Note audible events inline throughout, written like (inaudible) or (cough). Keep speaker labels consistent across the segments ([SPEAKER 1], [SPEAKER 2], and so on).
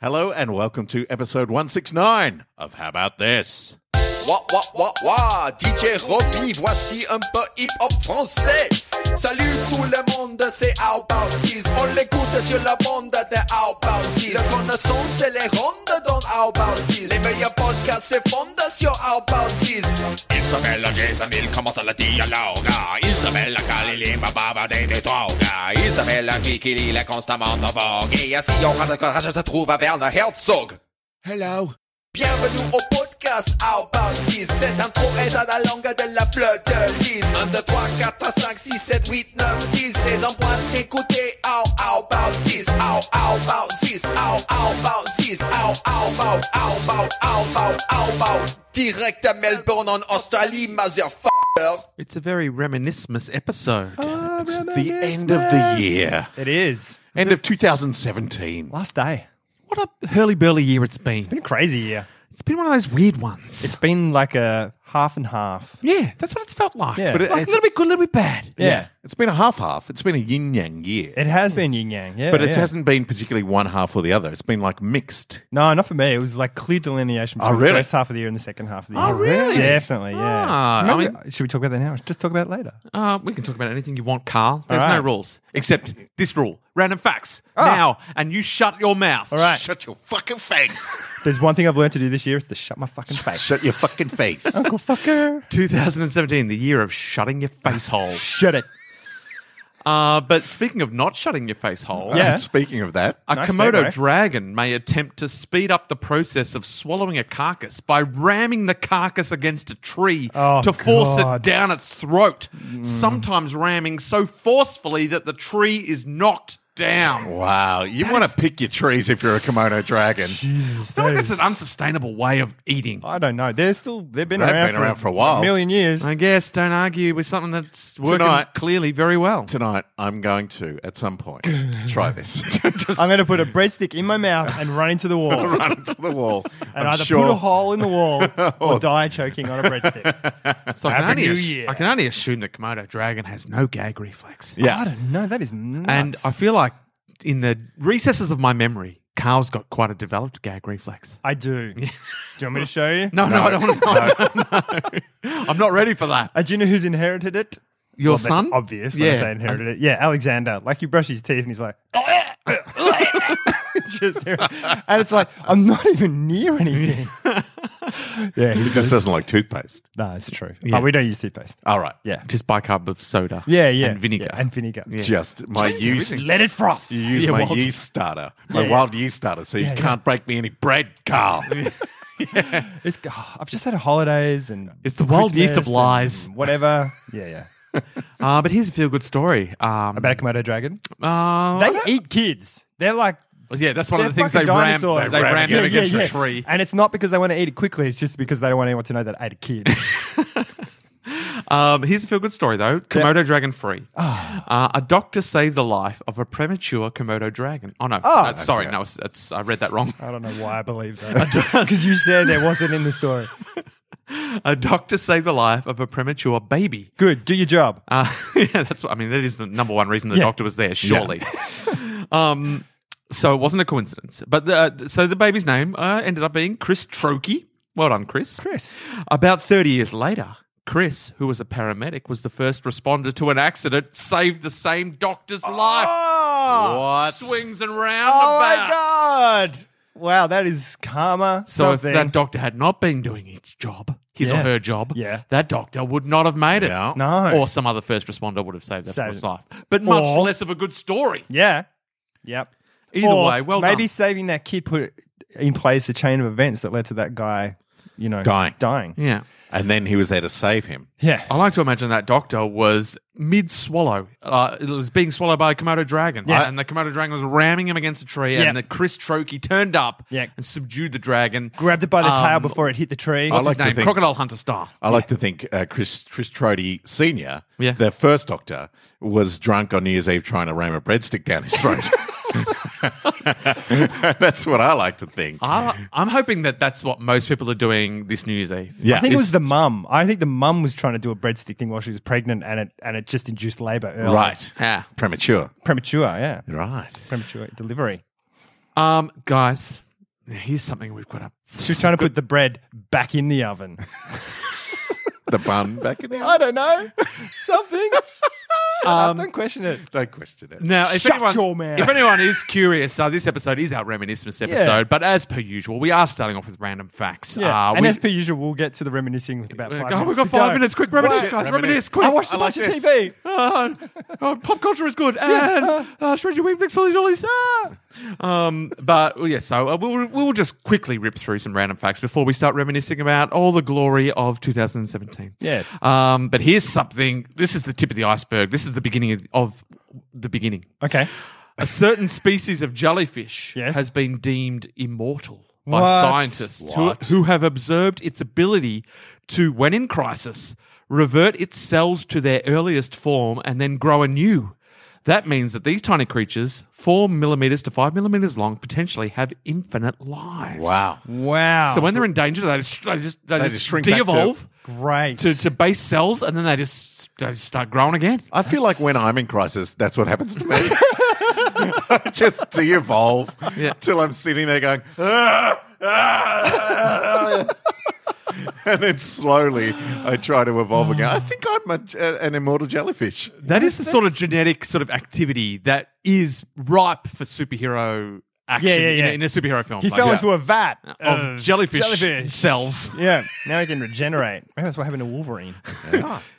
[SPEAKER 1] Hello and welcome to episode 169 of How About This?
[SPEAKER 2] Wah, wah, wah, wah, DJ Roby, voici un peu hip-hop français. Salut tout le monde, c'est Outbound 6. On l'écoute sur la bande de Outbound 6. La connaissance, c'est les rondes dans Outbound 6. Les meilleurs podcasts se fondent sur Outbound 6.
[SPEAKER 3] Isabella, Jason, il commence à la dialoga. Isabella, Kalili, Baba, des toga. Isabella, Kiki, il est constamment en vogue. Et assis au rang de courage, se trouve à Werner Herzog.
[SPEAKER 2] Hello. Bienvenue au podcast Outbound 6. Cette intro est dans la langue de la fleur de lys. 1, 2, 3, 4, 3, 5, 6, 7, 8, 9, 10. C'est en point d'écouter Out, Outbound 6. Out, Outbound 6. Out, Outbound 6. Out, Outbound, Outbound, Outbound, Outbound. Direct à Melbourne en Australie, motherfucker.
[SPEAKER 4] It's a very reminiscent episode.
[SPEAKER 1] It's the end of the year,
[SPEAKER 5] It is.
[SPEAKER 1] end of 2017.
[SPEAKER 5] Last day.
[SPEAKER 4] What a hurly burly year it's been.
[SPEAKER 5] Been a crazy year.
[SPEAKER 4] It's been one of those weird ones.
[SPEAKER 5] It's been like a half and half.
[SPEAKER 4] yeah, that's what it's felt like.
[SPEAKER 5] Yeah.
[SPEAKER 4] But
[SPEAKER 5] But
[SPEAKER 1] it-
[SPEAKER 4] like a
[SPEAKER 1] it's-
[SPEAKER 4] little bit good, a little bit bad.
[SPEAKER 5] Yeah.
[SPEAKER 1] It's been a half half, it's been a yin yang year.
[SPEAKER 5] It has been yin yang. Yeah.
[SPEAKER 1] but it
[SPEAKER 5] yeah.
[SPEAKER 1] hasn't been particularly one half or the other. It's been like mixed.
[SPEAKER 5] No, not for me. It was like clear delineation between
[SPEAKER 1] Oh, really?
[SPEAKER 5] the first half of the year and the second half of the
[SPEAKER 4] Oh,
[SPEAKER 5] year.
[SPEAKER 4] really?
[SPEAKER 5] Definitely, yeah.
[SPEAKER 4] Ah, I
[SPEAKER 5] Maybe- should we talk about that now? Or just talk about it later.
[SPEAKER 1] Oh,
[SPEAKER 4] Uh, we can talk about anything you want, Carl. There's
[SPEAKER 5] right. Ah.
[SPEAKER 4] no rules except this rule: random facts now, and you shut your mouth.
[SPEAKER 5] All right.
[SPEAKER 1] Shut your fucking face.
[SPEAKER 5] There's one thing I've learned to do this year is to shut my fucking
[SPEAKER 1] (laughs)
[SPEAKER 5] face.
[SPEAKER 1] Shut your fucking face.
[SPEAKER 5] Uncle fucker.
[SPEAKER 4] 2017, the year of shutting your
[SPEAKER 5] (laughs)
[SPEAKER 4] face hole.
[SPEAKER 5] Shut it.
[SPEAKER 4] Uh, but speaking of not shutting your face hole,
[SPEAKER 1] (laughs)
[SPEAKER 5] Yeah.
[SPEAKER 1] Speaking of that,
[SPEAKER 4] A
[SPEAKER 5] Nice
[SPEAKER 4] Komodo
[SPEAKER 5] segue.
[SPEAKER 4] dragon may attempt to speed up the process of swallowing a carcass by ramming the carcass against a tree
[SPEAKER 5] Oh,
[SPEAKER 4] to force
[SPEAKER 5] God. Hmm.
[SPEAKER 4] it down its throat, sometimes ramming so forcefully that the tree is knocked down.
[SPEAKER 1] wow, you want
[SPEAKER 4] is-
[SPEAKER 1] to pick your trees if you're a kimono dragon.
[SPEAKER 5] Jesus.
[SPEAKER 4] I feel like
[SPEAKER 5] that
[SPEAKER 4] it's
[SPEAKER 5] is-
[SPEAKER 4] an unsustainable way of eating.
[SPEAKER 5] I don't know. They're still they've been
[SPEAKER 1] They've
[SPEAKER 5] around,
[SPEAKER 1] been
[SPEAKER 5] for,
[SPEAKER 1] around for a while.
[SPEAKER 5] million years.
[SPEAKER 4] I guess don't argue with something that's working
[SPEAKER 1] Tonight-
[SPEAKER 4] clearly very
[SPEAKER 1] (laughs)
[SPEAKER 4] well.
[SPEAKER 1] Tonight, I'm going to, at some
[SPEAKER 5] (laughs)
[SPEAKER 1] point, try this. (laughs) Just
[SPEAKER 5] I'm gonna put a breadstick in my mouth and run into
[SPEAKER 1] (laughs)
[SPEAKER 5] the wall.
[SPEAKER 1] run into the wall.
[SPEAKER 5] and
[SPEAKER 1] I'm
[SPEAKER 5] either
[SPEAKER 1] sure.
[SPEAKER 5] put a hole in the
[SPEAKER 4] (laughs)
[SPEAKER 5] wall or die choking on a breadstick.
[SPEAKER 4] So I, can
[SPEAKER 5] Happy
[SPEAKER 4] only
[SPEAKER 5] New
[SPEAKER 4] ass-
[SPEAKER 5] Year.
[SPEAKER 4] I can only assume that Komodo dragon has no gag reflex.
[SPEAKER 5] I
[SPEAKER 1] Yeah.
[SPEAKER 5] don't know. That is nuts.
[SPEAKER 4] And I feel like in the recesses of my memory, Carl's got quite a developed gag reflex. (laughs)
[SPEAKER 5] I do. do you want me to show you?
[SPEAKER 4] No, no, I don't want to. No. (laughs) I'm not ready for that.
[SPEAKER 5] Uh, do you know who's inherited it?
[SPEAKER 4] Your
[SPEAKER 5] well,
[SPEAKER 4] son?
[SPEAKER 5] That's obvious when I
[SPEAKER 4] Yeah.
[SPEAKER 5] say inherited it. Yeah, Alexander. Like you brush his teeth and he's like, "Oh, (laughs) just and it's like I'm not even
[SPEAKER 4] (laughs)
[SPEAKER 5] near anything. yeah,
[SPEAKER 1] He
[SPEAKER 5] he's
[SPEAKER 1] just doesn't like toothpaste.
[SPEAKER 5] no, it's true.
[SPEAKER 4] Yeah.
[SPEAKER 5] Oh, we don't use toothpaste.
[SPEAKER 1] All right.
[SPEAKER 5] Yeah,
[SPEAKER 4] Just bicarb of soda.
[SPEAKER 5] yeah, yeah,
[SPEAKER 4] And vinegar.
[SPEAKER 5] yeah, and vinegar.
[SPEAKER 4] Yeah.
[SPEAKER 1] Just my yeast.
[SPEAKER 5] Let it froth.
[SPEAKER 1] You use
[SPEAKER 4] Yeah,
[SPEAKER 1] my
[SPEAKER 4] wild-
[SPEAKER 1] yeast starter, my
[SPEAKER 5] Yeah, yeah.
[SPEAKER 1] wild yeast starter, so you
[SPEAKER 5] Yeah, yeah.
[SPEAKER 1] can't break me any bread,
[SPEAKER 5] (laughs)
[SPEAKER 1] Carl.
[SPEAKER 5] It's, oh, I've just had holidays and
[SPEAKER 4] It's the wild yeast of
[SPEAKER 5] Christmas and
[SPEAKER 4] lies. (laughs)
[SPEAKER 5] Whatever. yeah, yeah.
[SPEAKER 4] Uh, but here's a feel good story. Um,
[SPEAKER 5] About a Komodo dragon.
[SPEAKER 4] uh,
[SPEAKER 5] They eat kids. They're like
[SPEAKER 4] yeah, that's one
[SPEAKER 5] they're
[SPEAKER 4] of the things they
[SPEAKER 5] fucking
[SPEAKER 4] ram, they
[SPEAKER 5] dinosaurs.
[SPEAKER 1] they ram
[SPEAKER 4] ram
[SPEAKER 1] it
[SPEAKER 4] it
[SPEAKER 1] against
[SPEAKER 4] against a tree.
[SPEAKER 5] And it's not because they want to eat it quickly. It's just because they don't want anyone to know that I ate a kid.
[SPEAKER 4] Um, here's a feel good story, though Komodo dragon free.
[SPEAKER 5] Ah.
[SPEAKER 4] Uh, a doctor saved the life of a premature Komodo dragon. Oh, no.
[SPEAKER 5] Ah,
[SPEAKER 4] uh, sorry. No, it's, it's, I read that wrong. (laughs)
[SPEAKER 5] I don't know why I believe (laughs) that. Because you said there wasn't in the story.
[SPEAKER 4] A doctor saved the life of a premature baby.
[SPEAKER 5] Good. Do your job.
[SPEAKER 4] Uh, (laughs) yeah, that's what I mean. That is the number one reason the
[SPEAKER 5] Yeah.
[SPEAKER 4] doctor was there, surely.
[SPEAKER 5] (laughs)
[SPEAKER 4] um, so it wasn't a coincidence. But the, uh, so the baby's name uh, ended up being Chris Trokey. Well done, Chris.
[SPEAKER 5] Chris.
[SPEAKER 4] About 30 years later, Chris, who was a paramedic, was the first responder to an accident, saved the same doctor's life.
[SPEAKER 5] Oh,
[SPEAKER 1] What?
[SPEAKER 4] Swings and
[SPEAKER 5] oh my
[SPEAKER 4] roundabouts.
[SPEAKER 5] God. Wow, that is karma.
[SPEAKER 4] So
[SPEAKER 5] something.
[SPEAKER 4] if that doctor had not been doing his job, his or
[SPEAKER 5] Yeah.
[SPEAKER 4] her job,
[SPEAKER 5] Yeah.
[SPEAKER 4] that doctor would not have made it.
[SPEAKER 1] No.
[SPEAKER 5] No.
[SPEAKER 4] Or some other first responder would have saved that
[SPEAKER 5] Saved
[SPEAKER 4] person's
[SPEAKER 5] it.
[SPEAKER 4] life. But much
[SPEAKER 5] Or-
[SPEAKER 4] less of a good story.
[SPEAKER 5] yeah. Yep.
[SPEAKER 4] Either
[SPEAKER 5] Or
[SPEAKER 4] way, well
[SPEAKER 5] maybe
[SPEAKER 4] done.
[SPEAKER 5] saving that kid put in place a chain of events that led to that guy, you know,
[SPEAKER 1] Dying.
[SPEAKER 5] Dying.
[SPEAKER 4] Yeah.
[SPEAKER 1] And then he was there to save him.
[SPEAKER 5] Yeah.
[SPEAKER 4] I like to imagine that doctor was mid swallow. Uh, it was being swallowed by a Komodo dragon.
[SPEAKER 5] Yeah.
[SPEAKER 4] And the Komodo dragon was ramming him against a tree.
[SPEAKER 5] Yeah.
[SPEAKER 4] And the Chris Trokey turned up
[SPEAKER 5] Yeah.
[SPEAKER 4] and subdued the dragon.
[SPEAKER 5] Grabbed it by the tail
[SPEAKER 4] Um,
[SPEAKER 5] before it hit the tree.
[SPEAKER 1] I
[SPEAKER 4] What's
[SPEAKER 1] like
[SPEAKER 4] his
[SPEAKER 1] to
[SPEAKER 4] name?
[SPEAKER 1] think-
[SPEAKER 4] Crocodile Hunter
[SPEAKER 1] (laughs)
[SPEAKER 4] Star.
[SPEAKER 1] I like to think uh, Chris Chris Trody Senior,
[SPEAKER 4] Yeah.
[SPEAKER 1] the first doctor, was drunk on New Year's Eve trying to ram a breadstick down his
[SPEAKER 5] (laughs)
[SPEAKER 1] throat. (laughs) That's what I like to think.
[SPEAKER 4] I, I'm hoping that that's what most people are doing this New Year's Eve.
[SPEAKER 1] Yeah,
[SPEAKER 5] I think it
[SPEAKER 1] it's-
[SPEAKER 5] was the mum. I think the mum was trying to do a breadstick thing while she was pregnant, and it and it just induced labour early.
[SPEAKER 1] right
[SPEAKER 4] Yeah.
[SPEAKER 1] premature.
[SPEAKER 5] premature, yeah,
[SPEAKER 1] Right.
[SPEAKER 5] premature delivery.
[SPEAKER 4] Um, guys, Here's something we've got up.
[SPEAKER 5] She was trying to put the bread back in the oven.
[SPEAKER 1] The bun back in there.
[SPEAKER 5] I don't know. Something. (laughs)
[SPEAKER 4] Um,
[SPEAKER 5] don't question it.
[SPEAKER 1] Don't question it.
[SPEAKER 4] Now, if
[SPEAKER 5] Shut
[SPEAKER 4] anyone,
[SPEAKER 5] your mouth.
[SPEAKER 4] if anyone is curious, so this episode is our reminiscence episode, but as per usual, we are starting off with random facts.
[SPEAKER 5] Yeah.
[SPEAKER 4] Uh,
[SPEAKER 5] and
[SPEAKER 4] we,
[SPEAKER 5] as per usual, we'll get to the reminiscing with about five
[SPEAKER 4] Oh,
[SPEAKER 5] minutes.
[SPEAKER 4] we've got
[SPEAKER 5] to
[SPEAKER 4] five
[SPEAKER 5] go.
[SPEAKER 4] minutes. Quick, reminisce,
[SPEAKER 1] Right,
[SPEAKER 4] guys. Reminisce,
[SPEAKER 1] reminisce.
[SPEAKER 4] quick.
[SPEAKER 5] I watched a
[SPEAKER 1] I like
[SPEAKER 5] bunch
[SPEAKER 4] (laughs)
[SPEAKER 5] of
[SPEAKER 1] this.
[SPEAKER 5] TV.
[SPEAKER 4] Uh, uh, pop culture is good, and uh, shred your wheat, mix all your dollies. Ah. Um, but well, yeah, so uh, we'll we'll just quickly rip through some random facts before we start reminiscing about all the glory of 2017.
[SPEAKER 5] Yes.
[SPEAKER 4] Um, but here's something. This is the tip of the iceberg. This is the beginning of, of the beginning.
[SPEAKER 5] Okay.
[SPEAKER 4] A certain species of jellyfish
[SPEAKER 5] Yes.
[SPEAKER 4] has been deemed immortal by
[SPEAKER 5] What?
[SPEAKER 4] scientists who-
[SPEAKER 1] What?
[SPEAKER 4] who have observed its ability to, when in crisis, revert its cells to their earliest form and then grow anew. That means that these tiny creatures, four millimeters to five millimeters long, potentially have infinite lives.
[SPEAKER 1] Wow.
[SPEAKER 5] Wow.
[SPEAKER 4] So when they're in danger, they just they just they,
[SPEAKER 1] They
[SPEAKER 4] just
[SPEAKER 1] just shrink back to-
[SPEAKER 4] de-evolve
[SPEAKER 5] great.
[SPEAKER 4] to, to base cells, and then they just they just start growing again.
[SPEAKER 1] I feel like when I'm in crisis, that's what happens to me. (laughs) I just de-evolve
[SPEAKER 4] Yeah.
[SPEAKER 1] till I'm sitting there going, "Ah, ah," (laughs) and then slowly I try to evolve again. I think I'm a, an immortal jellyfish.
[SPEAKER 4] That is the sort of genetic sort of activity that is ripe for superhero action
[SPEAKER 5] Yeah, yeah,
[SPEAKER 4] in a-
[SPEAKER 5] yeah.
[SPEAKER 4] In, a, superhero film.
[SPEAKER 5] he
[SPEAKER 4] Like,
[SPEAKER 5] fell
[SPEAKER 4] yeah.
[SPEAKER 5] into a vat
[SPEAKER 4] of jellyfish,
[SPEAKER 5] jellyfish.
[SPEAKER 4] cells.
[SPEAKER 5] Yeah. Now he can regenerate. Maybe that's what happened to Wolverine.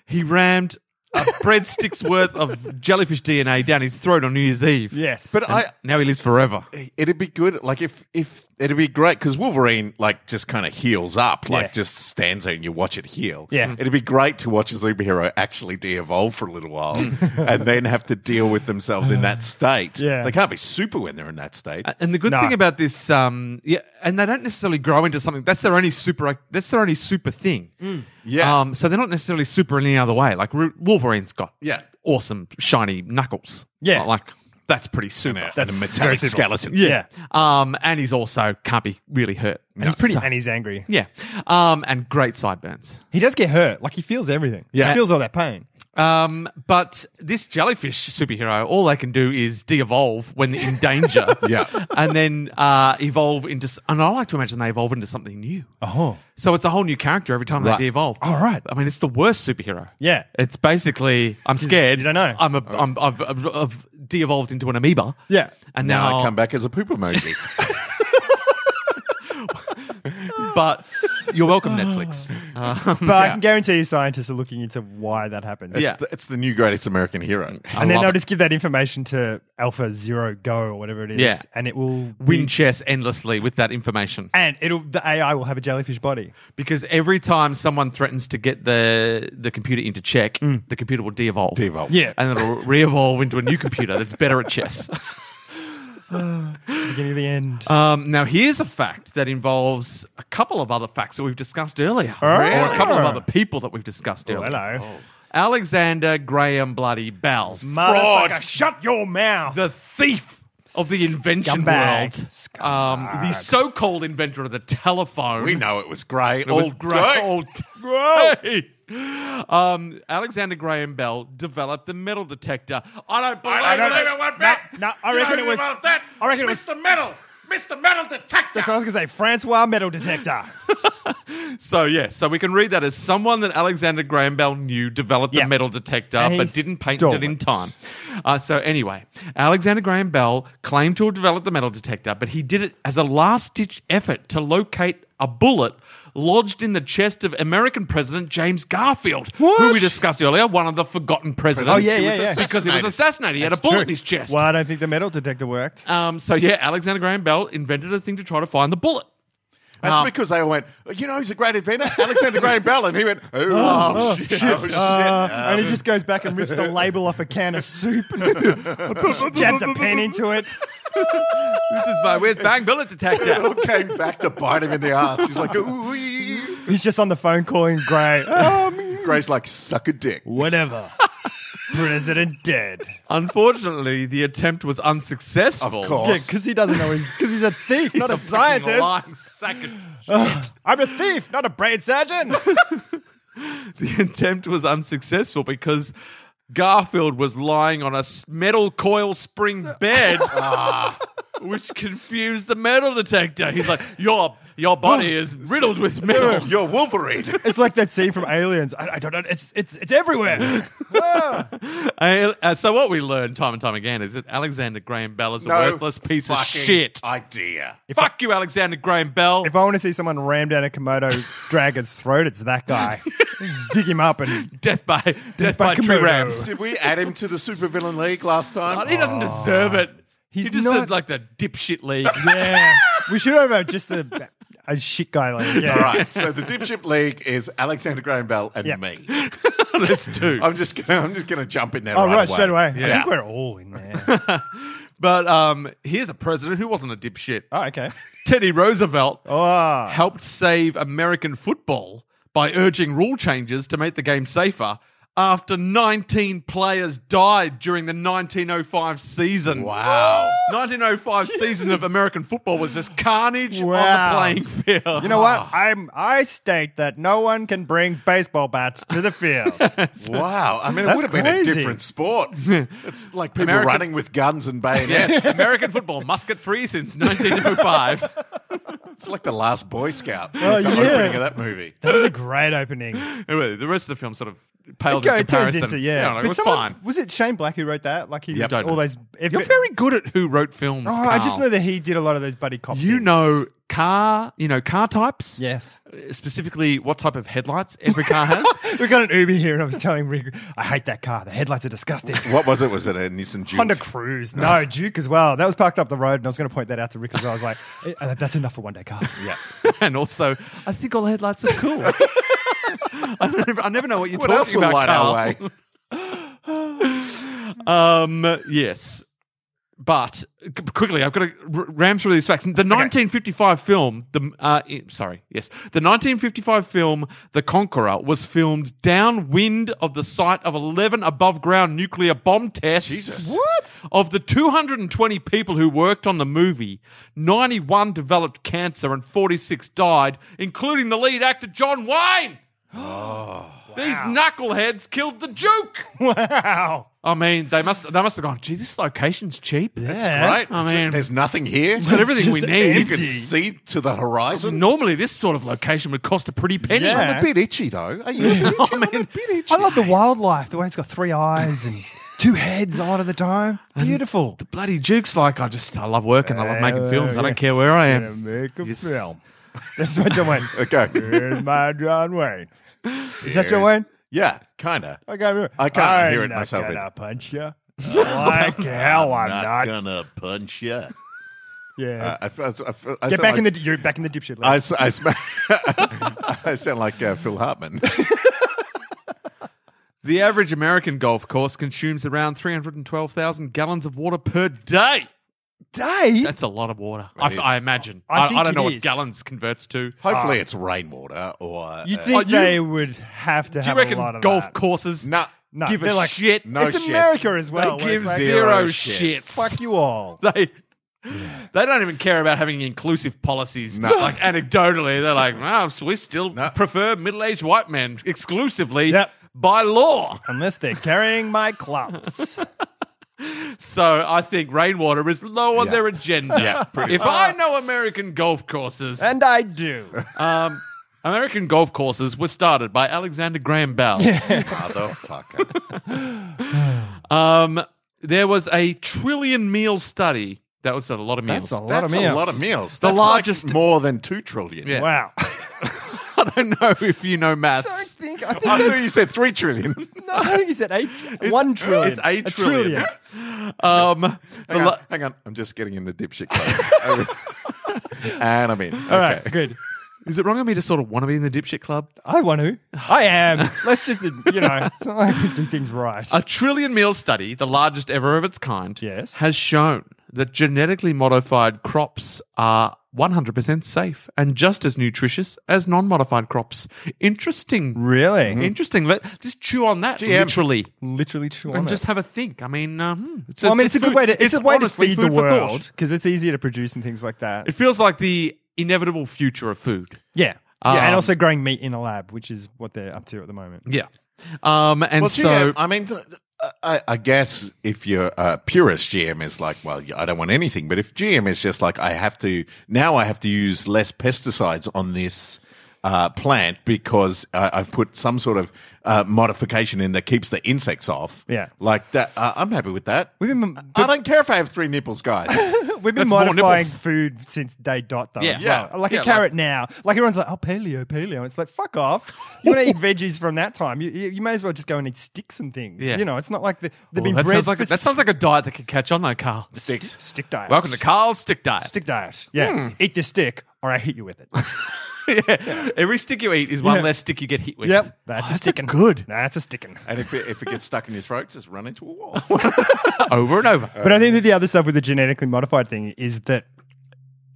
[SPEAKER 4] He rammed a breadstick's worth of jellyfish DNA down his throat on New Year's Eve.
[SPEAKER 5] (laughs) Yes.
[SPEAKER 1] But I,
[SPEAKER 4] Now he lives forever.
[SPEAKER 1] it'd be good like if if it'd be great because wolverine like just kind of heals up like
[SPEAKER 5] Yeah.
[SPEAKER 1] just stands there and you watch it heal
[SPEAKER 5] Yeah.
[SPEAKER 1] it'd be great to watch a superhero actually de-evolve for a little
[SPEAKER 5] (laughs)
[SPEAKER 1] while and then have to deal with themselves in that state
[SPEAKER 5] Yeah.
[SPEAKER 1] they can't be super when they're in that state
[SPEAKER 4] And the good
[SPEAKER 5] No.
[SPEAKER 4] thing about this, um, yeah, and they don't necessarily grow into something. That's their only super. ac- That's their only super thing.
[SPEAKER 5] Mm,
[SPEAKER 1] Yeah.
[SPEAKER 4] Um, so they're not necessarily super in any other way. Like Ru- Wolverine's got
[SPEAKER 1] Yeah.
[SPEAKER 4] awesome shiny knuckles.
[SPEAKER 5] Yeah.
[SPEAKER 4] like that's pretty super.
[SPEAKER 1] and a,
[SPEAKER 5] That's
[SPEAKER 1] and a
[SPEAKER 5] very
[SPEAKER 1] metallic
[SPEAKER 5] simple.
[SPEAKER 1] skeleton
[SPEAKER 5] yeah.
[SPEAKER 4] Um, and he's also can't be really hurt.
[SPEAKER 5] And he's pretty,
[SPEAKER 4] So-
[SPEAKER 5] and he's angry.
[SPEAKER 4] yeah. Um, and great sideburns.
[SPEAKER 5] He does get hurt. Like he feels everything.
[SPEAKER 1] Yeah.
[SPEAKER 5] He feels all that pain.
[SPEAKER 4] Um, but this jellyfish superhero, all they can do is de-evolve when they're in
[SPEAKER 5] (laughs)
[SPEAKER 4] danger.
[SPEAKER 1] Yeah.
[SPEAKER 4] and then uh, evolve into. s- And I like to imagine they evolve into something new.
[SPEAKER 5] Oh.
[SPEAKER 4] So it's a whole new character every time
[SPEAKER 1] Right.
[SPEAKER 4] they de-evolve.
[SPEAKER 5] All right.
[SPEAKER 4] I mean, it's the worst superhero.
[SPEAKER 5] Yeah.
[SPEAKER 4] It's basically I'm scared.
[SPEAKER 5] You don't know.
[SPEAKER 4] I'm a, I'm, I've, I've, I've de-evolved into an amoeba.
[SPEAKER 5] Yeah.
[SPEAKER 4] And now,
[SPEAKER 1] now, i come back as a poop emoji (laughs)
[SPEAKER 4] But you're welcome, Netflix. Um,
[SPEAKER 5] (laughs) But I can guarantee you scientists are looking into why that happens.
[SPEAKER 1] it's, the, it's the new greatest american hero
[SPEAKER 5] And then
[SPEAKER 4] love
[SPEAKER 5] they'll
[SPEAKER 4] it.
[SPEAKER 5] just give that information to Alpha Zero Go or whatever it is.
[SPEAKER 4] Yeah.
[SPEAKER 5] And it will
[SPEAKER 4] win chess endlessly with that information.
[SPEAKER 5] And it'll the AI will have a jellyfish body.
[SPEAKER 4] Because every time someone threatens to get the the computer into check,
[SPEAKER 5] Mm.
[SPEAKER 4] the computer will de-evolve.
[SPEAKER 1] De-evolve.
[SPEAKER 5] Yeah.
[SPEAKER 4] And it'll re-evolve into a new computer that's better at
[SPEAKER 5] (laughs)
[SPEAKER 4] chess.
[SPEAKER 5] It's the beginning of the end.
[SPEAKER 4] Um, now, here's a fact that involves a couple of other facts that we've discussed earlier. Or a
[SPEAKER 5] Oh. Really?
[SPEAKER 4] couple of other people that we've discussed
[SPEAKER 5] Oh,
[SPEAKER 4] earlier.
[SPEAKER 5] hello.
[SPEAKER 4] Alexander Graham Bloody Bell.
[SPEAKER 5] Motherfucker, shut your mouth.
[SPEAKER 4] the thief of the invention
[SPEAKER 5] Scumbag.
[SPEAKER 4] world. Um, the so-called inventor of the telephone.
[SPEAKER 1] we know it was great
[SPEAKER 4] It was
[SPEAKER 1] All
[SPEAKER 4] great.
[SPEAKER 5] Oh,
[SPEAKER 1] day.
[SPEAKER 4] Old day. Um, Alexander Graham Bell developed the metal detector. I don't believe
[SPEAKER 1] I don't
[SPEAKER 4] it.
[SPEAKER 1] believe it one
[SPEAKER 5] Nah,
[SPEAKER 1] bit.
[SPEAKER 5] nah, I reckon it was-
[SPEAKER 1] About that.
[SPEAKER 5] I reckon it was-
[SPEAKER 1] Mr. Metal. Mr. Metal Detector.
[SPEAKER 5] That's what I was gonna say. Francois metal (laughs) detector.
[SPEAKER 4] So yeah, so we can read that as someone that Alexander Graham Bell knew developed
[SPEAKER 5] Yeah.
[SPEAKER 4] the metal detector,
[SPEAKER 5] And he
[SPEAKER 4] but didn't patent
[SPEAKER 5] stole
[SPEAKER 4] it in
[SPEAKER 5] it.
[SPEAKER 4] time. Uh, so anyway, Alexander Graham Bell claimed to have developed the metal detector, but he did it as a last-ditch effort to locate a bullet lodged in the chest of American President James Garfield, who we
[SPEAKER 5] What?
[SPEAKER 4] discussed earlier, one of the forgotten presidents.
[SPEAKER 5] Oh, yeah, yeah, yeah.
[SPEAKER 4] because he was assassinated. He had a bullet in his chest.
[SPEAKER 5] Well, I don't think the metal detector worked.
[SPEAKER 4] Um, so yeah, Alexander Graham Bell invented a thing to try to find the bullet.
[SPEAKER 1] That's
[SPEAKER 4] Um,
[SPEAKER 1] because they all went, you know, he's a great inventor, Alexander Graham Bell. And he went, oh, shit. Oh, shit.
[SPEAKER 5] Uh, and he just goes back and rips the label off a can of (laughs) soup and jabs a pen into it.
[SPEAKER 4] This is my where's bang bullet
[SPEAKER 1] (laughs)
[SPEAKER 4] detector.
[SPEAKER 1] it all came back to bite him in the ass. He's like, ooh.
[SPEAKER 5] He's just on the phone calling Gray. Um,
[SPEAKER 1] Gray's like, suck a dick.
[SPEAKER 5] (laughs) whatever. President dead.
[SPEAKER 4] Unfortunately, the attempt was unsuccessful.
[SPEAKER 1] Of course.
[SPEAKER 5] Yeah, because he doesn't know he's because he's a thief, not a,
[SPEAKER 4] He's fucking
[SPEAKER 5] scientist.
[SPEAKER 4] lying sack of-
[SPEAKER 5] I'm a thief, not a brain surgeon.
[SPEAKER 4] (laughs) the attempt was unsuccessful because
[SPEAKER 1] (laughs) Ah.
[SPEAKER 4] Garfield was lying on a s- metal coil spring bed which confused the metal detector. He's like, your your body
[SPEAKER 1] (laughs)
[SPEAKER 4] is riddled with metal. (laughs)
[SPEAKER 1] You're Wolverine.
[SPEAKER 5] (laughs) It's like that scene from Aliens. I, I don't know. It's it's it's (laughs) everywhere.
[SPEAKER 4] I- uh, so what we learned time and time again is that Alexander Graham Bell is a worthless piece of
[SPEAKER 1] fucking
[SPEAKER 4] shit.
[SPEAKER 1] idea.
[SPEAKER 4] Fuck you, Alexander Graham Bell.
[SPEAKER 5] if I want to see someone ram down a Komodo dragon's throat, it's that guy. Dig him up and
[SPEAKER 4] death by death, by,
[SPEAKER 5] by
[SPEAKER 4] tree
[SPEAKER 5] Komodo.
[SPEAKER 4] rams.
[SPEAKER 1] Did we add him to the supervillain league last
[SPEAKER 4] God,
[SPEAKER 1] time?
[SPEAKER 4] he doesn't deserve it. Oh. He's
[SPEAKER 5] He's
[SPEAKER 4] he just
[SPEAKER 5] not-
[SPEAKER 4] is like the dipshit league.
[SPEAKER 5] yeah. We should have uh, just the a shit guy. Like, yeah.
[SPEAKER 1] All right. So the dipshit league is Alexander Graham Bell and
[SPEAKER 5] Yeah.
[SPEAKER 1] me.
[SPEAKER 4] There's (laughs) two.
[SPEAKER 1] I'm just gonna I'm just gonna jump in there.
[SPEAKER 5] Oh,
[SPEAKER 1] right,
[SPEAKER 5] right, straight away. I
[SPEAKER 1] Yeah.
[SPEAKER 5] think we're all in there.
[SPEAKER 4] But um, here's a president who wasn't a dipshit.
[SPEAKER 5] oh, okay.
[SPEAKER 4] Teddy Roosevelt
[SPEAKER 5] Oh,
[SPEAKER 4] helped save American football by urging rule changes to make the game safer after 19 players died during the 1905 season.
[SPEAKER 1] Wow.
[SPEAKER 4] 1905 season of American football was just carnage
[SPEAKER 5] Wow.
[SPEAKER 4] on the playing field.
[SPEAKER 5] you know what? I'm. I state that no one can bring baseball bats to
[SPEAKER 4] (laughs)
[SPEAKER 5] the field.
[SPEAKER 1] Wow. I mean, it
[SPEAKER 5] That's
[SPEAKER 1] would have been a
[SPEAKER 5] crazy.
[SPEAKER 1] different sport. It's like people
[SPEAKER 4] American-
[SPEAKER 1] running with guns and bayonets.
[SPEAKER 4] Yes,
[SPEAKER 5] (laughs)
[SPEAKER 4] American football musket free since 1905.
[SPEAKER 1] It's like the last Boy Scout.
[SPEAKER 5] Oh,
[SPEAKER 1] the
[SPEAKER 5] yeah.
[SPEAKER 1] opening of that movie.
[SPEAKER 5] that was a great opening.
[SPEAKER 4] (laughs) Anyway, the rest of the film sort of paled
[SPEAKER 5] Okay,
[SPEAKER 4] in
[SPEAKER 5] it turns
[SPEAKER 4] comparison.
[SPEAKER 5] into yeah.
[SPEAKER 4] like,
[SPEAKER 5] But
[SPEAKER 4] it was
[SPEAKER 5] someone-
[SPEAKER 4] fine.
[SPEAKER 5] Was it Shane Black who wrote that? Like he
[SPEAKER 4] Yep.
[SPEAKER 5] was
[SPEAKER 4] Don't
[SPEAKER 5] all
[SPEAKER 4] know.
[SPEAKER 5] those. If
[SPEAKER 4] You're
[SPEAKER 5] it-
[SPEAKER 4] very good at who wrote films.
[SPEAKER 5] Oh, I just
[SPEAKER 4] Carl.
[SPEAKER 5] know that he did a lot of those buddy cop.
[SPEAKER 4] You
[SPEAKER 5] things.
[SPEAKER 4] know car, you know car types. uh,
[SPEAKER 5] Yes.
[SPEAKER 4] Specifically, what type of headlights every car
[SPEAKER 5] (laughs)
[SPEAKER 4] has.
[SPEAKER 5] We got an Uber here, and I was telling Rick, I hate that car. The headlights
[SPEAKER 4] (laughs)
[SPEAKER 5] are disgusting.
[SPEAKER 1] What was it? Was it a Nissan Juke?
[SPEAKER 5] Honda Cruise, no Duke as well. That was parked up the road, and I was going to point that out to Rick as well. I was like, "Eh, uh, "That's enough for one day car." (laughs) Yeah,
[SPEAKER 4] and also, I think all headlights are cool.
[SPEAKER 5] (laughs)
[SPEAKER 4] (laughs) I, never, I never know what you're
[SPEAKER 1] What
[SPEAKER 4] talking
[SPEAKER 1] else would
[SPEAKER 4] about.
[SPEAKER 1] light
[SPEAKER 4] Carl.
[SPEAKER 1] our way?
[SPEAKER 4] Um, yes. But c- quickly, I've got to r- ram through these facts. The 1955 film, the uh, i- sorry, yes, the 1955 film The Conqueror was filmed downwind of the site of 11 above ground nuclear bomb tests.
[SPEAKER 1] Jesus.
[SPEAKER 5] What?
[SPEAKER 4] Of the 220 people who worked on the movie, 91 developed cancer and 46 died, including the lead actor John Wayne. These knuckleheads killed the Duke.
[SPEAKER 5] (laughs) wow.
[SPEAKER 4] I mean, they must they must have gone. Gee, this location's cheap.
[SPEAKER 5] Yeah. Oh,
[SPEAKER 1] Right?
[SPEAKER 4] I
[SPEAKER 1] It's-
[SPEAKER 4] mean-
[SPEAKER 1] There's nothing here.
[SPEAKER 4] It's got everything we
[SPEAKER 5] just
[SPEAKER 4] need.
[SPEAKER 1] You can
[SPEAKER 5] empty.
[SPEAKER 1] see to the horizon.
[SPEAKER 4] Normally, this sort of location would cost a pretty penny.
[SPEAKER 5] Yeah.
[SPEAKER 1] I'm a bit itchy though. Are you? a
[SPEAKER 5] (laughs)
[SPEAKER 1] bit
[SPEAKER 5] Oh,
[SPEAKER 1] itchy? I'm a bit itchy.
[SPEAKER 5] I love the wildlife. The way it's got three eyes and two heads a lot of
[SPEAKER 4] (laughs)
[SPEAKER 5] the time. Beautiful.
[SPEAKER 4] Bloody Duke's like I just I love working.
[SPEAKER 5] Uh,
[SPEAKER 4] I love making films. I don't care where I am.
[SPEAKER 5] Make a
[SPEAKER 4] Yes.
[SPEAKER 5] film. That's my
[SPEAKER 4] (laughs)
[SPEAKER 5] John Wayne.
[SPEAKER 1] Okay.
[SPEAKER 5] (laughs) Here's my John Wayne. Is that John Wayne?
[SPEAKER 1] Yeah, kind of.
[SPEAKER 5] I can't remember.
[SPEAKER 1] I can't
[SPEAKER 5] I'm
[SPEAKER 1] hear it
[SPEAKER 5] not
[SPEAKER 1] myself
[SPEAKER 5] Gonna
[SPEAKER 1] either.
[SPEAKER 5] punch you.
[SPEAKER 4] (laughs)
[SPEAKER 5] like hell, I'm not.
[SPEAKER 1] gonna punch you.
[SPEAKER 5] Yeah.
[SPEAKER 1] I, I, I, I
[SPEAKER 5] Get
[SPEAKER 1] sound
[SPEAKER 5] back
[SPEAKER 1] like,
[SPEAKER 5] in the. You're back in the dipshit.
[SPEAKER 1] I,
[SPEAKER 5] Like.
[SPEAKER 1] s- I sm- (laughs) I sound like uh, Phil
[SPEAKER 5] (laughs)
[SPEAKER 1] Hartman.
[SPEAKER 4] The average American golf course consumes around three hundred and twelve thousand gallons of water per day.
[SPEAKER 5] Day.
[SPEAKER 4] That's a lot of water.
[SPEAKER 1] It
[SPEAKER 4] I,
[SPEAKER 1] is.
[SPEAKER 4] I imagine.
[SPEAKER 5] I
[SPEAKER 4] I, I,
[SPEAKER 5] think
[SPEAKER 4] don't
[SPEAKER 5] it
[SPEAKER 4] know what
[SPEAKER 5] is.
[SPEAKER 4] gallons converts to.
[SPEAKER 1] Hopefully,
[SPEAKER 5] Ah.
[SPEAKER 1] it's rainwater or
[SPEAKER 5] You'd
[SPEAKER 1] uh,
[SPEAKER 5] think
[SPEAKER 4] you-
[SPEAKER 5] they would have
[SPEAKER 4] Do
[SPEAKER 5] to
[SPEAKER 4] you
[SPEAKER 5] have a lot
[SPEAKER 4] reckon
[SPEAKER 5] of
[SPEAKER 4] golf
[SPEAKER 5] that.
[SPEAKER 4] courses
[SPEAKER 1] no.
[SPEAKER 5] No,
[SPEAKER 4] give a
[SPEAKER 5] they're like,
[SPEAKER 4] shit?
[SPEAKER 1] No
[SPEAKER 5] it's
[SPEAKER 1] shits.
[SPEAKER 5] America as well.
[SPEAKER 4] they
[SPEAKER 5] where
[SPEAKER 4] give
[SPEAKER 5] it's like,
[SPEAKER 1] zero
[SPEAKER 4] zero, shits.
[SPEAKER 1] shits.
[SPEAKER 5] Fuck you all.
[SPEAKER 4] (laughs) they they don't even care about having inclusive policies.
[SPEAKER 1] No.
[SPEAKER 4] Like anecdotally, they're like, "Well, we still
[SPEAKER 1] No.
[SPEAKER 4] prefer middle-aged white men exclusively
[SPEAKER 5] Yep.
[SPEAKER 4] by law."
[SPEAKER 5] Unless they're carrying my clubs.
[SPEAKER 4] So I think rainwater is low on
[SPEAKER 1] Yeah.
[SPEAKER 4] their agenda.
[SPEAKER 1] Yeah, pretty
[SPEAKER 4] if I know American golf courses,
[SPEAKER 5] and I do.
[SPEAKER 4] um, American golf courses were started by Alexander Graham Bell.
[SPEAKER 5] (laughs)
[SPEAKER 1] motherfucker.
[SPEAKER 4] Um, there was a trillion meal study. That was a lot of meals.
[SPEAKER 5] That's
[SPEAKER 4] (laughs)
[SPEAKER 5] a lot
[SPEAKER 1] That's
[SPEAKER 5] of meals.
[SPEAKER 1] a lot of meals.
[SPEAKER 4] The
[SPEAKER 1] That's like
[SPEAKER 4] largest-
[SPEAKER 1] more than two trillion.
[SPEAKER 4] Yeah.
[SPEAKER 5] Wow.
[SPEAKER 4] I don't know if you know
[SPEAKER 5] So I
[SPEAKER 4] maths.
[SPEAKER 5] think, I think,
[SPEAKER 1] I thought you said three trillion. (laughs)
[SPEAKER 5] no, I think he said eight, one trillion.
[SPEAKER 4] It's eight
[SPEAKER 5] A
[SPEAKER 4] trillion. Um, the
[SPEAKER 1] Hang
[SPEAKER 4] la-
[SPEAKER 1] on, hang on, I'm just getting in the dipshit (laughs) clothes. and I'm in.
[SPEAKER 5] All right, good.
[SPEAKER 4] Is it wrong of me to sort of want to be in the dipshit club?
[SPEAKER 5] I want to. I am. Let's just, you know, (laughs) it's not like we do things right.
[SPEAKER 4] A trillion meal study, the largest ever of its kind,
[SPEAKER 5] Yes.
[SPEAKER 4] has shown that genetically modified crops are 100% safe and just as nutritious as non modified crops. Interesting.
[SPEAKER 5] really?
[SPEAKER 4] Interesting. Let, just chew on that, literally.
[SPEAKER 5] Literally true.
[SPEAKER 4] And just have a think. I mean, uh, hmm. it's,
[SPEAKER 5] well, I mean, it's, a good
[SPEAKER 4] food-
[SPEAKER 5] way to. It's, a way to
[SPEAKER 4] honestly
[SPEAKER 5] feed the
[SPEAKER 4] food for thought.
[SPEAKER 5] world because it's easier to produce and things like that.
[SPEAKER 4] It feels like the inevitable future of food.
[SPEAKER 5] yeah, yeah,
[SPEAKER 4] Um,
[SPEAKER 5] and also growing meat in a lab, which is what they're up to at the moment.
[SPEAKER 4] Yeah. Um, and
[SPEAKER 1] Well,
[SPEAKER 4] so.
[SPEAKER 1] GM, I mean, th- th- I, I guess if you're a purist, GM is like, well, I don't want anything. But if GM is just like, I have to now, I have to use less pesticides on this uh, plant because uh, I've put some sort of uh, modification in that keeps the insects off.
[SPEAKER 5] Yeah.
[SPEAKER 1] like that. Uh, I'm happy with that.
[SPEAKER 5] We've been-
[SPEAKER 1] I don't care if I have three nipples, guys. (laughs)
[SPEAKER 5] We've been
[SPEAKER 4] That's more
[SPEAKER 5] modifying
[SPEAKER 4] nipples.
[SPEAKER 5] food since day dot though.
[SPEAKER 4] Yeah.
[SPEAKER 5] as well.
[SPEAKER 4] Yeah.
[SPEAKER 5] Like
[SPEAKER 4] Yeah,
[SPEAKER 5] a
[SPEAKER 4] like-
[SPEAKER 5] carrot now. Like everyone's like, oh paleo, paleo. It's like fuck off. You want to eat veggies from that time. You, you, you may as well just go and eat sticks and things.
[SPEAKER 4] Yeah.
[SPEAKER 5] You know, it's not like the,
[SPEAKER 4] Well,
[SPEAKER 5] they've been
[SPEAKER 4] that,
[SPEAKER 5] bred
[SPEAKER 4] sounds like
[SPEAKER 5] for
[SPEAKER 4] a, that sounds like a diet that could catch on, though, Carl.
[SPEAKER 5] stick, stick diet.
[SPEAKER 4] Welcome to Hmm. Carl's Stick Diet.
[SPEAKER 5] stick diet. Yeah, eat the stick or I hit you with it.
[SPEAKER 4] (laughs) yeah. Every stick you eat is one
[SPEAKER 5] Yeah.
[SPEAKER 4] less stick you get hit with.
[SPEAKER 5] yep, that's
[SPEAKER 4] Oh,
[SPEAKER 5] a sticking.
[SPEAKER 4] good.
[SPEAKER 5] That's a sticking.
[SPEAKER 1] and if it, if it gets stuck in your throat, just run into a wall.
[SPEAKER 4] (laughs) over and over.
[SPEAKER 5] But I think that the other stuff with the genetically modified thing is that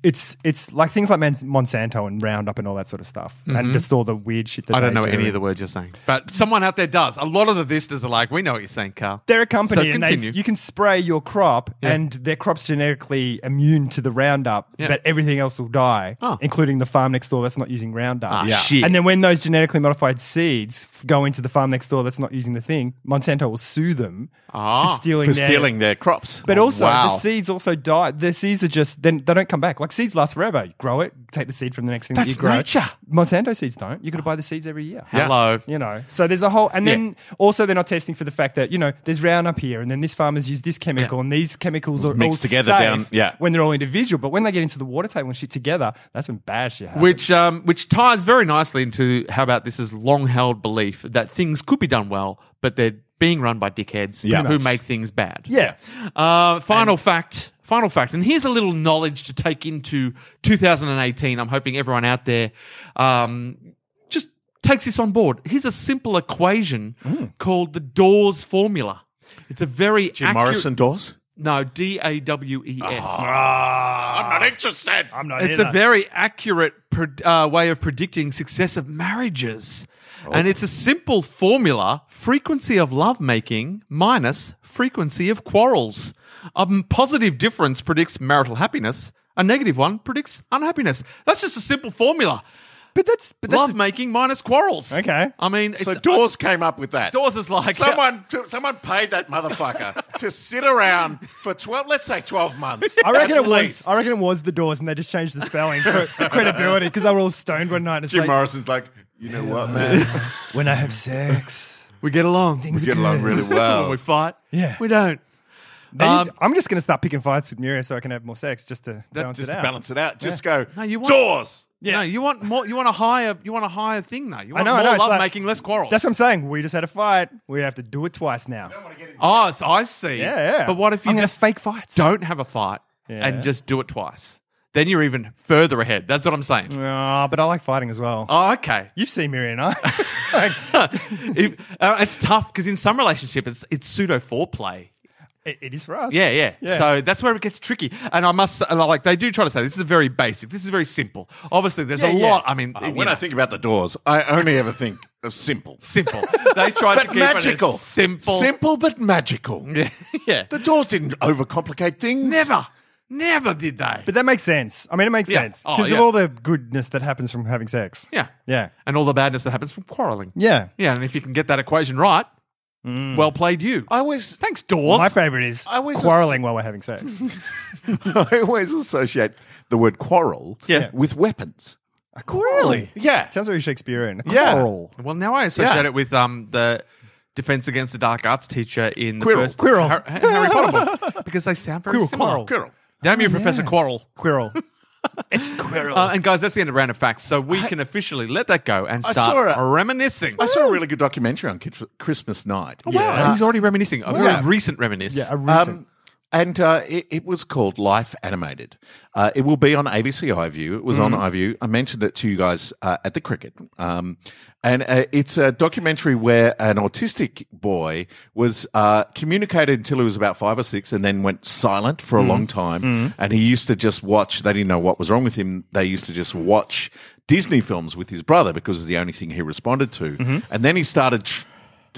[SPEAKER 5] it's it's like things like Mons- Monsanto and Roundup and all that sort of stuff, and just all the weird shit that
[SPEAKER 4] Mm-hmm. I don't
[SPEAKER 5] they
[SPEAKER 4] know
[SPEAKER 5] do.
[SPEAKER 4] any of the words you're saying, but someone out there does. A lot of the listeners are like, we know what you're saying, Carl.
[SPEAKER 5] They're a company,
[SPEAKER 4] So
[SPEAKER 5] and they,
[SPEAKER 4] continue.
[SPEAKER 5] you can spray your crop,
[SPEAKER 4] Yeah.
[SPEAKER 5] and their crop's genetically immune to the Roundup,
[SPEAKER 4] Yeah.
[SPEAKER 5] but everything else will die,
[SPEAKER 4] Oh.
[SPEAKER 5] including the farm next door that's not using Roundup.
[SPEAKER 4] Ah, Yeah. shit.
[SPEAKER 5] And then when those genetically modified seeds f- go into the farm next door that's not using the thing, Monsanto will sue them
[SPEAKER 4] Ah,
[SPEAKER 5] for stealing
[SPEAKER 1] for
[SPEAKER 5] their-
[SPEAKER 1] stealing their crops.
[SPEAKER 5] But
[SPEAKER 1] Oh,
[SPEAKER 5] also,
[SPEAKER 1] wow.
[SPEAKER 5] the seeds also die. The seeds are just then they don't come back. Like seeds last forever. You grow it, take the seed from the next thing that
[SPEAKER 4] That's
[SPEAKER 5] you grow.
[SPEAKER 4] nature.
[SPEAKER 5] Monsanto seeds don't. You got to buy the seeds every year.
[SPEAKER 4] Hello.
[SPEAKER 5] You know, so there's a whole, and then also they're not testing for the fact that you know there's Roundup here, and then this farmer's used this chemical,
[SPEAKER 4] Yeah.
[SPEAKER 5] and these chemicals are
[SPEAKER 1] Mixed
[SPEAKER 5] all
[SPEAKER 1] together
[SPEAKER 5] safe
[SPEAKER 1] down- yeah.
[SPEAKER 5] when they're all individual, but when they get into the water table and shit together, that's when bad shit happens.
[SPEAKER 4] Which um, which ties very nicely into how about this is long held belief that things could be done well, but they're being run by dickheads
[SPEAKER 1] Yeah.
[SPEAKER 4] who make things bad.
[SPEAKER 5] yeah,
[SPEAKER 4] Uh, final fact. Final fact. And here's a little knowledge to take into 2018. I'm hoping everyone out there um, just takes this on board. Here's a simple equation
[SPEAKER 1] Mm.
[SPEAKER 4] called the Dawes formula. It's a very
[SPEAKER 1] Jim Morrison Ah. doors.
[SPEAKER 4] No, D A W E S.
[SPEAKER 1] I'm not interested.
[SPEAKER 5] I'm not.
[SPEAKER 4] It's a very accurate pred- uh, way of predicting successive marriages.
[SPEAKER 5] Oh.
[SPEAKER 4] And it's a simple formula frequency of lovemaking minus frequency of quarrels. A m- positive difference predicts marital happiness, a negative one predicts unhappiness. That's just a simple formula.
[SPEAKER 5] but that's but that's
[SPEAKER 4] Lovemaking minus quarrels.
[SPEAKER 5] Okay.
[SPEAKER 4] I mean, it's,
[SPEAKER 1] So Dawes came up with that.
[SPEAKER 4] Dawes is like. (laughs)
[SPEAKER 1] Someone, t- someone paid that motherfucker (laughs) to sit around for twelve, let's say twelve months.
[SPEAKER 5] I reckon
[SPEAKER 1] at
[SPEAKER 5] it was.
[SPEAKER 1] least.
[SPEAKER 5] I reckon it was the Doors, and they just changed the spelling for credibility because they were all stoned one night. and It's
[SPEAKER 1] Jim
[SPEAKER 5] like,
[SPEAKER 1] Morrison's like, you know what, man,
[SPEAKER 5] when I have sex,
[SPEAKER 4] we get along.
[SPEAKER 5] things
[SPEAKER 1] we get
[SPEAKER 5] are
[SPEAKER 1] along
[SPEAKER 5] good.
[SPEAKER 1] really
[SPEAKER 4] (laughs) We
[SPEAKER 1] well.
[SPEAKER 4] fight.
[SPEAKER 5] Yeah.
[SPEAKER 4] We don't.
[SPEAKER 5] They need-
[SPEAKER 4] Um,
[SPEAKER 5] I'm just going to start picking fights with Miria so I can have more sex just to balance
[SPEAKER 1] Just
[SPEAKER 5] it
[SPEAKER 1] to
[SPEAKER 5] out.
[SPEAKER 1] balance it out, just go.
[SPEAKER 4] No, you want-
[SPEAKER 1] Dawes.
[SPEAKER 5] Yeah.
[SPEAKER 4] No, you want more. You want a higher. You want a higher thing, though. You
[SPEAKER 5] I
[SPEAKER 4] want
[SPEAKER 5] know, I
[SPEAKER 4] more
[SPEAKER 5] know. it's
[SPEAKER 4] love
[SPEAKER 5] like-
[SPEAKER 4] making, less quarrels.
[SPEAKER 5] That's what I'm saying. We just had a fight. We have to do it twice now.
[SPEAKER 4] Oh, so I see.
[SPEAKER 5] Yeah, yeah.
[SPEAKER 4] But what if you
[SPEAKER 5] I'm gonna
[SPEAKER 4] just
[SPEAKER 5] fake fights?
[SPEAKER 4] don't have a fight
[SPEAKER 5] Yeah.
[SPEAKER 4] and just do it twice? Then you're even further ahead. That's what I'm saying.
[SPEAKER 5] Mm. Aw, Ah, but I like fighting as well.
[SPEAKER 4] Oh, okay. (laughs)
[SPEAKER 5] You've seen Miria and I. Like,
[SPEAKER 4] If- uh, it's tough because in some relationship, it's it's pseudo foreplay.
[SPEAKER 5] it- it is for us.
[SPEAKER 4] Yeah, yeah,
[SPEAKER 5] Yeah.
[SPEAKER 4] So that's where it gets tricky. And I must and I like they do try to say this is very basic. This is very simple. Obviously, there's
[SPEAKER 5] Yeah,
[SPEAKER 4] a
[SPEAKER 5] yeah.
[SPEAKER 4] lot. I mean,
[SPEAKER 1] Uh,
[SPEAKER 4] you
[SPEAKER 1] when
[SPEAKER 4] know,
[SPEAKER 1] I think about the Doors, I only ever think of simple,
[SPEAKER 4] simple, they
[SPEAKER 5] (laughs)
[SPEAKER 4] try to
[SPEAKER 1] but
[SPEAKER 4] keep
[SPEAKER 1] magical,
[SPEAKER 4] it as simple.
[SPEAKER 1] simple but magical.
[SPEAKER 4] Yeah, (laughs) yeah.
[SPEAKER 1] The Doors didn't overcomplicate things.
[SPEAKER 4] never, never did they.
[SPEAKER 5] But that makes sense. I mean, it makes
[SPEAKER 4] Yeah.
[SPEAKER 5] sense
[SPEAKER 4] Oh,
[SPEAKER 5] because
[SPEAKER 4] yeah.
[SPEAKER 5] of all the goodness that happens from having sex.
[SPEAKER 4] yeah,
[SPEAKER 5] Yeah.
[SPEAKER 4] and all the badness that happens from quarrelling.
[SPEAKER 5] Yeah. Mm.
[SPEAKER 4] Yeah, and if you can get that equation right, well played you.
[SPEAKER 1] I always (laughs)
[SPEAKER 4] Thanks, Dawes.
[SPEAKER 5] My favorite is
[SPEAKER 1] I was a-
[SPEAKER 5] quarreling while we're having
[SPEAKER 4] (laughs)
[SPEAKER 5] sex.
[SPEAKER 1] I always associate the word quarrel
[SPEAKER 4] Yeah.
[SPEAKER 1] with weapons.
[SPEAKER 5] a quarrel.
[SPEAKER 1] Yeah.
[SPEAKER 5] It sounds very Shakespearean. A
[SPEAKER 1] Yeah.
[SPEAKER 5] quarrel.
[SPEAKER 4] well, now I associate
[SPEAKER 1] Yeah.
[SPEAKER 4] it with um the Defense Against the Dark Arts teacher in the
[SPEAKER 1] Quirrell.
[SPEAKER 4] first
[SPEAKER 5] Quirrell.
[SPEAKER 4] Har- Harry Potter
[SPEAKER 5] (laughs)
[SPEAKER 4] book because they sound very
[SPEAKER 5] Quirrell,
[SPEAKER 4] similar.
[SPEAKER 5] Quirrell. Quirrell.
[SPEAKER 4] Damn you, Professor Quarrel. (laughs)
[SPEAKER 5] Quirrel. it's Quirrell.
[SPEAKER 4] Uh, and guys, that's the end of round of facts. So we can officially let that go and
[SPEAKER 1] saw
[SPEAKER 4] start
[SPEAKER 1] a-
[SPEAKER 4] reminiscing.
[SPEAKER 1] I saw a really good documentary on Kit- Christmas night.
[SPEAKER 4] Oh, wow,
[SPEAKER 5] Yes.
[SPEAKER 4] he's already reminiscing. A
[SPEAKER 1] Yeah.
[SPEAKER 4] very recent reminisce.
[SPEAKER 5] yeah, a recent.
[SPEAKER 1] Um, and uh, it, it was called Life Animated. Uh, it will be on ABC iView. It was on
[SPEAKER 4] Mm.
[SPEAKER 1] iView. I mentioned it to you guys uh, at the cricket. Um, and uh, it's a documentary where an autistic boy was uh, communicated until he was about five or six and then went silent for a
[SPEAKER 4] Mm.
[SPEAKER 1] long time. And he used to just watch, they didn't know what was wrong with him. They used to just
[SPEAKER 4] Mm-hmm.
[SPEAKER 1] watch Disney films with his brother because it's the only thing he responded to. And then he started. Tr-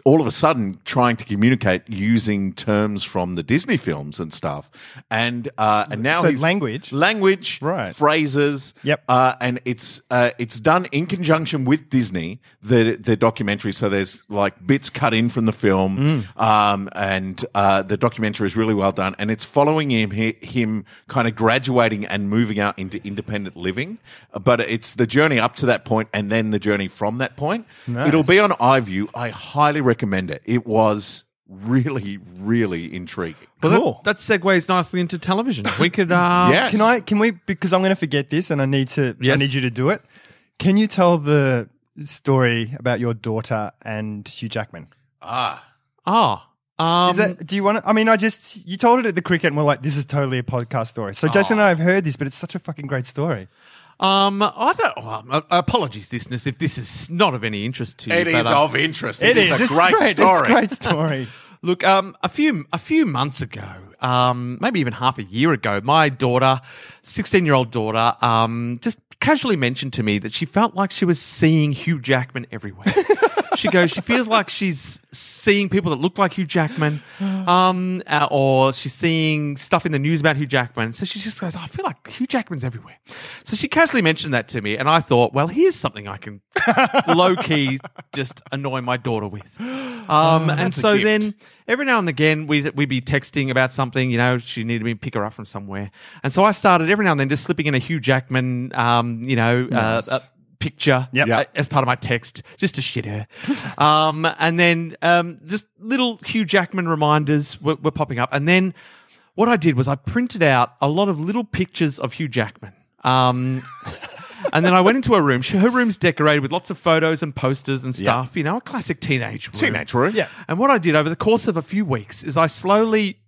[SPEAKER 1] all of a sudden trying to communicate using terms from the Disney films and stuff, and uh, and now
[SPEAKER 5] So
[SPEAKER 1] he's-
[SPEAKER 5] language.
[SPEAKER 1] language,
[SPEAKER 5] Right.
[SPEAKER 1] phrases,
[SPEAKER 5] Yep.
[SPEAKER 1] uh, and it's uh, it's done in conjunction with Disney the the documentary. So there's like bits cut in from the film,
[SPEAKER 5] Mm.
[SPEAKER 1] um, and uh, the documentary is really well done, and it's following him he, him kind of graduating and moving out into independent living, but it's the journey up to that point and then the journey from that point. It'll be on iView. I highly recommend it. It was really really intriguing.
[SPEAKER 5] Cool.
[SPEAKER 4] That, that segues nicely into television. We could.
[SPEAKER 5] (laughs)
[SPEAKER 4] Uh,
[SPEAKER 1] Yes.
[SPEAKER 5] Can I? Can we? Because I'm going to forget this, and I need to. I
[SPEAKER 4] Yes.
[SPEAKER 5] need you to do it. Can you tell the story about your daughter and Hugh Jackman?
[SPEAKER 1] Ah.
[SPEAKER 4] Ah. Um,
[SPEAKER 5] Is that? Do you want? to I mean, I just you told it at the cricket, and we're like, this is totally a podcast story. So Jason and I have heard this, but it's such a fucking great story.
[SPEAKER 4] Um, I don't. oh, um, apologies, listeners, if this is not of any interest to you.
[SPEAKER 1] It is
[SPEAKER 4] but, uh,
[SPEAKER 1] of interest.
[SPEAKER 5] It is.
[SPEAKER 1] a
[SPEAKER 5] It's
[SPEAKER 1] great, story.
[SPEAKER 5] It's a
[SPEAKER 4] (laughs)
[SPEAKER 5] great story. (laughs)
[SPEAKER 4] Look, um, a few a few months ago, um, maybe even half a year ago, my daughter, sixteen year old daughter, um, just casually mentioned to me that she felt like she was seeing Hugh Jackman
[SPEAKER 5] (laughs)
[SPEAKER 4] everywhere. she goes, she feels like she's seeing people that look like Hugh Jackman, um, uh, or she's seeing stuff in the news about Hugh Jackman. So she just goes, "Oh, I feel like Hugh Jackman's everywhere. So she casually mentioned that to me, and I thought, well, here's something I can low key just annoy my daughter with. Um, and so
[SPEAKER 1] gift.
[SPEAKER 4] then every now and again we'd, we'd be texting about something, you know, she needed me to pick her up from somewhere. And so I started every now and then just slipping in a Hugh Jackman, um, you know, uh, uh, picture
[SPEAKER 5] Yep.
[SPEAKER 4] uh, as part of my text just to shit her. (laughs) um, and then um, just little Hugh Jackman reminders were, were popping up. And then what I did was I printed out a lot of little pictures of Hugh Jackman. Um, (laughs) and then I went into her room. She, her room's decorated with lots of photos and posters and stuff. You know, a classic teenage room.
[SPEAKER 1] Teenage room.
[SPEAKER 5] Yeah.
[SPEAKER 4] And what I did over the course of a few weeks is I slowly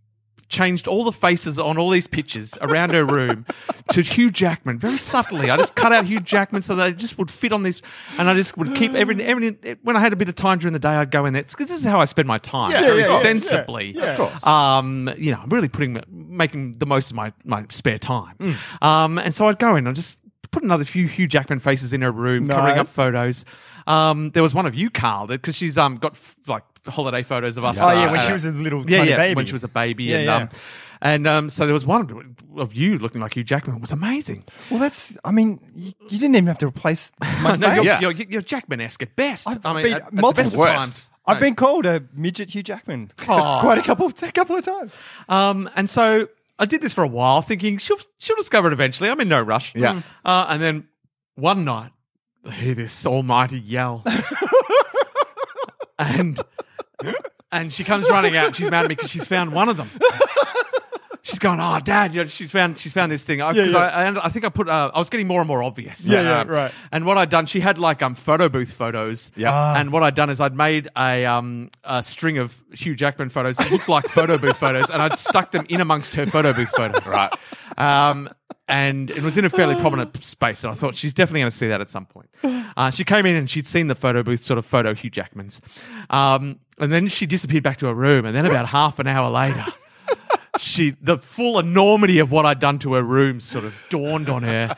[SPEAKER 4] changed all the faces on all these pictures around her room to Hugh Jackman very subtly. I just cut out Hugh Jackman so that it just would fit on this and I just would keep every, every when I had a bit of time during the day I'd go in there because this is how I spend my time
[SPEAKER 1] Yeah,
[SPEAKER 4] very
[SPEAKER 1] yeah, yeah,
[SPEAKER 4] sensibly
[SPEAKER 5] yeah, yeah. Of
[SPEAKER 1] course.
[SPEAKER 4] um, you know I'm really putting making the most of my my spare time
[SPEAKER 5] Mm.
[SPEAKER 4] um, and so I'd go in and just put another few Hugh Jackman faces in her room covering up
[SPEAKER 5] Nice.
[SPEAKER 4] photos um, there was one of you Carl because she's um, got f- like holiday photos of us
[SPEAKER 5] Oh yeah, when
[SPEAKER 4] uh,
[SPEAKER 5] she was a little
[SPEAKER 4] yeah,
[SPEAKER 5] tiny
[SPEAKER 4] yeah,
[SPEAKER 5] baby.
[SPEAKER 4] when she was a baby,
[SPEAKER 5] Yeah,
[SPEAKER 4] and
[SPEAKER 5] yeah.
[SPEAKER 4] um, and um, so there was one of you looking like Hugh Jackman. It was amazing.
[SPEAKER 5] well, that's. I mean, you, you didn't even have
[SPEAKER 4] (laughs)
[SPEAKER 5] to replace my
[SPEAKER 4] no, you're,
[SPEAKER 5] face.
[SPEAKER 4] you're, you're Jackman-esque at best. i
[SPEAKER 5] I've
[SPEAKER 4] mean,
[SPEAKER 5] been
[SPEAKER 4] at, at the
[SPEAKER 5] multiple
[SPEAKER 4] best of
[SPEAKER 1] worst.
[SPEAKER 4] times.
[SPEAKER 5] I've
[SPEAKER 4] No.
[SPEAKER 5] been called a midget Hugh Jackman (laughs) quite a couple a couple of times.
[SPEAKER 4] Um, and so I did this for a while, thinking she'll she'll discover it eventually. I'm in no rush.
[SPEAKER 1] Yeah.
[SPEAKER 4] Uh, and then one night, I hear this almighty
[SPEAKER 5] (laughs)
[SPEAKER 4] yell, and and she comes running out. She's mad at me because she's found one of them. She's going, oh, Dad! You know, she's found she's found this thing. I,
[SPEAKER 5] Yeah,
[SPEAKER 4] 'cause
[SPEAKER 5] yeah.
[SPEAKER 4] I, and I think I put. Uh, I was getting more and more obvious.
[SPEAKER 5] Yeah, yeah,
[SPEAKER 4] Uh,
[SPEAKER 5] right.
[SPEAKER 4] And what I'd done, she had like um photo booth photos.
[SPEAKER 1] Yeah.
[SPEAKER 5] Ah.
[SPEAKER 4] And what I'd done is I'd made a um a string of Hugh Jackman photos that looked like photo booth photos, and I'd stuck them in amongst her photo booth photos.
[SPEAKER 1] Right.
[SPEAKER 4] Um, and it was in a fairly prominent space, and I thought she's definitely going to see that at some point. Uh, she came in and she'd seen the photo booth sort of photo Hugh Jackman's, um, and then she disappeared back to her room. And then about half an hour later, she the full enormity of what I'd done to her room sort of dawned on her,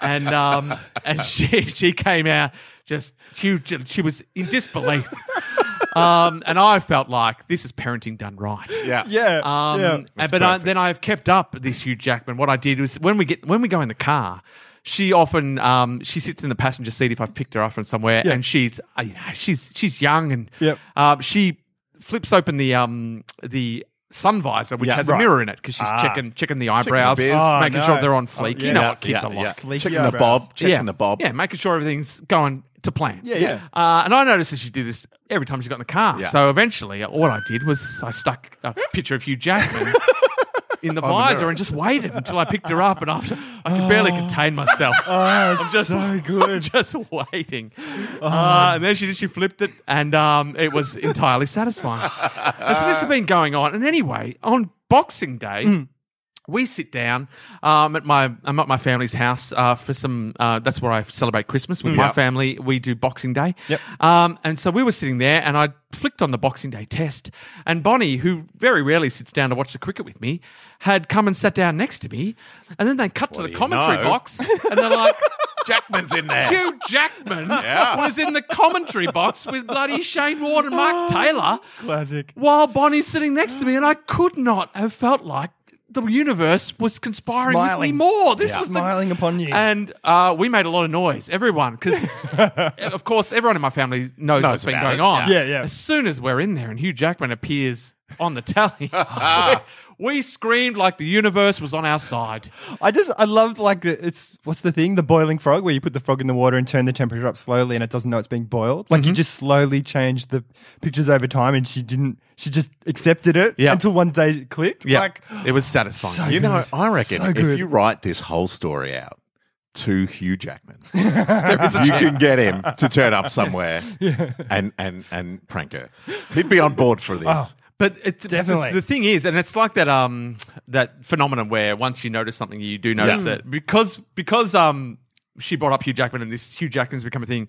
[SPEAKER 4] and um, and she she came out just huge. She was in disbelief, um, and I felt like this is parenting done right.
[SPEAKER 1] Yeah.
[SPEAKER 5] Yeah,
[SPEAKER 4] Um,
[SPEAKER 5] yeah.
[SPEAKER 4] and- but I, then I've kept up this Hugh Jackman. What I did was when we get when we go in the car, she often um, she sits in the passenger seat if I've picked her up from somewhere,
[SPEAKER 5] Yeah.
[SPEAKER 4] and she's uh, you know, she's she's young and
[SPEAKER 5] Yep.
[SPEAKER 4] um, she flips open the um, the sun visor which
[SPEAKER 1] Yeah,
[SPEAKER 4] has a
[SPEAKER 1] right.
[SPEAKER 4] mirror in it because she's
[SPEAKER 5] Ah.
[SPEAKER 4] checking checking the eyebrows,
[SPEAKER 1] biz.
[SPEAKER 5] Oh,
[SPEAKER 4] making
[SPEAKER 5] no.
[SPEAKER 4] sure they're on fleek.
[SPEAKER 5] Oh,
[SPEAKER 4] You
[SPEAKER 5] yeah.
[SPEAKER 4] know
[SPEAKER 1] Yeah,
[SPEAKER 4] what kids
[SPEAKER 1] yeah,
[SPEAKER 4] are
[SPEAKER 1] yeah.
[SPEAKER 4] like.
[SPEAKER 5] Leaky
[SPEAKER 1] Checking the
[SPEAKER 5] eyebrows.
[SPEAKER 1] bob. Checking the bob.
[SPEAKER 4] Yeah, making sure everything's going to plan.
[SPEAKER 5] Yeah, yeah.
[SPEAKER 4] Uh, and I noticed that she did this every time she got in the car.
[SPEAKER 1] Yeah.
[SPEAKER 4] So eventually, uh, what I did was I stuck a picture of Hugh Jackman in the visor and just waited until I picked her up, and after I could barely contain myself.
[SPEAKER 5] Oh,
[SPEAKER 4] (laughs) I'm just
[SPEAKER 5] so
[SPEAKER 4] I'm
[SPEAKER 5] good.
[SPEAKER 4] just waiting. Uh, and then she did. She flipped it, and um, it was entirely satisfying. and so this has been going on. And anyway, on Boxing Day. We sit down um, at my I'm at my family's house uh, for some. Uh, that's where I celebrate Christmas with my
[SPEAKER 1] Mm. Yep.
[SPEAKER 4] family. We do Boxing Day.
[SPEAKER 5] Yep.
[SPEAKER 4] Um, and so we were sitting there, and I flicked on the Boxing Day test. And Bonnie, who very rarely sits down to watch the cricket with me, had come and sat down next to me. And then they cut to the
[SPEAKER 1] you
[SPEAKER 4] commentary
[SPEAKER 1] know. (laughs)
[SPEAKER 4] box, and they're like,
[SPEAKER 1] Jackman's in there.
[SPEAKER 4] Hugh Jackman
[SPEAKER 1] Yeah.
[SPEAKER 4] was in the commentary box with bloody Shane Ward
[SPEAKER 1] (laughs)
[SPEAKER 4] and Mark Taylor
[SPEAKER 5] Classic.
[SPEAKER 4] while Bonnie's sitting next to me, and I could not have felt like the universe was conspiring with
[SPEAKER 5] Smiling.
[SPEAKER 4] me more. This is the-
[SPEAKER 5] Smiling upon you.
[SPEAKER 4] and uh, we made a lot of noise, everyone, because of course everyone in my family knows, what's been
[SPEAKER 1] about
[SPEAKER 4] going
[SPEAKER 1] it.
[SPEAKER 4] on.
[SPEAKER 5] Yeah. Yeah, yeah.
[SPEAKER 4] As soon as we're in there and Hugh Jackman appears on the telly, we, we screamed like the universe was on our side.
[SPEAKER 5] I just I loved like the- it's what's the thing the boiling frog where you put the frog in the water and turn the temperature up slowly and it doesn't know it's being boiled like
[SPEAKER 4] Mm-hmm.
[SPEAKER 5] you just slowly change the pictures over time and she didn't she just accepted it
[SPEAKER 4] Yeah.
[SPEAKER 5] until one day it clicked
[SPEAKER 4] Yeah,
[SPEAKER 5] like
[SPEAKER 4] it was satisfying.
[SPEAKER 5] so
[SPEAKER 1] You know,
[SPEAKER 5] good.
[SPEAKER 1] I reckon
[SPEAKER 5] So
[SPEAKER 1] if
[SPEAKER 5] good.
[SPEAKER 1] you write this whole story out to Hugh Jackman, you can get him to turn up somewhere and, and, and prank her. He'd be on board for this.
[SPEAKER 4] But it,
[SPEAKER 5] Definitely.
[SPEAKER 4] the, the thing is, and it's like that um that phenomenon where once you notice something, you do notice
[SPEAKER 1] Yeah.
[SPEAKER 4] it because because um she brought up Hugh Jackman and this Hugh Jackman's become a thing.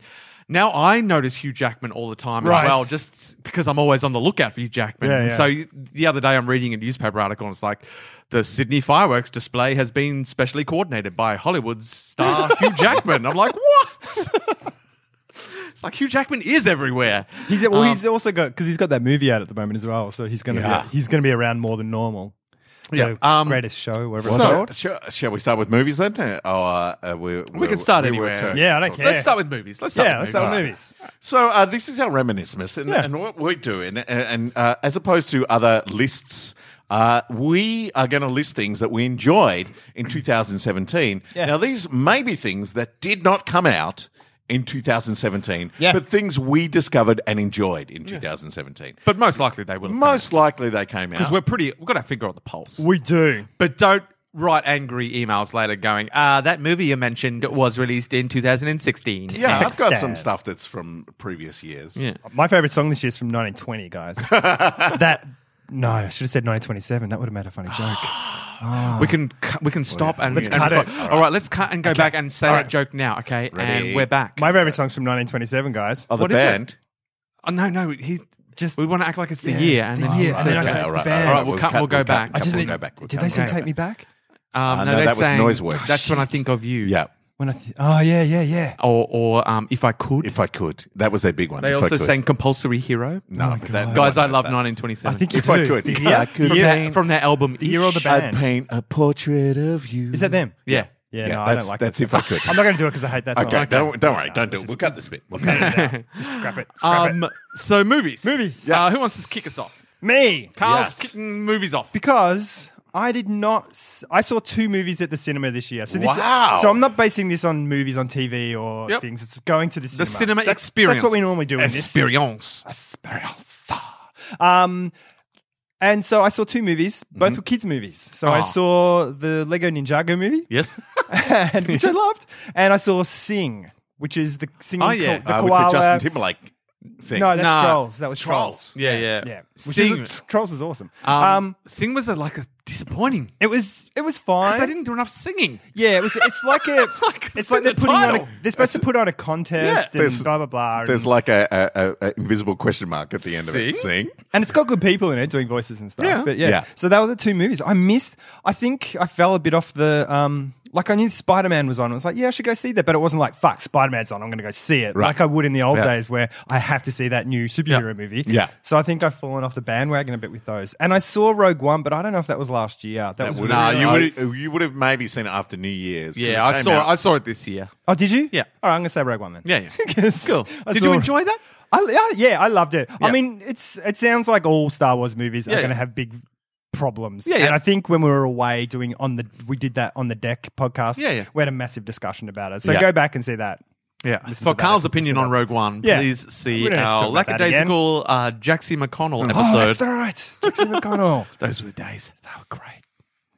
[SPEAKER 4] Now I notice Hugh Jackman all the time
[SPEAKER 5] Right.
[SPEAKER 4] as well, just because I'm always on the lookout for Hugh Jackman.
[SPEAKER 5] Yeah, yeah.
[SPEAKER 4] So you- the other day I'm reading a newspaper article and it's like the Sydney fireworks display has been specially coordinated by Hollywood's
[SPEAKER 5] (laughs)
[SPEAKER 4] star Hugh Jackman. I'm like, what? (laughs) it's like Hugh Jackman is everywhere.
[SPEAKER 5] he's well
[SPEAKER 4] Um,
[SPEAKER 5] he's also got because he's got that movie out at the moment as well so he's gonna
[SPEAKER 1] Yeah.
[SPEAKER 5] be, he's gonna be around more than normal
[SPEAKER 4] Yeah.
[SPEAKER 5] The
[SPEAKER 4] Um,
[SPEAKER 5] greatest show whatever it's
[SPEAKER 1] So,
[SPEAKER 5] called
[SPEAKER 1] shall, shall we start with movies then? Uh, Oh, uh, uh, we, we
[SPEAKER 4] can start
[SPEAKER 1] we
[SPEAKER 4] anywhere.
[SPEAKER 1] were turning-
[SPEAKER 5] yeah I don't care
[SPEAKER 4] Um, Let's start with movies. Let's start
[SPEAKER 5] yeah
[SPEAKER 4] with
[SPEAKER 5] let's
[SPEAKER 4] movies.
[SPEAKER 5] start with movies
[SPEAKER 1] So uh, this is our reminiscence, and,
[SPEAKER 5] Yeah.
[SPEAKER 1] and what we do, and, and uh, as opposed to other lists, uh, we are going to list things that we enjoyed in 2017.
[SPEAKER 5] Yeah.
[SPEAKER 1] Now these may be things that did not come out in 2017,
[SPEAKER 5] Yeah.
[SPEAKER 1] but things we discovered and enjoyed in 2017.
[SPEAKER 4] But most likely they will.
[SPEAKER 1] Most likely they came out.
[SPEAKER 4] because we're pretty. We've got our finger on the pulse.
[SPEAKER 5] we do
[SPEAKER 4] but don't write angry emails later going, "Ah, that movie you mentioned was released in 2016."
[SPEAKER 1] yeah, I've got some
[SPEAKER 5] Sad.
[SPEAKER 1] stuff that's from previous years.
[SPEAKER 4] Yeah.
[SPEAKER 5] my favorite song this year is from 1920
[SPEAKER 1] (laughs)
[SPEAKER 5] guys that no I should have said 1927 that would have made a
[SPEAKER 1] (sighs)
[SPEAKER 5] funny joke.
[SPEAKER 4] we can cu- we can stop and
[SPEAKER 5] Let's
[SPEAKER 4] and-
[SPEAKER 5] cut it.
[SPEAKER 4] All right. let's cut and go back and say that joke now. Okay,
[SPEAKER 1] Ready?
[SPEAKER 4] and we're back.
[SPEAKER 5] My favorite song's from 1927, guys.
[SPEAKER 1] Oh, the
[SPEAKER 4] What is it?
[SPEAKER 1] band.
[SPEAKER 4] oh, no, no, he just.
[SPEAKER 5] Just-
[SPEAKER 4] We want to act like it's the year and then.
[SPEAKER 5] year.
[SPEAKER 4] Yeah.
[SPEAKER 5] I mean, I
[SPEAKER 1] Okay,
[SPEAKER 5] said it's
[SPEAKER 1] all
[SPEAKER 5] the
[SPEAKER 1] right,
[SPEAKER 5] band.
[SPEAKER 4] All right, we'll cut- we'll go back.
[SPEAKER 1] I
[SPEAKER 4] I
[SPEAKER 1] just
[SPEAKER 5] just
[SPEAKER 1] we'll
[SPEAKER 5] need-
[SPEAKER 1] go back. We'll
[SPEAKER 5] Did
[SPEAKER 1] cut,
[SPEAKER 5] they
[SPEAKER 1] we'll
[SPEAKER 5] sing
[SPEAKER 1] go
[SPEAKER 5] "Take
[SPEAKER 1] back.
[SPEAKER 5] Me Back"?
[SPEAKER 4] Um,
[SPEAKER 1] Uh,
[SPEAKER 4] no,
[SPEAKER 1] no,
[SPEAKER 4] they're
[SPEAKER 1] that was
[SPEAKER 4] saying,
[SPEAKER 1] Noiseworks.
[SPEAKER 4] That's when I think of you.
[SPEAKER 1] Yeah.
[SPEAKER 5] When I th- oh yeah, yeah, yeah.
[SPEAKER 4] Or or um, if I could.
[SPEAKER 1] If I could, that was their big one.
[SPEAKER 4] they
[SPEAKER 1] If I
[SPEAKER 4] also
[SPEAKER 1] could.
[SPEAKER 4] sang compulsory hero.
[SPEAKER 1] No, but that, no
[SPEAKER 4] Guys, I
[SPEAKER 1] one knows
[SPEAKER 4] love
[SPEAKER 1] that.
[SPEAKER 4] 1927.
[SPEAKER 5] I think you
[SPEAKER 1] If I
[SPEAKER 5] do.
[SPEAKER 1] could,
[SPEAKER 5] The
[SPEAKER 1] if
[SPEAKER 5] year-
[SPEAKER 1] I could
[SPEAKER 5] the
[SPEAKER 4] from
[SPEAKER 5] year-
[SPEAKER 4] their, from their album.
[SPEAKER 5] the year or the
[SPEAKER 1] I'd
[SPEAKER 5] band.
[SPEAKER 1] paint a portrait of you.
[SPEAKER 5] Is that them?
[SPEAKER 4] Yeah.
[SPEAKER 5] Yeah,
[SPEAKER 1] Yeah,
[SPEAKER 5] no, I
[SPEAKER 1] that's-
[SPEAKER 5] don't like
[SPEAKER 1] that's
[SPEAKER 5] this.
[SPEAKER 1] if I could.
[SPEAKER 5] I'm not going to do it because I hate that song.
[SPEAKER 1] Okay, don't, don't worry, don't do it. We'll cut this bit. We'll cut (laughs) it.
[SPEAKER 5] Yeah, just scrap it. Scrap
[SPEAKER 4] Um, so movies.
[SPEAKER 5] Movies.
[SPEAKER 4] Uh, who wants to kick us off?
[SPEAKER 5] it. Me,
[SPEAKER 4] Carl's
[SPEAKER 1] Yes.
[SPEAKER 4] kicking movies off.
[SPEAKER 5] because I did not. s- I saw two movies at the cinema this year. So this,
[SPEAKER 1] Wow.
[SPEAKER 5] So I'm not basing this on movies on TV or
[SPEAKER 4] Yep.
[SPEAKER 5] things. It's going to the cinema.
[SPEAKER 4] The cinema
[SPEAKER 5] That's-
[SPEAKER 4] experience.
[SPEAKER 5] That's what we normally do. in this.
[SPEAKER 4] Experience.
[SPEAKER 5] Experience. Um, and so I saw two movies. Both
[SPEAKER 1] Mm-hmm.
[SPEAKER 5] were kids' movies. So I
[SPEAKER 4] Ah.
[SPEAKER 5] saw the Lego Ninjago movie.
[SPEAKER 4] Yes.
[SPEAKER 5] (laughs)
[SPEAKER 1] (laughs)
[SPEAKER 5] and, which I loved. And I saw Sing, which is the singing
[SPEAKER 4] Oh, yeah.
[SPEAKER 5] ko- the
[SPEAKER 1] Uh, with
[SPEAKER 5] koala.
[SPEAKER 1] the Justin Timberlake thing.
[SPEAKER 5] no, that's
[SPEAKER 4] Nah.
[SPEAKER 5] Trolls. That was
[SPEAKER 1] Trolls.
[SPEAKER 5] Trolls.
[SPEAKER 4] yeah, yeah.
[SPEAKER 5] Yeah, which
[SPEAKER 4] Sing.
[SPEAKER 5] Is, tr- Trolls is awesome.
[SPEAKER 4] (laughs) um,
[SPEAKER 5] Um,
[SPEAKER 4] Sing was a, like a disappointing.
[SPEAKER 5] it was it was
[SPEAKER 4] 'Cause
[SPEAKER 5] fine.
[SPEAKER 4] They didn't do enough singing.
[SPEAKER 5] yeah, it was. It's like a.
[SPEAKER 4] (laughs) Like, it's
[SPEAKER 5] it's like
[SPEAKER 4] in
[SPEAKER 5] they're
[SPEAKER 4] the
[SPEAKER 5] putting on.
[SPEAKER 4] title.
[SPEAKER 5] A, they're supposed to put on a contest
[SPEAKER 1] There's-
[SPEAKER 5] and blah blah blah.
[SPEAKER 1] There's
[SPEAKER 5] And,
[SPEAKER 1] like a, a, a, a invisible question mark at the end of it. Sing?
[SPEAKER 5] and it's got good people in it doing voices and stuff.
[SPEAKER 4] Yeah.
[SPEAKER 5] But yeah.
[SPEAKER 1] Yeah.
[SPEAKER 5] so that were the two movies I missed. I think I fell a bit off the. Um, like I knew Spider Man was on. I was like, yeah, I should go see that. But it wasn't like, fuck, Spider Man's on. I'm going to go see it.
[SPEAKER 1] Right.
[SPEAKER 5] Like I would in the old
[SPEAKER 1] Yeah.
[SPEAKER 5] days where I have to see that new superhero
[SPEAKER 4] Yeah.
[SPEAKER 5] movie.
[SPEAKER 1] Yeah.
[SPEAKER 5] So I think I've fallen off the bandwagon a bit with those. And I saw Rogue One, but I don't know if that was last year. That, was
[SPEAKER 1] Would
[SPEAKER 5] really-
[SPEAKER 4] Nah,
[SPEAKER 1] have-
[SPEAKER 4] you would've-
[SPEAKER 1] uh, you would have maybe seen it after New Year's. 'cause it
[SPEAKER 4] Yeah, I
[SPEAKER 1] came
[SPEAKER 4] saw.
[SPEAKER 1] out-
[SPEAKER 4] I saw it this year.
[SPEAKER 5] Oh, did you?
[SPEAKER 4] Yeah.
[SPEAKER 5] All right, I'm going to say Rogue One then.
[SPEAKER 4] Yeah,
[SPEAKER 5] (laughs)
[SPEAKER 4] yeah.
[SPEAKER 5] 'Cause
[SPEAKER 4] Cool.
[SPEAKER 5] I
[SPEAKER 4] Did
[SPEAKER 5] saw-
[SPEAKER 4] you enjoy that?
[SPEAKER 5] I, yeah, yeah, I loved it.
[SPEAKER 4] Yeah.
[SPEAKER 5] I mean, it's it sounds like all Star Wars movies
[SPEAKER 4] Yeah,
[SPEAKER 5] are going to
[SPEAKER 4] yeah.
[SPEAKER 5] have big problems.
[SPEAKER 4] Yeah,
[SPEAKER 5] and
[SPEAKER 4] yeah.
[SPEAKER 5] I think when we were away doing on the we did that on the deck podcast.
[SPEAKER 4] Yeah, yeah.
[SPEAKER 5] we had a massive discussion about it. So
[SPEAKER 1] Yeah.
[SPEAKER 5] go back and see that.
[SPEAKER 4] Yeah.
[SPEAKER 5] Listen
[SPEAKER 4] For
[SPEAKER 5] to that
[SPEAKER 4] Carl's
[SPEAKER 5] episode.
[SPEAKER 4] opinion on Rogue One,
[SPEAKER 5] Yeah.
[SPEAKER 4] please see
[SPEAKER 5] We don't need to
[SPEAKER 4] our
[SPEAKER 5] talk about that
[SPEAKER 4] lackadaisical uh, Jaxie McConnell
[SPEAKER 5] Oh, that's
[SPEAKER 4] episode.
[SPEAKER 5] right, Jackson McConnell.
[SPEAKER 4] (laughs)
[SPEAKER 5] Uh,
[SPEAKER 4] Those were the days. They were great.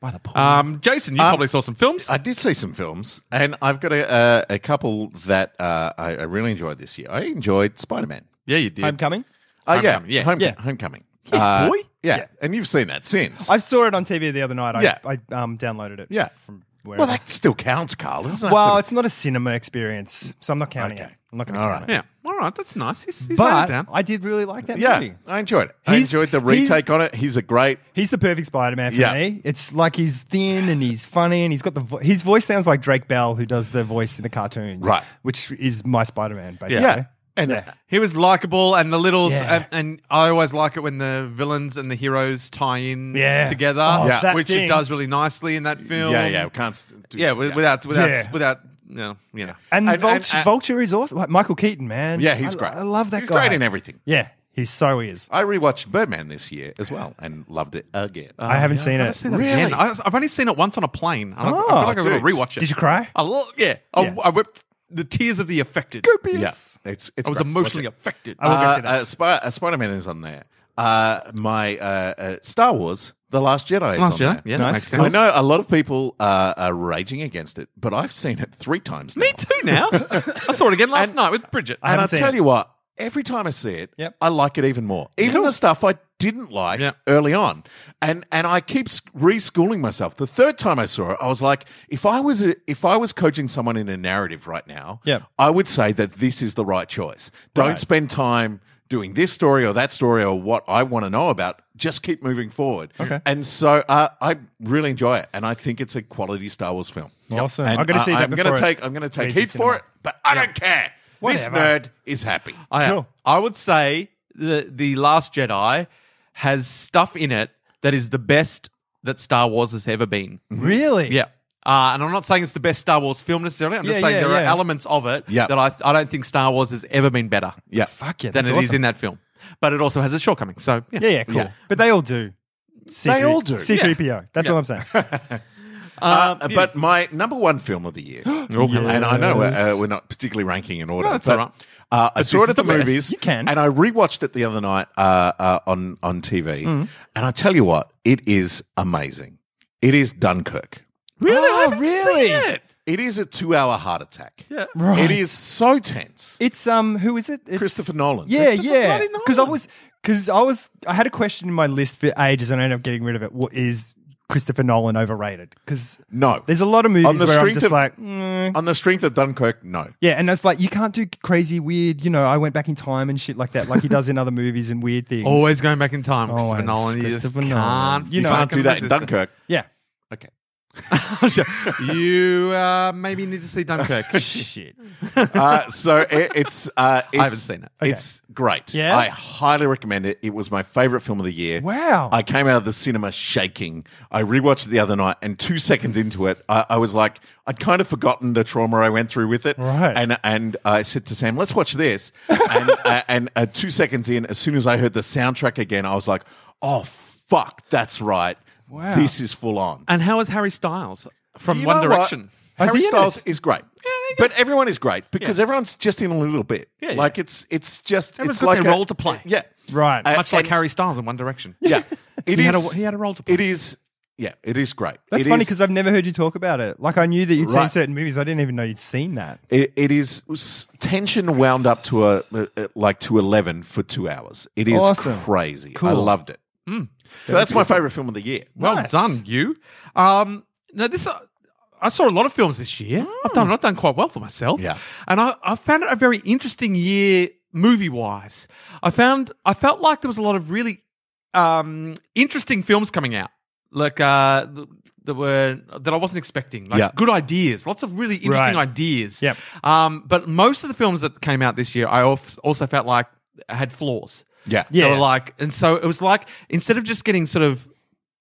[SPEAKER 5] By the pool.
[SPEAKER 4] Um, Jason, you probably saw some films.
[SPEAKER 1] I did see some films, and I've got a, uh, a couple that uh, I, I really enjoyed this year. I enjoyed Spider Man.
[SPEAKER 4] yeah, you did.
[SPEAKER 5] Homecoming.
[SPEAKER 1] Uh, yeah,
[SPEAKER 4] Homecoming, yeah.
[SPEAKER 1] Homec-
[SPEAKER 5] Yeah.
[SPEAKER 1] Homecoming.
[SPEAKER 4] Yeah,
[SPEAKER 1] Uh,
[SPEAKER 4] boy.
[SPEAKER 1] Yeah.
[SPEAKER 5] Yeah.
[SPEAKER 1] and you've seen that since.
[SPEAKER 5] I saw it on TV the other night. I,
[SPEAKER 1] Yeah.
[SPEAKER 5] I um, downloaded it.
[SPEAKER 1] Yeah.
[SPEAKER 5] From where?
[SPEAKER 1] well, that still counts, Carl. It doesn't have
[SPEAKER 5] well,
[SPEAKER 1] to-
[SPEAKER 5] it's not a cinema experience, so I'm not counting
[SPEAKER 1] Okay.
[SPEAKER 5] it. I'm not going to.
[SPEAKER 1] All right.
[SPEAKER 4] Yeah. All right. That's nice. He's, he's laid it
[SPEAKER 5] But
[SPEAKER 4] down.
[SPEAKER 5] I did really like that
[SPEAKER 1] Yeah,
[SPEAKER 5] movie.
[SPEAKER 1] I enjoyed it. I
[SPEAKER 5] He's-
[SPEAKER 1] enjoyed the
[SPEAKER 5] he's-
[SPEAKER 1] retake on it. He's a great.
[SPEAKER 5] He's the perfect Spider-Man for
[SPEAKER 1] Yeah.
[SPEAKER 5] me. It's like he's thin and he's funny and he's got the vo- his voice sounds like Drake Bell who does the voice in the cartoons,
[SPEAKER 1] Right.
[SPEAKER 5] Which is my Spider-Man
[SPEAKER 1] Yeah,
[SPEAKER 5] basically.
[SPEAKER 1] and uh,
[SPEAKER 5] Yeah.
[SPEAKER 4] He was likable, and the littles,
[SPEAKER 5] Yeah.
[SPEAKER 4] and, and I always like it when the villains and the heroes tie in
[SPEAKER 5] Yeah.
[SPEAKER 4] together,
[SPEAKER 5] Oh,
[SPEAKER 1] Yeah. that
[SPEAKER 4] which
[SPEAKER 5] thing.
[SPEAKER 4] it does really nicely in that film.
[SPEAKER 1] yeah, yeah, we can't. s- do-
[SPEAKER 4] yeah, wi- without without
[SPEAKER 5] Yeah.
[SPEAKER 4] without you know, you know.
[SPEAKER 5] And,
[SPEAKER 1] And-
[SPEAKER 5] Vulture,
[SPEAKER 1] and-
[SPEAKER 5] Vulture is awesome. Like Michael Keaton, man.
[SPEAKER 1] yeah, he's
[SPEAKER 5] I-
[SPEAKER 1] great.
[SPEAKER 5] I love that
[SPEAKER 1] he's
[SPEAKER 5] guy.
[SPEAKER 1] Great in everything.
[SPEAKER 5] Yeah, he so is.
[SPEAKER 1] I rewatched Birdman this year as well and loved it again.
[SPEAKER 5] I haven't seen
[SPEAKER 4] I've
[SPEAKER 5] it.
[SPEAKER 4] seen that
[SPEAKER 1] Really?
[SPEAKER 4] again. I, I've only seen it once on a plane. and I, I
[SPEAKER 5] Oh,
[SPEAKER 4] feel like I've got to
[SPEAKER 1] dudes.
[SPEAKER 4] rewatch it.
[SPEAKER 5] Did you cry?
[SPEAKER 4] I lo- yeah, I,
[SPEAKER 5] Yeah.
[SPEAKER 4] I wept the tears of the affected.
[SPEAKER 1] yeah, it's, it's
[SPEAKER 4] I was
[SPEAKER 1] great.
[SPEAKER 4] emotionally affected.
[SPEAKER 5] I will go see that.
[SPEAKER 1] Uh, uh, Spy- uh, Spider Man is on there. Uh, my uh, uh, Star Wars, The Last Jedi is
[SPEAKER 4] Last
[SPEAKER 1] on
[SPEAKER 4] Jedi?
[SPEAKER 1] there.
[SPEAKER 4] Yeah, that
[SPEAKER 5] Nice.
[SPEAKER 4] makes
[SPEAKER 1] I
[SPEAKER 4] sense.
[SPEAKER 1] know a lot of people uh, are raging against it, but I've seen it three times now.
[SPEAKER 4] Me too.
[SPEAKER 1] (laughs)
[SPEAKER 4] Now I saw it again last night with Bridget.
[SPEAKER 5] I
[SPEAKER 1] and
[SPEAKER 5] haven't
[SPEAKER 1] I'll
[SPEAKER 5] seen
[SPEAKER 1] tell
[SPEAKER 5] it.
[SPEAKER 1] you what, every time I see it,
[SPEAKER 5] Yep.
[SPEAKER 1] I like it even more. Even the stuff I didn't like
[SPEAKER 4] Yeah.
[SPEAKER 1] early on. And and I keep s- reschooling myself. The third time I saw it, I was like, if I was a, if I was coaching someone in a narrative right now,
[SPEAKER 5] Yep.
[SPEAKER 1] I would say that this is the right choice. Don't
[SPEAKER 5] Right.
[SPEAKER 1] spend time doing this story or that story or what I want to know about. Just keep moving forward.
[SPEAKER 5] Okay.
[SPEAKER 1] And so uh, I really enjoy it and I think it's a quality Star Wars film.
[SPEAKER 5] Awesome.
[SPEAKER 1] And
[SPEAKER 5] I'm gonna see
[SPEAKER 1] I-
[SPEAKER 5] that
[SPEAKER 1] I'm gonna
[SPEAKER 5] before it
[SPEAKER 1] take I'm going to take
[SPEAKER 5] leaves the
[SPEAKER 1] heat for
[SPEAKER 5] cinema.
[SPEAKER 1] it, but I don't care. This
[SPEAKER 5] Whatever.
[SPEAKER 1] nerd is happy.
[SPEAKER 4] I,
[SPEAKER 5] Cool.
[SPEAKER 4] Oh, I would say the the Last Jedi has stuff in it that is the best that Star Wars has ever been.
[SPEAKER 5] Mm-hmm. Really?
[SPEAKER 4] Yeah. Uh, and I'm not saying it's the best Star Wars film necessarily. I'm just
[SPEAKER 5] Yeah,
[SPEAKER 4] saying
[SPEAKER 5] yeah,
[SPEAKER 4] there
[SPEAKER 5] yeah.
[SPEAKER 4] are elements of it
[SPEAKER 1] Yeah.
[SPEAKER 4] that I, I don't think Star Wars has ever been better
[SPEAKER 1] Yeah.
[SPEAKER 5] Fuck yeah.
[SPEAKER 4] than it
[SPEAKER 5] That's
[SPEAKER 4] is
[SPEAKER 5] awesome.
[SPEAKER 4] in that film. But it also has its shortcomings. So, yeah.
[SPEAKER 5] Yeah, yeah, cool.
[SPEAKER 1] Yeah.
[SPEAKER 5] But they all do. C3-
[SPEAKER 1] all do.
[SPEAKER 5] C3PO. That's
[SPEAKER 4] Yeah.
[SPEAKER 5] all I'm saying.
[SPEAKER 1] (laughs)
[SPEAKER 4] Um,
[SPEAKER 1] Uh, but my number one film of the
[SPEAKER 5] (gasps)
[SPEAKER 1] year,
[SPEAKER 5] Oh,
[SPEAKER 1] and I know uh, uh, we're not particularly ranking in order.
[SPEAKER 4] No, that's
[SPEAKER 1] but,
[SPEAKER 4] all right.
[SPEAKER 1] Uh, I saw it
[SPEAKER 4] this is
[SPEAKER 1] at the,
[SPEAKER 4] the best.
[SPEAKER 1] movies.
[SPEAKER 5] You can.
[SPEAKER 1] and I rewatched it the other night uh, uh, on on TV,
[SPEAKER 5] Mm.
[SPEAKER 1] and I tell you what, it is amazing. It is Dunkirk.
[SPEAKER 4] really?
[SPEAKER 5] Oh,
[SPEAKER 4] I haven't
[SPEAKER 5] really?
[SPEAKER 4] seen it.
[SPEAKER 1] It is a two-hour heart attack.
[SPEAKER 4] Yeah.
[SPEAKER 5] Right.
[SPEAKER 1] It is so tense.
[SPEAKER 5] It's um, who is it? It's-
[SPEAKER 1] Christopher Nolan.
[SPEAKER 5] Yeah,
[SPEAKER 4] Christopher
[SPEAKER 5] yeah.
[SPEAKER 4] bloody Nolan.
[SPEAKER 5] Because I was, because I was, I had a question in my list for ages, and I ended up getting rid of it. What is Christopher Nolan overrated? Because
[SPEAKER 1] No,
[SPEAKER 5] there's a lot of
[SPEAKER 1] On
[SPEAKER 5] movies
[SPEAKER 1] the
[SPEAKER 5] where I'm
[SPEAKER 1] strength
[SPEAKER 5] just
[SPEAKER 1] of-
[SPEAKER 5] like, mm.
[SPEAKER 1] on the strength of Dunkirk, no.
[SPEAKER 5] yeah, and it's like you can't do crazy, weird. You know, I went back in time and shit like that, like he does in other movies and weird things.
[SPEAKER 4] Always going back in time,
[SPEAKER 5] Always,
[SPEAKER 4] Christopher Nolan. You just
[SPEAKER 5] Christopher
[SPEAKER 4] can't.
[SPEAKER 5] Nolan. You
[SPEAKER 1] You,
[SPEAKER 5] know,
[SPEAKER 1] can't do that in
[SPEAKER 4] resist it.
[SPEAKER 1] Dunkirk.
[SPEAKER 5] yeah.
[SPEAKER 1] Okay.
[SPEAKER 4] (laughs) you uh, maybe need to see
[SPEAKER 5] (laughs)
[SPEAKER 4] Dunkirk.
[SPEAKER 5] Shit.
[SPEAKER 1] uh, so it, it's, uh, it's
[SPEAKER 4] haven't seen it.
[SPEAKER 5] Okay.
[SPEAKER 1] It's great.
[SPEAKER 5] Yeah?
[SPEAKER 1] I highly recommend it. It was my favorite film of the year.
[SPEAKER 5] Wow.
[SPEAKER 1] I came out of the cinema shaking. I rewatched it the other night, and two seconds into it, I, I was like, I'd kind of forgotten the trauma I went through with it.
[SPEAKER 5] Right.
[SPEAKER 1] And and I said to Sam, "Let's watch this."
[SPEAKER 5] (laughs)
[SPEAKER 1] And uh, and uh, two seconds in, as soon as I heard the soundtrack again, I was like, "Oh fuck, that's right.
[SPEAKER 5] Wow.
[SPEAKER 1] This is full on."
[SPEAKER 4] And how is Harry Styles from
[SPEAKER 1] You
[SPEAKER 4] One
[SPEAKER 1] know what?
[SPEAKER 4] Direction?
[SPEAKER 5] Has
[SPEAKER 1] Harry
[SPEAKER 5] he in
[SPEAKER 1] Styles
[SPEAKER 5] it?
[SPEAKER 1] is great. But everyone is great because everyone's just in a little bit.
[SPEAKER 4] Yeah, yeah.
[SPEAKER 1] Like it's it's just
[SPEAKER 4] Everyone's
[SPEAKER 1] it's
[SPEAKER 4] got
[SPEAKER 1] like
[SPEAKER 4] their
[SPEAKER 1] a-
[SPEAKER 4] role to play.
[SPEAKER 1] Yeah,
[SPEAKER 5] Right.
[SPEAKER 1] Uh,
[SPEAKER 4] Much like
[SPEAKER 1] and-
[SPEAKER 4] Harry Styles in One Direction.
[SPEAKER 1] (laughs)
[SPEAKER 5] (laughs)
[SPEAKER 1] Yeah, (laughs) it is.
[SPEAKER 4] He had, a, he had a role to play.
[SPEAKER 1] it is. Yeah, it is great.
[SPEAKER 5] That's
[SPEAKER 1] It
[SPEAKER 5] funny
[SPEAKER 1] is-
[SPEAKER 5] because I've never heard you talk about it. Like I knew that you'd seen
[SPEAKER 1] Right.
[SPEAKER 5] certain movies, I didn't even know you'd seen that.
[SPEAKER 1] It, it is s- tension wound up to a uh, uh, like to eleven for two hours. It is
[SPEAKER 5] Awesome.
[SPEAKER 1] crazy. I
[SPEAKER 5] Cool.
[SPEAKER 1] loved it.
[SPEAKER 4] Hmm.
[SPEAKER 1] So that's my favorite film of the year.
[SPEAKER 4] Well
[SPEAKER 5] Nice.
[SPEAKER 4] done, you. Um, now this, uh, I saw a lot of films this year. I've done, I've done quite well for myself.
[SPEAKER 1] Hmm. Yeah.
[SPEAKER 4] and I, I found it a very interesting year movie wise. I found, I felt like there was a lot of really um, interesting films coming out, like uh, th- that were that I wasn't expecting. Like
[SPEAKER 1] Yeah.
[SPEAKER 4] good ideas, lots of really interesting
[SPEAKER 5] Right.
[SPEAKER 4] ideas.
[SPEAKER 5] Yep.
[SPEAKER 4] Um, but most of the films that came out this year, I alf- also felt like had flaws.
[SPEAKER 1] Yeah,
[SPEAKER 5] Yeah.
[SPEAKER 4] They were like, and so it was like instead of just getting sort of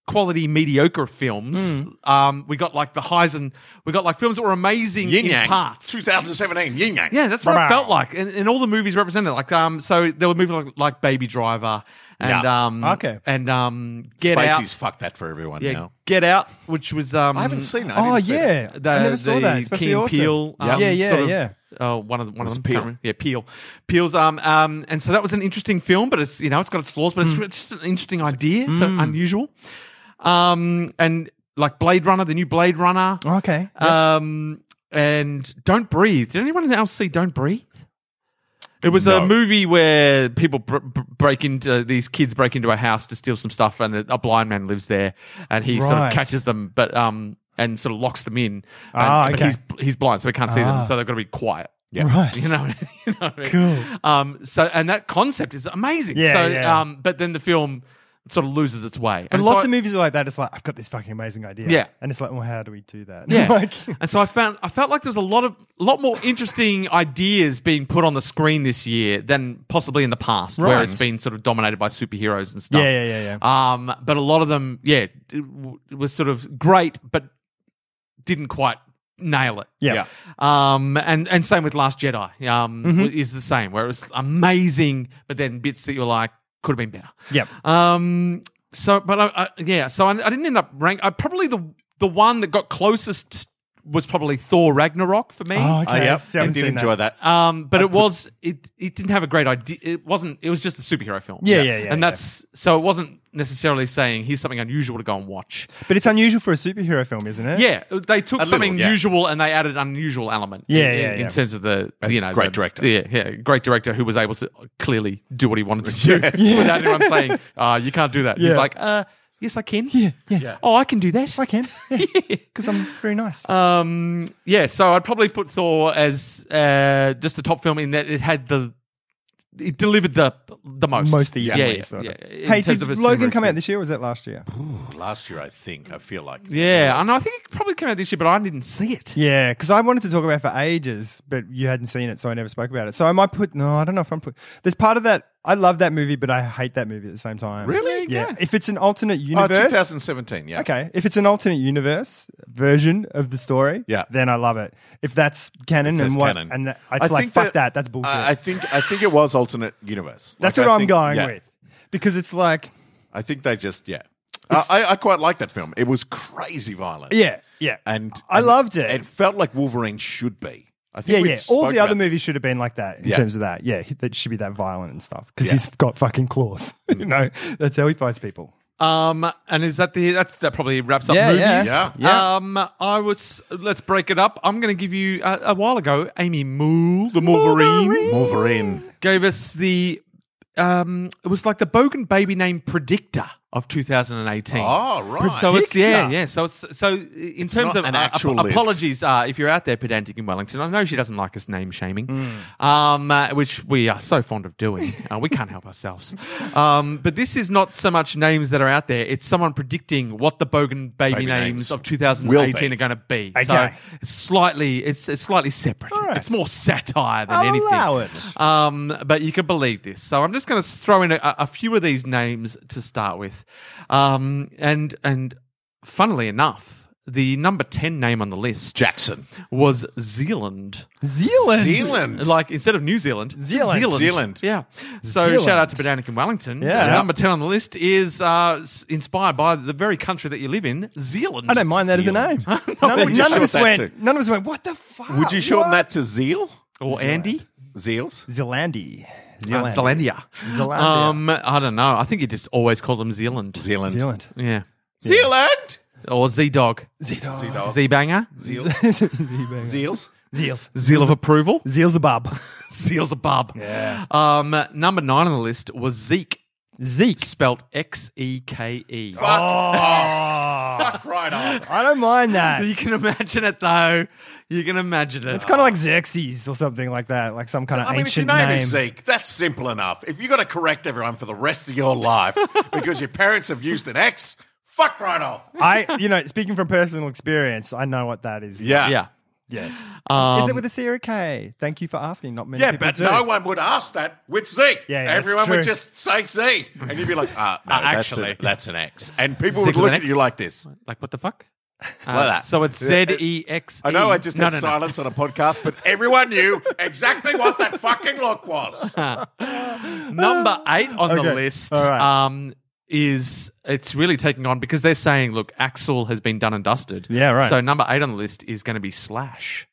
[SPEAKER 4] quality mediocre films,
[SPEAKER 1] Hmm.
[SPEAKER 4] um, we got like the highs and we got like films that were amazing
[SPEAKER 1] Yin
[SPEAKER 4] in
[SPEAKER 1] Yang,
[SPEAKER 4] parts.
[SPEAKER 1] 2017. Yin Yang.
[SPEAKER 4] Yeah, that's what
[SPEAKER 5] Wow.
[SPEAKER 4] it felt like, and, and all the movies represented. Like, um, so there were movies like, like Baby Driver and
[SPEAKER 1] Yeah.
[SPEAKER 4] um,
[SPEAKER 5] Okay.
[SPEAKER 4] and um, Get
[SPEAKER 1] Spacey's
[SPEAKER 4] Out.
[SPEAKER 1] fucked that for everyone
[SPEAKER 4] Yeah,
[SPEAKER 1] now.
[SPEAKER 4] Get Out, which was um,
[SPEAKER 1] I haven't seen it. I
[SPEAKER 5] Oh
[SPEAKER 1] didn't see that.
[SPEAKER 5] yeah,
[SPEAKER 4] the,
[SPEAKER 5] I never saw
[SPEAKER 4] the
[SPEAKER 5] that. It's supposed to be
[SPEAKER 4] Key and
[SPEAKER 5] awesome. Ah.
[SPEAKER 4] Peele, um,
[SPEAKER 5] yeah, yeah,
[SPEAKER 4] sort of,
[SPEAKER 5] yeah.
[SPEAKER 4] uh, one of the, one of them,
[SPEAKER 1] Peele.
[SPEAKER 4] Peel. yeah, Peel, Peel's. Um, um, and so that was an interesting film, but it's you know it's got its flaws,
[SPEAKER 5] Hmm.
[SPEAKER 4] but it's, it's just an interesting idea. It's uh, unusual, um, and like Blade Runner, the new Blade Runner,
[SPEAKER 5] Okay.
[SPEAKER 4] (laughs) um, and Don't Breathe. Did anyone else see Don't Breathe? It was
[SPEAKER 1] No.
[SPEAKER 4] a movie where people br- br- break into these kids break into a house to steal some stuff, and a, a blind man lives there, and he sort of
[SPEAKER 5] Right.
[SPEAKER 4] catches them, but um, and sort of locks them in. And,
[SPEAKER 5] Ah,
[SPEAKER 4] But
[SPEAKER 5] okay.
[SPEAKER 4] he's he's blind, so he can't see
[SPEAKER 5] Ah.
[SPEAKER 4] them, so they've got to be quiet.
[SPEAKER 1] Yeah.
[SPEAKER 5] Right.
[SPEAKER 4] You know, you know what I mean? (laughs)
[SPEAKER 5] Cool.
[SPEAKER 4] Um, so, and that concept is amazing.
[SPEAKER 5] Yeah,
[SPEAKER 4] so,
[SPEAKER 5] yeah.
[SPEAKER 4] Um, but then the film sort of loses its way.
[SPEAKER 5] But
[SPEAKER 4] And
[SPEAKER 5] lots
[SPEAKER 4] so
[SPEAKER 5] of movies are like that. It's like I've got this fucking amazing idea.
[SPEAKER 4] Yeah.
[SPEAKER 5] and it's like, well, how do we do
[SPEAKER 4] (laughs)
[SPEAKER 5] that? (laughs)
[SPEAKER 4] Yeah,
[SPEAKER 5] like,
[SPEAKER 4] and so I found I felt like there was a lot of lot more interesting ideas being put on the screen this year than possibly in the past, where
[SPEAKER 5] Right.
[SPEAKER 4] it's been sort of dominated by superheroes and stuff.
[SPEAKER 5] Yeah, yeah, yeah,
[SPEAKER 4] Um, but a lot of them, yeah, it, w- it was sort of great, but didn't quite nail it.
[SPEAKER 5] yeah.
[SPEAKER 1] Yeah.
[SPEAKER 4] Um, and, and same with Last Jedi um,
[SPEAKER 5] Mm-hmm.
[SPEAKER 4] is the same, where it was amazing, but then bits that you're like, could have been better.
[SPEAKER 5] Yep.
[SPEAKER 4] Um, so, but I, I, yeah, so I, I didn't end up rank. I probably the the one that got closest was probably Thor Ragnarok for me.
[SPEAKER 5] Oh,
[SPEAKER 1] Oh,
[SPEAKER 5] okay.
[SPEAKER 1] yeah.
[SPEAKER 5] See, I
[SPEAKER 1] I
[SPEAKER 5] haven't
[SPEAKER 1] did
[SPEAKER 5] seen
[SPEAKER 1] enjoy
[SPEAKER 5] that. Uh,
[SPEAKER 1] that.
[SPEAKER 4] Um, but it was it it didn't have a great idea. It wasn't. It was just a superhero film.
[SPEAKER 5] Yeah, yeah, yeah,
[SPEAKER 4] And
[SPEAKER 5] yeah.
[SPEAKER 4] that's so it wasn't necessarily saying here's something unusual to go and watch.
[SPEAKER 5] But it's unusual for a superhero film, isn't it?
[SPEAKER 4] Yeah, they took
[SPEAKER 1] little,
[SPEAKER 4] something
[SPEAKER 1] yeah.
[SPEAKER 4] usual and they added an unusual element.
[SPEAKER 5] Yeah,
[SPEAKER 4] in,
[SPEAKER 5] yeah,
[SPEAKER 4] in
[SPEAKER 5] yeah.
[SPEAKER 4] terms of the you know
[SPEAKER 1] great
[SPEAKER 4] the-
[SPEAKER 1] director.
[SPEAKER 4] Yeah, yeah, great director who was able to clearly do what he wanted to do (laughs) without anyone saying, uh, "You can't do that." He's
[SPEAKER 5] Yeah.
[SPEAKER 4] like, "Uh, yes, I can.
[SPEAKER 5] yeah, yeah.
[SPEAKER 4] Oh, I can do that."
[SPEAKER 5] I can,
[SPEAKER 4] (laughs)
[SPEAKER 5] because I'm very nice.
[SPEAKER 4] Um, yeah, so I'd probably put Thor as uh, just the top film in that it had the it delivered the the most.
[SPEAKER 5] Most the
[SPEAKER 4] yeah,
[SPEAKER 5] yeah,
[SPEAKER 4] yeah,
[SPEAKER 5] sort of.
[SPEAKER 4] yeah, in
[SPEAKER 5] Hey,
[SPEAKER 4] terms
[SPEAKER 5] did
[SPEAKER 4] of its
[SPEAKER 5] Logan
[SPEAKER 4] cinema
[SPEAKER 5] come
[SPEAKER 4] experience.
[SPEAKER 5] out this year? or Was that last year?
[SPEAKER 4] Mm-hmm.
[SPEAKER 1] Last year, I think. I feel like.
[SPEAKER 4] Yeah, and I think it probably came out this year, but I didn't see it.
[SPEAKER 5] Yeah, because I wanted to talk about it for ages, but you hadn't seen it, so I never spoke about it. So I might put no, I don't know if I'm put. There's part of that I love that movie, but I hate that movie at the same time.
[SPEAKER 1] Really?
[SPEAKER 5] Yeah.
[SPEAKER 4] Yeah.
[SPEAKER 5] If it's an alternate
[SPEAKER 1] Oh,
[SPEAKER 5] universe,
[SPEAKER 1] 2017. Yeah.
[SPEAKER 5] okay. If it's an alternate universe version of the story,
[SPEAKER 1] Yeah.
[SPEAKER 5] then I love it. If that's canon
[SPEAKER 1] says
[SPEAKER 5] and what,
[SPEAKER 1] canon.
[SPEAKER 5] and it's
[SPEAKER 1] I
[SPEAKER 5] like
[SPEAKER 1] think
[SPEAKER 5] fuck that, that's bullshit.
[SPEAKER 1] I, I think I think it was alternate universe.
[SPEAKER 5] that's
[SPEAKER 1] Like,
[SPEAKER 5] what
[SPEAKER 1] I
[SPEAKER 5] I'm
[SPEAKER 1] think-
[SPEAKER 5] going
[SPEAKER 1] yeah.
[SPEAKER 5] with because it's like
[SPEAKER 1] I think they just yeah. I, I, I quite like that film. It was crazy violent.
[SPEAKER 5] yeah, yeah.
[SPEAKER 1] and
[SPEAKER 5] I
[SPEAKER 1] and
[SPEAKER 5] loved it.
[SPEAKER 1] It felt like Wolverine should be. I
[SPEAKER 5] yeah,
[SPEAKER 1] think we
[SPEAKER 5] yeah. All the other
[SPEAKER 1] movies.
[SPEAKER 5] movies should have been like that in
[SPEAKER 1] Yeah.
[SPEAKER 5] terms of that. Yeah, he- that should be that violent and stuff because
[SPEAKER 1] Yeah. Mm.
[SPEAKER 5] he's got fucking claws. (laughs) you know, that's how he fights people.
[SPEAKER 4] Um, and is that the that's that probably wraps up
[SPEAKER 5] Yeah,
[SPEAKER 4] movies?
[SPEAKER 5] yeah.
[SPEAKER 1] Yeah.
[SPEAKER 5] Yeah.
[SPEAKER 4] Um, I was let's break it up. I'm going to give you uh, a while ago. Amy Mool, the Wolverine,
[SPEAKER 1] Wolverine.
[SPEAKER 4] gave us the um. It was like the Bogan baby name predictor of 2018.
[SPEAKER 1] Oh right.
[SPEAKER 4] So it's yeah,
[SPEAKER 5] Predictor.
[SPEAKER 4] yeah. So it's so in terms
[SPEAKER 1] not
[SPEAKER 4] of
[SPEAKER 1] an
[SPEAKER 4] uh,
[SPEAKER 1] actual
[SPEAKER 4] ap-
[SPEAKER 1] list.
[SPEAKER 4] apologies, uh, if you're out there pedantic in Wellington, I know she doesn't like us name shaming, um, uh, which we are so fond of doing. Uh, we can't help ourselves. Um, but this is not so much names that are out there; it's someone predicting what the bogan baby,
[SPEAKER 1] Baby
[SPEAKER 4] names,
[SPEAKER 1] names
[SPEAKER 4] of
[SPEAKER 1] will
[SPEAKER 4] 2018
[SPEAKER 1] be.
[SPEAKER 4] are going to be. So
[SPEAKER 5] Okay.
[SPEAKER 4] it's slightly, it's, it's slightly separate.
[SPEAKER 5] right.
[SPEAKER 4] It's more satire than
[SPEAKER 5] I'll
[SPEAKER 4] anything.
[SPEAKER 5] allow it.
[SPEAKER 4] Um, but you can believe this. So I'm just going to throw in a, a few of these names to start with. Um, and and funnily enough, the number ten name on the list
[SPEAKER 1] Jackson.
[SPEAKER 4] was Zealand.
[SPEAKER 5] Zealand.
[SPEAKER 1] Zealand.
[SPEAKER 4] Like instead of New Zealand,
[SPEAKER 5] Zealand.
[SPEAKER 1] Zealand.
[SPEAKER 4] Yeah. So
[SPEAKER 5] Zealand.
[SPEAKER 4] shout out to Bananic and Wellington.
[SPEAKER 5] Yeah.
[SPEAKER 4] The Number ten on the list is uh, s- inspired by the very country that you live in, Zealand.
[SPEAKER 5] I don't mind that as a name. none
[SPEAKER 1] would
[SPEAKER 5] of,
[SPEAKER 1] you
[SPEAKER 5] none of
[SPEAKER 1] short
[SPEAKER 5] us
[SPEAKER 1] that
[SPEAKER 5] went.
[SPEAKER 1] to?
[SPEAKER 5] None of us went. What the fuck?
[SPEAKER 1] Would you shorten
[SPEAKER 5] What?
[SPEAKER 1] that to Zeal?
[SPEAKER 4] Or Andy.
[SPEAKER 1] Zeals.
[SPEAKER 5] Zealandy.
[SPEAKER 4] Uh,
[SPEAKER 5] Zealand.
[SPEAKER 4] Zealandia.
[SPEAKER 5] Zealandia.
[SPEAKER 4] Um, I don't know. I think you just always call them Zealand.
[SPEAKER 1] Zealand.
[SPEAKER 5] Zealand.
[SPEAKER 4] Yeah.
[SPEAKER 1] Zealand.
[SPEAKER 4] Or Z Dog.
[SPEAKER 5] Zealand.
[SPEAKER 4] Z Banger.
[SPEAKER 5] (laughs)
[SPEAKER 1] Zeals. Zeals.
[SPEAKER 5] Zeals.
[SPEAKER 4] Zeal of approval.
[SPEAKER 5] Zealsabub.
[SPEAKER 4] Zeal's a bub.
[SPEAKER 5] Yeah.
[SPEAKER 4] Um, number nine on the list was Zeke,
[SPEAKER 5] Zeke.
[SPEAKER 4] spelt X E K E.
[SPEAKER 1] Fuck
[SPEAKER 5] Oh.
[SPEAKER 1] off, right off.
[SPEAKER 5] I don't mind that.
[SPEAKER 4] You can imagine it though. You can imagine it.
[SPEAKER 5] It's kind of like Xerxes or something like that, like some kind of
[SPEAKER 1] I mean, if your
[SPEAKER 5] ancient
[SPEAKER 1] name,
[SPEAKER 5] name.
[SPEAKER 1] is Zeke, that's simple enough. If you got to correct everyone for the rest of your
[SPEAKER 4] (laughs)
[SPEAKER 1] life because your parents have used an X, fuck right off.
[SPEAKER 5] (laughs) I, you know, speaking from personal experience, I know what that is.
[SPEAKER 1] Yeah.
[SPEAKER 4] yeah.
[SPEAKER 5] Yes.
[SPEAKER 4] Um,
[SPEAKER 5] is it with a C or a K? Thank you for asking. Not many
[SPEAKER 1] Yeah,
[SPEAKER 5] people
[SPEAKER 1] but
[SPEAKER 5] do.
[SPEAKER 1] no one would ask that with Zeke.
[SPEAKER 5] Yeah, yeah, that's
[SPEAKER 1] Everyone would
[SPEAKER 5] true.
[SPEAKER 1] just say Z. And you'd be like, ah,
[SPEAKER 4] (laughs)
[SPEAKER 1] no,
[SPEAKER 4] Uh,
[SPEAKER 1] actually,
[SPEAKER 4] actually.
[SPEAKER 1] that's, an X. And people
[SPEAKER 4] Zeke
[SPEAKER 1] would
[SPEAKER 4] with
[SPEAKER 1] look
[SPEAKER 4] an
[SPEAKER 1] at
[SPEAKER 4] X?
[SPEAKER 1] you like this.
[SPEAKER 4] like what the fuck?
[SPEAKER 1] Like that.
[SPEAKER 4] So it's Z E X.
[SPEAKER 1] I know I just had silence on a podcast, but everyone knew exactly what that fucking look was.
[SPEAKER 4] Number eight on the
[SPEAKER 5] Okay.
[SPEAKER 4] list
[SPEAKER 5] All right.
[SPEAKER 4] um, is it's really taking on because they're saying, look, Axel has been done and dusted.
[SPEAKER 5] Yeah, right.
[SPEAKER 4] So number eight on the list is going to be Slash.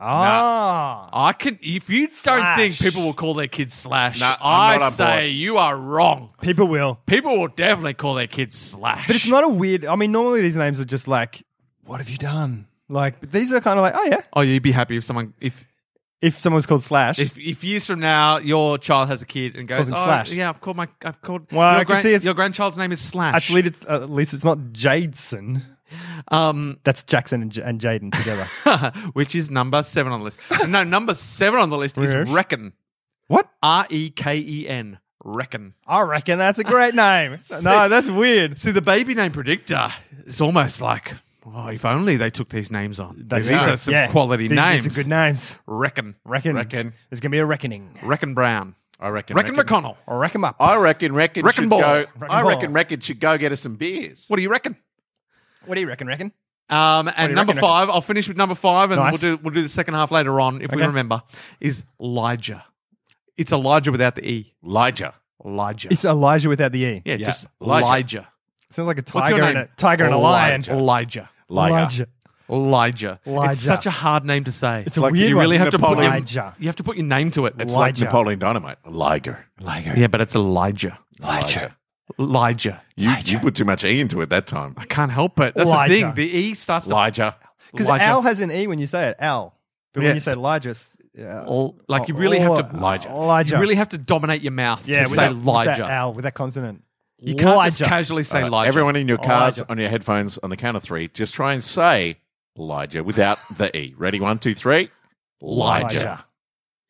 [SPEAKER 5] Ah.
[SPEAKER 4] I can. If you don't
[SPEAKER 5] Slash.
[SPEAKER 4] think people will call their kids slash,
[SPEAKER 1] Nah, I'm
[SPEAKER 4] I
[SPEAKER 1] not on
[SPEAKER 4] say
[SPEAKER 1] board.
[SPEAKER 4] you are wrong.
[SPEAKER 5] People will.
[SPEAKER 4] People will definitely call their kids slash.
[SPEAKER 5] But it's not a weird. I mean, normally these names are just like, what have you done? Like, but these are kind of like, oh yeah.
[SPEAKER 4] Oh, you'd be happy if someone if
[SPEAKER 5] If someone's called Slash,
[SPEAKER 4] if, if years from now your child has a kid and goes,
[SPEAKER 5] Calls him
[SPEAKER 4] oh,
[SPEAKER 5] Slash."
[SPEAKER 4] yeah, I've called my I've called.
[SPEAKER 5] Well,
[SPEAKER 4] your
[SPEAKER 5] I can see it's- uh,
[SPEAKER 4] your grandchild's name is slash.
[SPEAKER 5] at least, it's, at least it's not Jadeson.
[SPEAKER 4] Um, (laughs)
[SPEAKER 5] That's Jackson and, J- and Jaden together. (laughs)
[SPEAKER 4] which is number seven on the list. No, number seven on the list is
[SPEAKER 5] Yes.
[SPEAKER 4] Reckon.
[SPEAKER 5] what?
[SPEAKER 4] R E K E N. Reckon.
[SPEAKER 5] I reckon that's a
[SPEAKER 4] (laughs)
[SPEAKER 5] great name. no, that's weird.
[SPEAKER 4] See, the baby name predictor is almost like, oh, if only they took these names on.
[SPEAKER 5] That's
[SPEAKER 4] these
[SPEAKER 5] right.
[SPEAKER 4] are some
[SPEAKER 5] Yeah.
[SPEAKER 4] quality
[SPEAKER 5] These-
[SPEAKER 4] names.
[SPEAKER 5] These are good names.
[SPEAKER 4] Reckon.
[SPEAKER 5] Reckon.
[SPEAKER 1] Reckon.
[SPEAKER 5] There's gonna be a reckoning.
[SPEAKER 4] Reckon Brown.
[SPEAKER 1] I reckon.
[SPEAKER 4] Reckon, McConnell.
[SPEAKER 5] Or reckon up.
[SPEAKER 1] I reckon. Reckon.
[SPEAKER 4] Reckon
[SPEAKER 1] should
[SPEAKER 4] ball.
[SPEAKER 1] Go,
[SPEAKER 5] Reckon
[SPEAKER 1] I
[SPEAKER 5] ball.
[SPEAKER 1] reckon. Reckon should go get us some beers.
[SPEAKER 4] What do you reckon?
[SPEAKER 5] What do you reckon? Reckon.
[SPEAKER 4] Um, and
[SPEAKER 5] you
[SPEAKER 4] number
[SPEAKER 5] reckon,
[SPEAKER 4] five, I'll finish with number five, and
[SPEAKER 5] Nice.
[SPEAKER 4] we'll do we'll do the second half later on if we
[SPEAKER 5] Okay.
[SPEAKER 4] remember. Is Elijah? It's Elijah without the e.
[SPEAKER 1] Elijah.
[SPEAKER 4] Elijah.
[SPEAKER 5] It's Elijah without the e.
[SPEAKER 4] yeah,
[SPEAKER 1] yeah,
[SPEAKER 4] just
[SPEAKER 1] Elijah.
[SPEAKER 4] Elijah.
[SPEAKER 5] Sounds like a
[SPEAKER 4] What's your
[SPEAKER 5] tiger and
[SPEAKER 4] name?
[SPEAKER 5] a tiger and a lion.
[SPEAKER 4] Elijah.
[SPEAKER 5] Elijah.
[SPEAKER 4] Elijah.
[SPEAKER 5] Elijah.
[SPEAKER 4] It's such a hard name to say.
[SPEAKER 5] It's a
[SPEAKER 1] Like,
[SPEAKER 5] weird
[SPEAKER 4] you
[SPEAKER 5] one.
[SPEAKER 4] really have to put your,
[SPEAKER 5] Elijah.
[SPEAKER 4] You have to put your name to it.
[SPEAKER 1] It's
[SPEAKER 5] Elijah.
[SPEAKER 1] like Napoleon Dynamite. Liger. Liger.
[SPEAKER 4] yeah, but it's Elijah.
[SPEAKER 1] Elijah.
[SPEAKER 4] Elijah.
[SPEAKER 1] You, you put too much E into it that time.
[SPEAKER 4] I can't help it. That's
[SPEAKER 5] Elijah.
[SPEAKER 4] the thing. The e starts to
[SPEAKER 1] Elijah.
[SPEAKER 5] Because
[SPEAKER 4] Elijah.
[SPEAKER 5] Al has an e when you say it. Al. But when you
[SPEAKER 4] Yes.
[SPEAKER 5] say Elijah, it's, uh,
[SPEAKER 4] L- like you really have to.
[SPEAKER 1] Elijah.
[SPEAKER 5] Oh, Elijah.
[SPEAKER 4] You really have to dominate your mouth
[SPEAKER 5] yeah,
[SPEAKER 4] to
[SPEAKER 5] with
[SPEAKER 4] say
[SPEAKER 5] that, with that
[SPEAKER 4] Elijah.
[SPEAKER 5] Al with that consonant.
[SPEAKER 4] You can't just
[SPEAKER 5] Elijah.
[SPEAKER 4] casually say
[SPEAKER 1] Uh,
[SPEAKER 4] Elijah.
[SPEAKER 1] Everyone in your cars,
[SPEAKER 5] Elijah.
[SPEAKER 1] on your headphones, on the count of three, just try and say Elijah without the E. Ready? One, two, three. Elijah.
[SPEAKER 5] Elijah.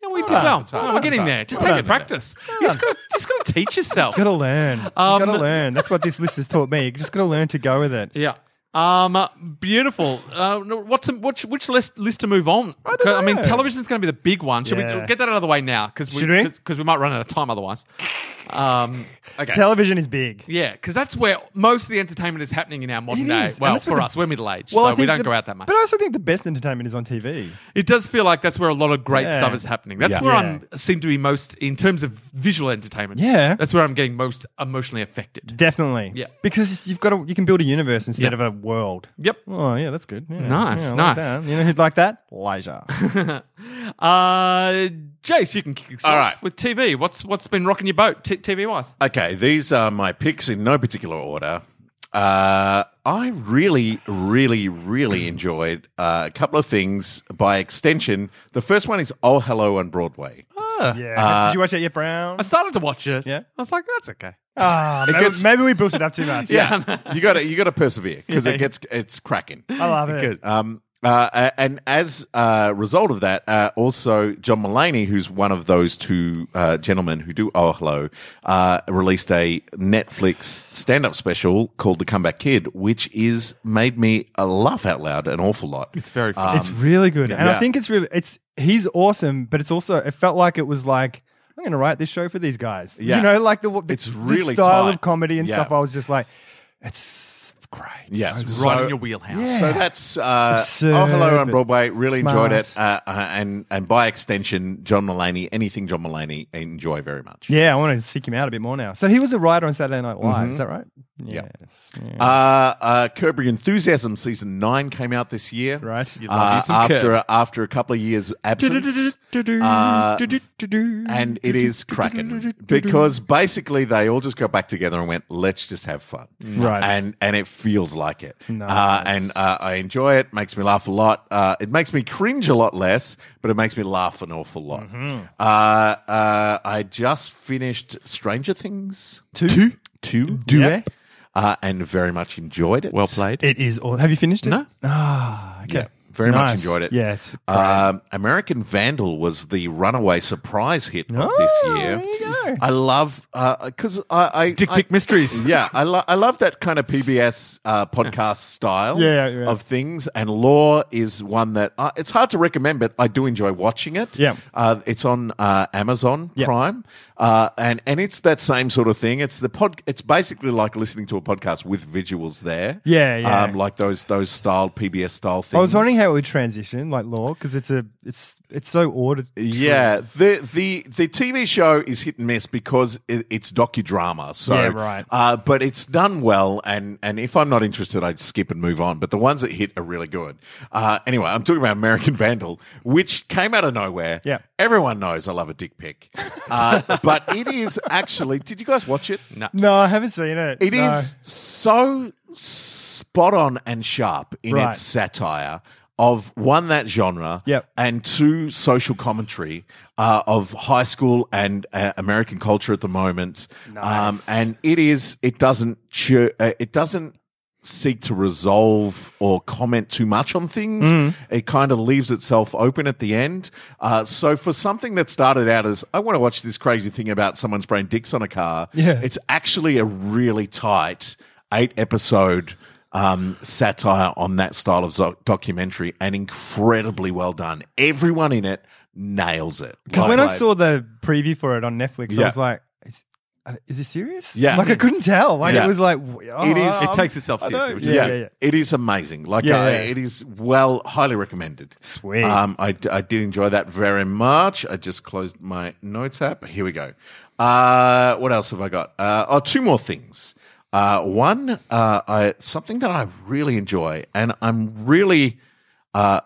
[SPEAKER 4] Yeah, we did
[SPEAKER 1] hard.
[SPEAKER 4] well.
[SPEAKER 1] It's hard.
[SPEAKER 4] Oh, we're getting
[SPEAKER 1] It's
[SPEAKER 4] there.
[SPEAKER 1] hard.
[SPEAKER 4] Just
[SPEAKER 1] Well
[SPEAKER 4] takes
[SPEAKER 1] done.
[SPEAKER 4] practice. You just got just got to teach yourself.
[SPEAKER 5] Gotta learn. You
[SPEAKER 4] Um,
[SPEAKER 5] gotta learn. That's what this list has taught me. You just gotta learn to go with it.
[SPEAKER 4] Yeah. Um, uh, beautiful. Uh, no, what's which which list list to move on? I,
[SPEAKER 5] don't
[SPEAKER 4] mean,
[SPEAKER 5] know.
[SPEAKER 4] television's going to be the big one. Should
[SPEAKER 5] Yeah.
[SPEAKER 4] we get that out of the way now? Because
[SPEAKER 5] Should we?
[SPEAKER 4] Because we might run out of time otherwise. Um,
[SPEAKER 5] Television is big.
[SPEAKER 4] yeah, because that's where most of the entertainment is happening in our modern
[SPEAKER 5] It
[SPEAKER 4] day.
[SPEAKER 5] is, and
[SPEAKER 4] Well,
[SPEAKER 5] that's
[SPEAKER 4] for
[SPEAKER 5] what the-
[SPEAKER 4] us, we're middle aged,
[SPEAKER 5] I
[SPEAKER 4] so we
[SPEAKER 5] think
[SPEAKER 4] don't
[SPEAKER 5] the-
[SPEAKER 4] go out that much.
[SPEAKER 5] But I also think the best entertainment is on TV.
[SPEAKER 4] It does feel like that's where a lot of great
[SPEAKER 5] Yeah.
[SPEAKER 4] stuff is happening. That's
[SPEAKER 1] Yeah.
[SPEAKER 4] where
[SPEAKER 5] Yeah.
[SPEAKER 4] I'm seem to be most in terms of visual entertainment.
[SPEAKER 5] Yeah.
[SPEAKER 4] that's where I'm getting most emotionally affected.
[SPEAKER 5] Definitely.
[SPEAKER 4] Yeah.
[SPEAKER 5] Because you've got to, you can build a universe instead
[SPEAKER 4] Yeah.
[SPEAKER 5] of a world.
[SPEAKER 4] Yep.
[SPEAKER 5] Oh yeah, that's good. Yeah.
[SPEAKER 4] Nice,
[SPEAKER 5] Yeah, I like
[SPEAKER 4] nice.
[SPEAKER 5] that. You know who'd like that? Elijah.
[SPEAKER 4] Uh, Jace, you can kick us
[SPEAKER 1] All
[SPEAKER 4] off
[SPEAKER 1] right.
[SPEAKER 4] with TV. What's what's been rocking your boat t- TV wise?
[SPEAKER 1] Okay, these are my picks in no particular order. Uh, I really, really, really enjoyed uh, a couple of things by extension. The first one is Oh Hello on Broadway.
[SPEAKER 5] yeah. Did you watch that yet, Brown?
[SPEAKER 4] (laughs) I started to watch it.
[SPEAKER 5] Yeah.
[SPEAKER 4] I was like, that's okay.
[SPEAKER 5] Ah, maybe,
[SPEAKER 1] gets-
[SPEAKER 5] maybe we built it up too much.
[SPEAKER 1] Yeah, you got to you got to persevere because
[SPEAKER 4] Yeah.
[SPEAKER 1] it gets it's cracking.
[SPEAKER 5] I love it.
[SPEAKER 1] Um, uh, a- and as a result of that, uh, also John Mullaney, who's one of those two uh, gentlemen who do Oh Hello, uh, released a Netflix stand-up special called The Comeback Kid, which is made me uh, laugh out loud an awful lot. Uh, It's
[SPEAKER 4] very funny.
[SPEAKER 5] It's really good, and
[SPEAKER 1] Um, Yeah.
[SPEAKER 5] I think it's really it's he's awesome, but it's also it felt like it was like I'm going to write this show for these guys.
[SPEAKER 1] Yeah.
[SPEAKER 5] You know, like the, the
[SPEAKER 1] It's
[SPEAKER 5] the
[SPEAKER 1] really
[SPEAKER 5] style
[SPEAKER 1] tight.
[SPEAKER 5] of comedy and
[SPEAKER 1] Yeah.
[SPEAKER 5] stuff. I was just like, it's great.
[SPEAKER 1] yeah,
[SPEAKER 4] It's right in your wheelhouse.
[SPEAKER 1] So that's uh,
[SPEAKER 5] Absurd,
[SPEAKER 1] Oh Hello on
[SPEAKER 5] but
[SPEAKER 1] Broadway. Really enjoyed
[SPEAKER 5] smart.
[SPEAKER 1] it, uh, uh, and and by extension, John Mullaney. Anything John Mullaney, I enjoy very much.
[SPEAKER 5] Yeah, I want to seek him out a bit more now. So he was a writer on Saturday Night
[SPEAKER 1] Mm-hmm.
[SPEAKER 5] Live. Is that right?
[SPEAKER 1] Yep.
[SPEAKER 5] Yes. Yeah.
[SPEAKER 1] Uh, uh, Curb Your Enthusiasm season nine came out this year.
[SPEAKER 5] Right. You
[SPEAKER 4] love you
[SPEAKER 1] Uh,
[SPEAKER 4] some
[SPEAKER 1] after
[SPEAKER 4] Curb.
[SPEAKER 1] after a couple of years absence, Uh, and it is cracking because basically they all just got back together and went, "Let's just have fun,"
[SPEAKER 5] Right.
[SPEAKER 1] And and it feels like it. Uh,
[SPEAKER 5] Nice.
[SPEAKER 1] and uh, I enjoy it. Makes me laugh a lot. Uh, it makes me cringe a lot less, but it makes me laugh an awful lot.
[SPEAKER 5] Mm-hmm.
[SPEAKER 1] Uh, uh, I just finished Stranger Things
[SPEAKER 5] Two.
[SPEAKER 1] two,
[SPEAKER 5] Yep.
[SPEAKER 1] uh, and very much enjoyed it.
[SPEAKER 4] Well played.
[SPEAKER 5] It is. Aw- Have you finished it?
[SPEAKER 4] No.
[SPEAKER 5] Ah, okay.
[SPEAKER 1] Yeah, very much
[SPEAKER 5] Nice.
[SPEAKER 1] enjoyed it.
[SPEAKER 5] Yeah, it's great.
[SPEAKER 1] Um, American Vandal was the runaway surprise hit of
[SPEAKER 5] Oh,
[SPEAKER 1] this year.
[SPEAKER 5] there you go.
[SPEAKER 1] I love because I, I
[SPEAKER 4] Dick
[SPEAKER 1] I-
[SPEAKER 4] Pick Mysteries.
[SPEAKER 1] (laughs) Yeah, I, lo- I love that kind of PBS uh, podcast style
[SPEAKER 5] Yeah, yeah, yeah.
[SPEAKER 1] of things, and Law is one that I, it's hard to recommend, but I do enjoy watching it.
[SPEAKER 5] Yeah.
[SPEAKER 1] uh, it's on uh, Amazon
[SPEAKER 5] Yeah.
[SPEAKER 1] Prime, uh, and and it's that same sort of thing. It's the pod. It's basically like listening to a podcast with visuals there.
[SPEAKER 5] Yeah, yeah.
[SPEAKER 1] um, like those those style PBS style things.
[SPEAKER 5] I was wondering how it would transition, like law, because it's a it's it's so ordered.
[SPEAKER 1] Yeah, the the the TV show is hit and miss because it, it's docudrama. So,
[SPEAKER 5] Yeah, right.
[SPEAKER 1] Uh, but it's done well, and and if I'm not interested, I'd skip and move on. But the ones that hit are really good. Uh, anyway, I'm talking about American (laughs) Vandal, which came out of nowhere.
[SPEAKER 5] Yeah.
[SPEAKER 1] everyone knows I love a dick pic, uh, (laughs) but it is actually. Did you guys watch it?
[SPEAKER 4] No.
[SPEAKER 5] No, I haven't seen it.
[SPEAKER 1] It is
[SPEAKER 5] No.
[SPEAKER 1] so spot on and sharp in
[SPEAKER 5] Right.
[SPEAKER 1] its satire of one that genre
[SPEAKER 5] Yep.
[SPEAKER 1] and two social commentary uh, of high school and uh, American culture at the moment. Um,
[SPEAKER 5] Nice.
[SPEAKER 1] and it is it doesn't chur- uh, it doesn't seek to resolve or comment too much on things.
[SPEAKER 5] Mm.
[SPEAKER 1] It kind of leaves itself open at the end. Uh, so for something that started out as I want to watch this crazy thing about someone spraying dicks on a car,
[SPEAKER 5] Yeah.
[SPEAKER 1] it's actually a really tight eight episode. Um, satire on that style of zo- documentary and incredibly well done. Everyone in it nails it.
[SPEAKER 5] Because
[SPEAKER 1] Like-
[SPEAKER 5] when I
[SPEAKER 1] like-
[SPEAKER 5] saw the preview for it on Netflix, I
[SPEAKER 1] Yeah.
[SPEAKER 5] was like, is, uh, is this serious?
[SPEAKER 1] Yeah.
[SPEAKER 5] Like I couldn't tell. Like
[SPEAKER 1] Yeah.
[SPEAKER 5] it was like, w- oh,
[SPEAKER 1] It is- It
[SPEAKER 5] I'm-
[SPEAKER 4] takes itself
[SPEAKER 5] I
[SPEAKER 4] seriously,
[SPEAKER 5] don't-
[SPEAKER 4] which is
[SPEAKER 1] yeah,
[SPEAKER 5] yeah, yeah.
[SPEAKER 1] it is amazing. Like,
[SPEAKER 5] Yeah,
[SPEAKER 1] uh,
[SPEAKER 5] yeah.
[SPEAKER 1] it is well, highly recommended.
[SPEAKER 5] Sweet.
[SPEAKER 1] Um, I, d- I did enjoy that very much. I just closed my notes app. Here we go. Uh, what else have I got? Uh, oh, two more things. Uh, one, uh, I, something that I really enjoy, and I'm really uh,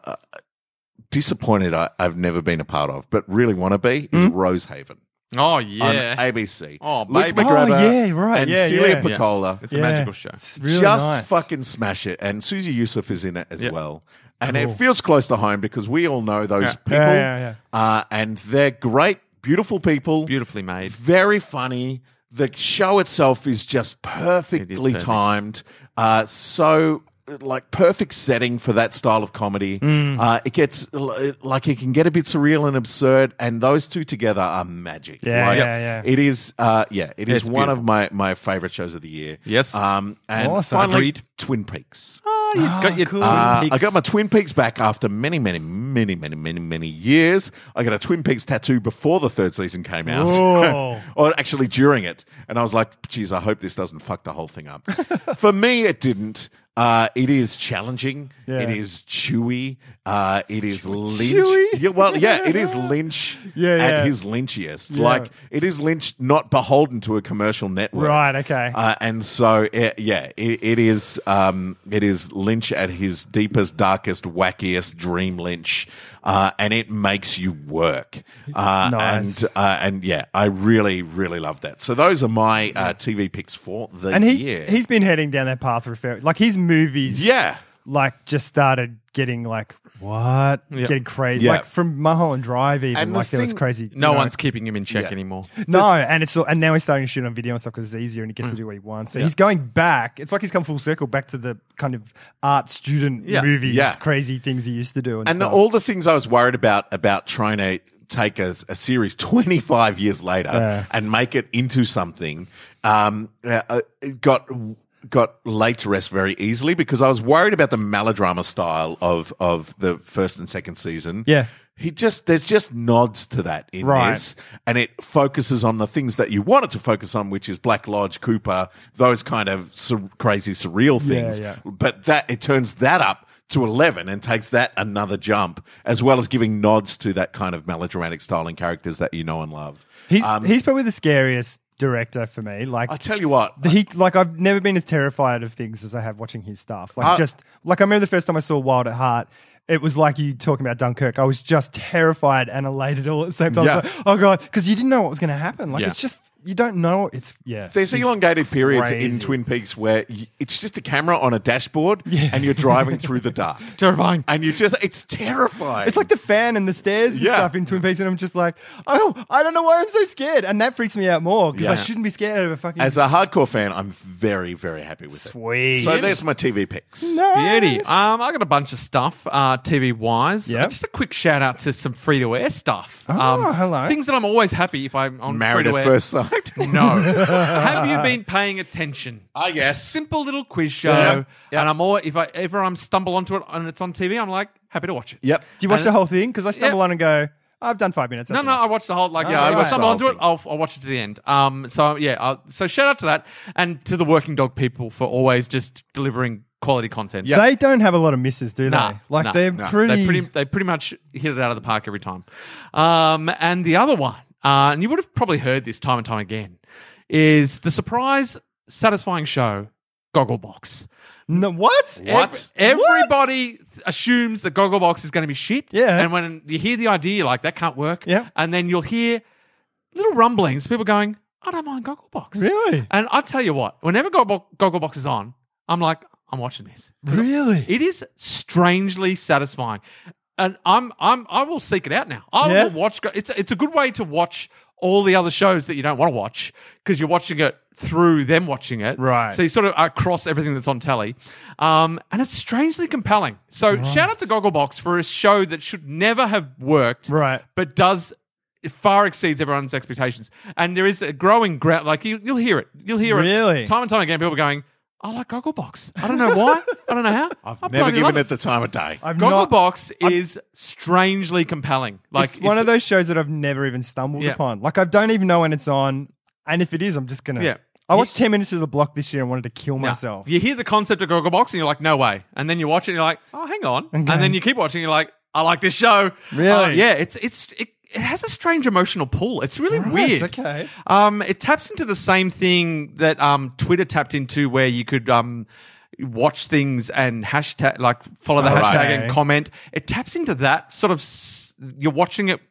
[SPEAKER 1] disappointed I, I've never been a part of, but really want to be,
[SPEAKER 5] Hmm?
[SPEAKER 1] is Rosehaven
[SPEAKER 4] Oh
[SPEAKER 1] on
[SPEAKER 4] yeah,
[SPEAKER 1] ABC.
[SPEAKER 4] Oh,
[SPEAKER 1] Luke
[SPEAKER 4] baby.
[SPEAKER 1] McGregor
[SPEAKER 5] Oh, yeah, right.
[SPEAKER 1] and
[SPEAKER 5] Yeah,
[SPEAKER 1] Celia
[SPEAKER 5] yeah.
[SPEAKER 4] Yeah.
[SPEAKER 1] Piccola
[SPEAKER 4] it's a magical show.
[SPEAKER 5] It's really
[SPEAKER 1] just
[SPEAKER 5] nice.
[SPEAKER 1] fucking smash it. And Susie Yusuf is in it as
[SPEAKER 4] Yep.
[SPEAKER 1] well. And it feels close to home because we all know those
[SPEAKER 4] Yeah.
[SPEAKER 1] people.
[SPEAKER 5] Yeah, yeah,
[SPEAKER 1] Uh, and they're great, beautiful people.
[SPEAKER 4] Beautifully made.
[SPEAKER 1] Very funny. The show itself is just perfectly
[SPEAKER 4] perfect.
[SPEAKER 1] timed. Uh, so. Like perfect setting for that style of comedy.
[SPEAKER 4] Mm.
[SPEAKER 1] Uh, it gets like it can get a bit surreal and absurd, and those two together are magic.
[SPEAKER 5] Yeah,
[SPEAKER 1] Like,
[SPEAKER 5] yeah, yeah.
[SPEAKER 1] It is, uh, yeah, it is
[SPEAKER 4] It's
[SPEAKER 1] one
[SPEAKER 4] beautiful.
[SPEAKER 1] of my my favorite shows of the year.
[SPEAKER 4] Yes.
[SPEAKER 1] um, and
[SPEAKER 5] Awesome.
[SPEAKER 1] finally,
[SPEAKER 4] Agreed.
[SPEAKER 1] Twin Peaks.
[SPEAKER 4] Oh, you got your
[SPEAKER 5] cool.
[SPEAKER 4] Twin
[SPEAKER 1] Uh, I
[SPEAKER 4] Peaks.
[SPEAKER 1] got my Twin Peaks back after many, many, many, many, many, many years. I got a Twin Peaks tattoo before the third season came out,
[SPEAKER 5] Whoa.
[SPEAKER 1] (laughs) or actually during it. And I was like, "Geez, I hope this doesn't fuck the whole thing
[SPEAKER 5] (laughs)
[SPEAKER 1] up." For me, it didn't. Uh, it is challenging.
[SPEAKER 5] Yeah.
[SPEAKER 1] It is chewy. Uh, it is Lynch. Yeah, well, yeah, it
[SPEAKER 5] (laughs)
[SPEAKER 1] is Lynch
[SPEAKER 5] Yeah, yeah.
[SPEAKER 1] at his Lynchiest. Like it is Lynch, not beholden to a commercial network.
[SPEAKER 5] Right, okay.
[SPEAKER 1] Uh, and so, it, yeah, it, it is. Um, it is Lynch at his deepest, darkest, wackiest dream Lynch, uh, and it makes you work. Uh,
[SPEAKER 5] Nice.
[SPEAKER 1] And uh, and yeah, I really, really love that. So those are my uh, TV picks for the
[SPEAKER 5] And he's
[SPEAKER 1] year.
[SPEAKER 5] he's been heading down that path of fair Like his movies,
[SPEAKER 1] yeah,
[SPEAKER 5] like just started getting like what
[SPEAKER 4] Yeah.
[SPEAKER 5] getting crazy.
[SPEAKER 1] Yeah.
[SPEAKER 5] Like from Mulholland Drive, even
[SPEAKER 1] And the
[SPEAKER 5] like there was
[SPEAKER 1] thing-
[SPEAKER 5] crazy.
[SPEAKER 4] no
[SPEAKER 5] you know,
[SPEAKER 4] one's keeping him in check
[SPEAKER 1] Yeah.
[SPEAKER 4] anymore.
[SPEAKER 5] No, and it's all- and now he's starting to shoot on video and stuff because it's easier and he
[SPEAKER 1] Mm.
[SPEAKER 5] gets to do what he wants. So he's going back. It's like he's come full circle back to the kind of art student
[SPEAKER 4] Yeah.
[SPEAKER 5] movies,
[SPEAKER 1] Yeah.
[SPEAKER 5] crazy things he used to do, and,
[SPEAKER 1] and the,
[SPEAKER 5] stuff.
[SPEAKER 1] all the things I was worried about about trying to take a, a series (laughs) 25 years later
[SPEAKER 5] Yeah.
[SPEAKER 1] and make it into something um, uh, uh, it got got laid to rest very easily because I was worried about the melodrama style of of the first and second season.
[SPEAKER 5] Yeah.
[SPEAKER 1] He just there's just nods to that in
[SPEAKER 5] Right.
[SPEAKER 1] this, and it focuses on the things that you wanted to focus on, which is Black Lodge, Cooper, those kind of sur- crazy surreal things
[SPEAKER 5] yeah.
[SPEAKER 1] but that it turns that up to 11 and takes that another jump as well as giving nods to that kind of melodramatic style and characters that you know and love
[SPEAKER 5] he's
[SPEAKER 1] Um,
[SPEAKER 5] he's probably the scariest director for me. Like
[SPEAKER 1] i tell you what
[SPEAKER 5] The- he like I've never been as terrified of things as I have watching his stuff. Like
[SPEAKER 1] Uh,
[SPEAKER 5] just like I remember the first time I saw Wild at Heart, it was like you talking about Dunkirk. I was just terrified and elated all at the same time.
[SPEAKER 1] Yeah.
[SPEAKER 5] It's like, oh god, because you didn't know what was going to happen. Like
[SPEAKER 4] Yeah.
[SPEAKER 5] it's just you don't know. It's yeah.
[SPEAKER 1] there's
[SPEAKER 5] He's-
[SPEAKER 1] elongated periods
[SPEAKER 5] crazy.
[SPEAKER 1] in twin peaks where y it's just a camera on a dashboard and you're driving through the
[SPEAKER 5] (laughs)
[SPEAKER 1] dark
[SPEAKER 4] Terrifying.
[SPEAKER 1] and you just it's terrifying
[SPEAKER 5] It's like the fan and the stairs and
[SPEAKER 1] Yeah.
[SPEAKER 5] stuff in Twin Peaks, and I'm just like, oh, I don't know why I'm so scared, and that freaks me out more because I
[SPEAKER 1] Yeah.
[SPEAKER 5] shouldn't be scared of a fucking
[SPEAKER 1] as a hardcore fan i'm very very happy with
[SPEAKER 5] sweet.
[SPEAKER 1] it so there's my tv picks
[SPEAKER 4] Beauty.
[SPEAKER 5] Nice.
[SPEAKER 4] Um, I got a bunch of stuff uh, TV wise.
[SPEAKER 5] Yep.
[SPEAKER 4] just a quick shout out to some free to air stuff. Oh,
[SPEAKER 5] hello.
[SPEAKER 4] Things that I'm always happy if I'm on
[SPEAKER 1] married at
[SPEAKER 4] free-to-air.
[SPEAKER 1] first
[SPEAKER 5] (laughs)
[SPEAKER 1] sight
[SPEAKER 4] No. Have you been paying attention?
[SPEAKER 1] I guess.
[SPEAKER 4] Simple little quiz show,
[SPEAKER 1] Yep. Yep.
[SPEAKER 4] and I'm all if I ever I'm stumble onto it and it's on TV, I'm like happy to watch it.
[SPEAKER 1] yep
[SPEAKER 5] Do you watch
[SPEAKER 4] and-
[SPEAKER 5] the whole thing? Because I stumble
[SPEAKER 4] Yeah.
[SPEAKER 5] on and go, I've done five minutes.
[SPEAKER 4] No,
[SPEAKER 5] that's
[SPEAKER 4] no,
[SPEAKER 5] enough."
[SPEAKER 4] I watched the whole like
[SPEAKER 1] Oh, Yeah, I
[SPEAKER 4] yeah, if I
[SPEAKER 1] watched the
[SPEAKER 4] stumble
[SPEAKER 1] whole
[SPEAKER 4] onto it,
[SPEAKER 1] thing.
[SPEAKER 4] I'll, I'll watch it to the end. Um, so yeah, I'll, so shout out to that and to the Working Dog people for always just delivering quality content.
[SPEAKER 1] Yeah.
[SPEAKER 5] They don't have a lot of misses, do they?
[SPEAKER 4] Nah,
[SPEAKER 5] like
[SPEAKER 4] nah,
[SPEAKER 5] they're
[SPEAKER 4] nah.
[SPEAKER 5] pretty.
[SPEAKER 4] They pretty. They pretty much hit it out of the park every time. Um, and the other one, uh, and you would have probably heard this time and time again, is the surprise satisfying show, Gogglebox.
[SPEAKER 5] No, what?
[SPEAKER 1] What?
[SPEAKER 4] Ev-
[SPEAKER 5] What?
[SPEAKER 4] everybody th- assumes that Gogglebox is going to be shit.
[SPEAKER 5] Yeah.
[SPEAKER 4] And when you hear the idea, you're like, that can't work.
[SPEAKER 5] Yeah.
[SPEAKER 4] And then you'll hear little rumblings, people going, I don't mind Gogglebox.
[SPEAKER 5] Really?
[SPEAKER 4] And I tell you what, whenever Goggle- Gogglebox is on, I'm like, I'm watching this.
[SPEAKER 5] Really?
[SPEAKER 4] It is strangely satisfying, and I'm I'm I will seek it out now. I
[SPEAKER 5] Yeah.
[SPEAKER 4] will watch. It's it's a good way to watch all the other shows that you don't want to watch because you're watching it through them watching it.
[SPEAKER 5] Right.
[SPEAKER 4] So you sort of uh, cross everything that's on telly. Um, and it's strangely compelling. So shout out to Gogglebox for a show that should never have worked.
[SPEAKER 5] Right.
[SPEAKER 4] But does. It far exceeds everyone's expectations, and there is a growing ground. Like you, you'll hear it, you'll hear
[SPEAKER 5] Really?
[SPEAKER 4] it time and time again. People going, "I like Gogglebox. I don't know why. I don't know
[SPEAKER 5] (laughs)
[SPEAKER 4] how.
[SPEAKER 1] I've
[SPEAKER 4] I
[SPEAKER 1] never
[SPEAKER 4] bloody
[SPEAKER 1] given
[SPEAKER 4] love
[SPEAKER 1] it the time of day.
[SPEAKER 5] I've not-
[SPEAKER 4] Gogglebox is strangely compelling. Like
[SPEAKER 5] it's one of those shows that I've never even stumbled
[SPEAKER 4] Yeah.
[SPEAKER 5] upon. Like I don't even know when it's on, and if it is, I'm just gonna.
[SPEAKER 4] Yeah.
[SPEAKER 5] I watched ten minutes of the block this year and wanted to kill myself.
[SPEAKER 4] You hear the concept of Gogglebox and you're like, no way. And then you watch it and you're like, oh, hang on. And then you keep watching. And you're like, I like this show.
[SPEAKER 5] Really?
[SPEAKER 4] Uh, yeah. It's it's it, it has a strange emotional pull. It's really weird.
[SPEAKER 5] okay.
[SPEAKER 4] Um, it taps into the same thing that um Twitter tapped into, where you could um watch things and hashtag like follow the
[SPEAKER 1] Oh,
[SPEAKER 4] hashtag
[SPEAKER 1] right.
[SPEAKER 4] and
[SPEAKER 5] Okay.
[SPEAKER 4] comment. It taps into that sort of s- you're watching it.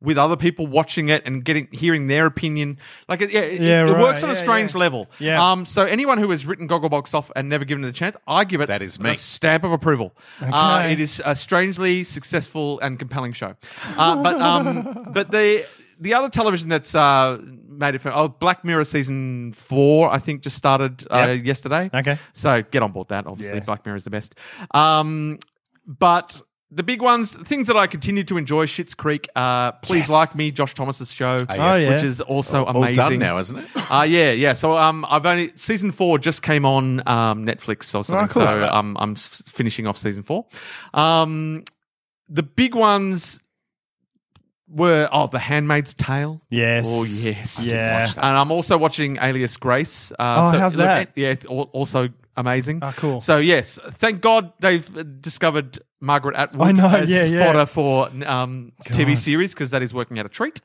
[SPEAKER 4] With other people watching it and getting hearing their opinion, like it, yeah, it,
[SPEAKER 5] Yeah,
[SPEAKER 4] it
[SPEAKER 5] right.
[SPEAKER 4] works on a
[SPEAKER 5] Yeah,
[SPEAKER 4] strange
[SPEAKER 5] yeah.
[SPEAKER 4] level.
[SPEAKER 5] Yeah.
[SPEAKER 4] Um, so anyone who has written Gogglebox off and never given it a chance, I give it
[SPEAKER 1] That is
[SPEAKER 4] a
[SPEAKER 1] me.
[SPEAKER 4] stamp of approval. Uh, it is a strangely successful and compelling show. Uh,
[SPEAKER 1] (laughs)
[SPEAKER 4] but um, but the the other television that's uh, made it for oh Black Mirror season four I think just started uh,
[SPEAKER 5] Yep.
[SPEAKER 4] yesterday.
[SPEAKER 5] Okay.
[SPEAKER 4] so get on board that. Obviously,
[SPEAKER 5] Yeah.
[SPEAKER 4] Black Mirror is the best. Um, but. The big ones, things that I continue to enjoy: Shit's Creek, uh, Please Like Me, Josh Thomas's show,
[SPEAKER 1] Oh,
[SPEAKER 5] yes.
[SPEAKER 4] which is also
[SPEAKER 1] All
[SPEAKER 4] amazing.
[SPEAKER 1] done now, isn't it?
[SPEAKER 4] Uh, yeah, yeah. So um, I've only season four just came on um, Netflix or something.
[SPEAKER 5] Ah, cool.
[SPEAKER 4] So um, I'm s- finishing off season four. Um, the big ones were oh, The Handmaid's Tale.
[SPEAKER 5] Yes.
[SPEAKER 4] Oh yes.
[SPEAKER 5] Yeah.
[SPEAKER 4] And I'm also watching Alias Grace. Uh,
[SPEAKER 5] Oh, how's that?
[SPEAKER 4] it- yeah, it's al- also amazing.
[SPEAKER 5] Oh, cool.
[SPEAKER 4] So yes, thank God they've uh, discovered Margaret Atwood
[SPEAKER 5] I know,
[SPEAKER 4] as
[SPEAKER 5] yeah, yeah.
[SPEAKER 4] fodder for um, TV series because that is working out a treat.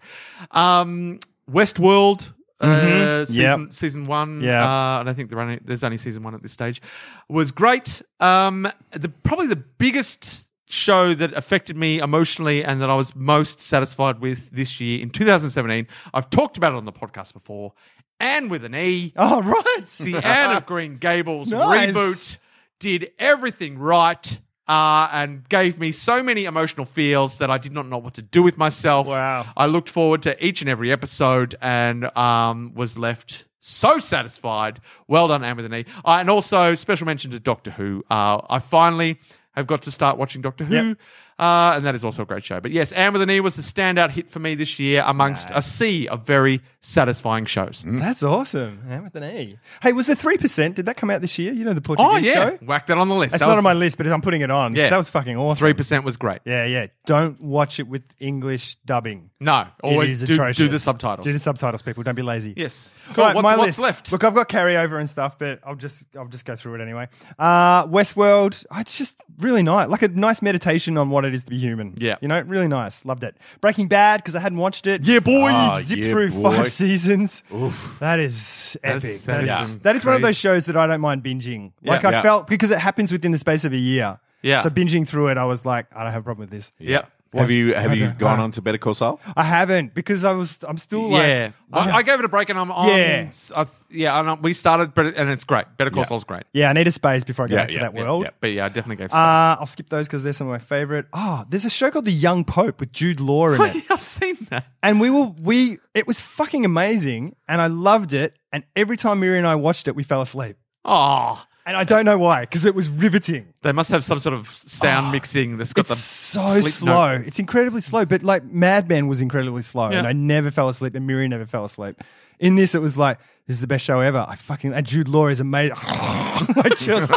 [SPEAKER 4] Um, Westworld. Uh,
[SPEAKER 5] Mhm.
[SPEAKER 4] season,
[SPEAKER 5] Yep.
[SPEAKER 4] season one,
[SPEAKER 5] Yeah.
[SPEAKER 4] uh, and I think there only, there's only season one at this stage, was great. Um, the probably the biggest show that affected me emotionally and that I was most satisfied with this year in 2017. I've talked about it on the podcast before, and with an E,
[SPEAKER 5] Oh (laughs) right.
[SPEAKER 4] the Anne
[SPEAKER 5] (laughs)
[SPEAKER 4] of Green Gables
[SPEAKER 5] Nice.
[SPEAKER 4] reboot did everything right. Uh, and gave me so many emotional feels that I did not know what to do with myself.
[SPEAKER 5] Wow.
[SPEAKER 4] I looked forward to each and every episode and um, was left so satisfied. Well done, Anne with an E. Uh, and also, special mention to Doctor Who. Uh, I finally have got to start watching Doctor Who, uh, and that is also a great show. But yes, Anne with an E was the standout hit for me this year amongst a sea of very satisfying shows. (laughs)
[SPEAKER 5] That's awesome. And with an E. Hey, was the three percent? Did that come out this year? You know the Portuguese
[SPEAKER 4] Oh yeah,
[SPEAKER 5] show.
[SPEAKER 4] whack that on the list.
[SPEAKER 5] It's not on my list, but I'm putting it on.
[SPEAKER 4] Yeah.
[SPEAKER 5] That was fucking awesome.
[SPEAKER 4] Three percent was great.
[SPEAKER 5] Yeah, yeah. Don't watch it with English dubbing.
[SPEAKER 4] No, always
[SPEAKER 5] it is
[SPEAKER 4] do,
[SPEAKER 5] atrocious.
[SPEAKER 4] do the subtitles.
[SPEAKER 5] Do the subtitles, people. Don't be lazy.
[SPEAKER 4] yes.
[SPEAKER 5] All
[SPEAKER 4] Cool.
[SPEAKER 5] right,
[SPEAKER 4] what's
[SPEAKER 5] my
[SPEAKER 4] what's
[SPEAKER 5] list.
[SPEAKER 4] left?
[SPEAKER 5] Look, I've got carryover and stuff, but I'll just I'll just go through it anyway. Uh, Westworld, I it's just really nice, like a nice meditation on what it is to be human.
[SPEAKER 4] Yeah.
[SPEAKER 5] you know, really nice. Loved it. Breaking Bad because I hadn't watched it. Yeah,
[SPEAKER 1] boy. Ah,
[SPEAKER 5] Zip
[SPEAKER 1] yeah,
[SPEAKER 5] through
[SPEAKER 1] boy.
[SPEAKER 5] five (laughs) seasons. That is
[SPEAKER 4] That's-
[SPEAKER 5] epic.
[SPEAKER 4] that
[SPEAKER 5] That is,
[SPEAKER 4] is some
[SPEAKER 5] that is one of
[SPEAKER 4] crazy-
[SPEAKER 5] those shows that I don't mind binging. Like
[SPEAKER 4] Yeah.
[SPEAKER 5] I
[SPEAKER 1] Yeah.
[SPEAKER 5] felt because it happens within the space of a year.
[SPEAKER 4] Yeah.
[SPEAKER 5] So binging through it, I was like, I don't have a problem with this.
[SPEAKER 4] yeah.
[SPEAKER 1] Have you have you
[SPEAKER 5] Okay.
[SPEAKER 1] gone on to Better Call Saul?
[SPEAKER 5] I haven't because I was I'm still like
[SPEAKER 4] yeah, I, I gave it a break, and I'm on.
[SPEAKER 5] Yeah.
[SPEAKER 4] I, yeah, and I, we started, but and it's great. Better Call Saul's great.
[SPEAKER 5] yeah, I need a space before I get
[SPEAKER 1] Yeah,
[SPEAKER 5] into
[SPEAKER 1] yeah,
[SPEAKER 5] that
[SPEAKER 1] yeah,
[SPEAKER 5] world.
[SPEAKER 1] yeah.
[SPEAKER 4] But yeah, I definitely gave space.
[SPEAKER 5] Uh, I'll skip those because they're some of my favorite. Ah, there's a show called The Young Pope with Jude Law
[SPEAKER 1] (laughs)
[SPEAKER 5] in it,
[SPEAKER 4] (laughs) I've seen that.
[SPEAKER 5] and we were we it was fucking amazing, and I loved it. And every time Miri and I watched it, we fell asleep,
[SPEAKER 4] Oh,
[SPEAKER 5] and I don't know why because it was riveting.
[SPEAKER 4] they must have some sort of sound mixing that's got
[SPEAKER 5] Ah, It's
[SPEAKER 4] the
[SPEAKER 5] so
[SPEAKER 4] sleep note.
[SPEAKER 5] slow. It's incredibly slow, but like Mad Men was incredibly slow, and
[SPEAKER 4] Yeah.
[SPEAKER 5] I never fell asleep, and Miri never fell asleep. In this, it was like this is the best show ever. I fucking and Jude Law is amazing. (laughs) I just,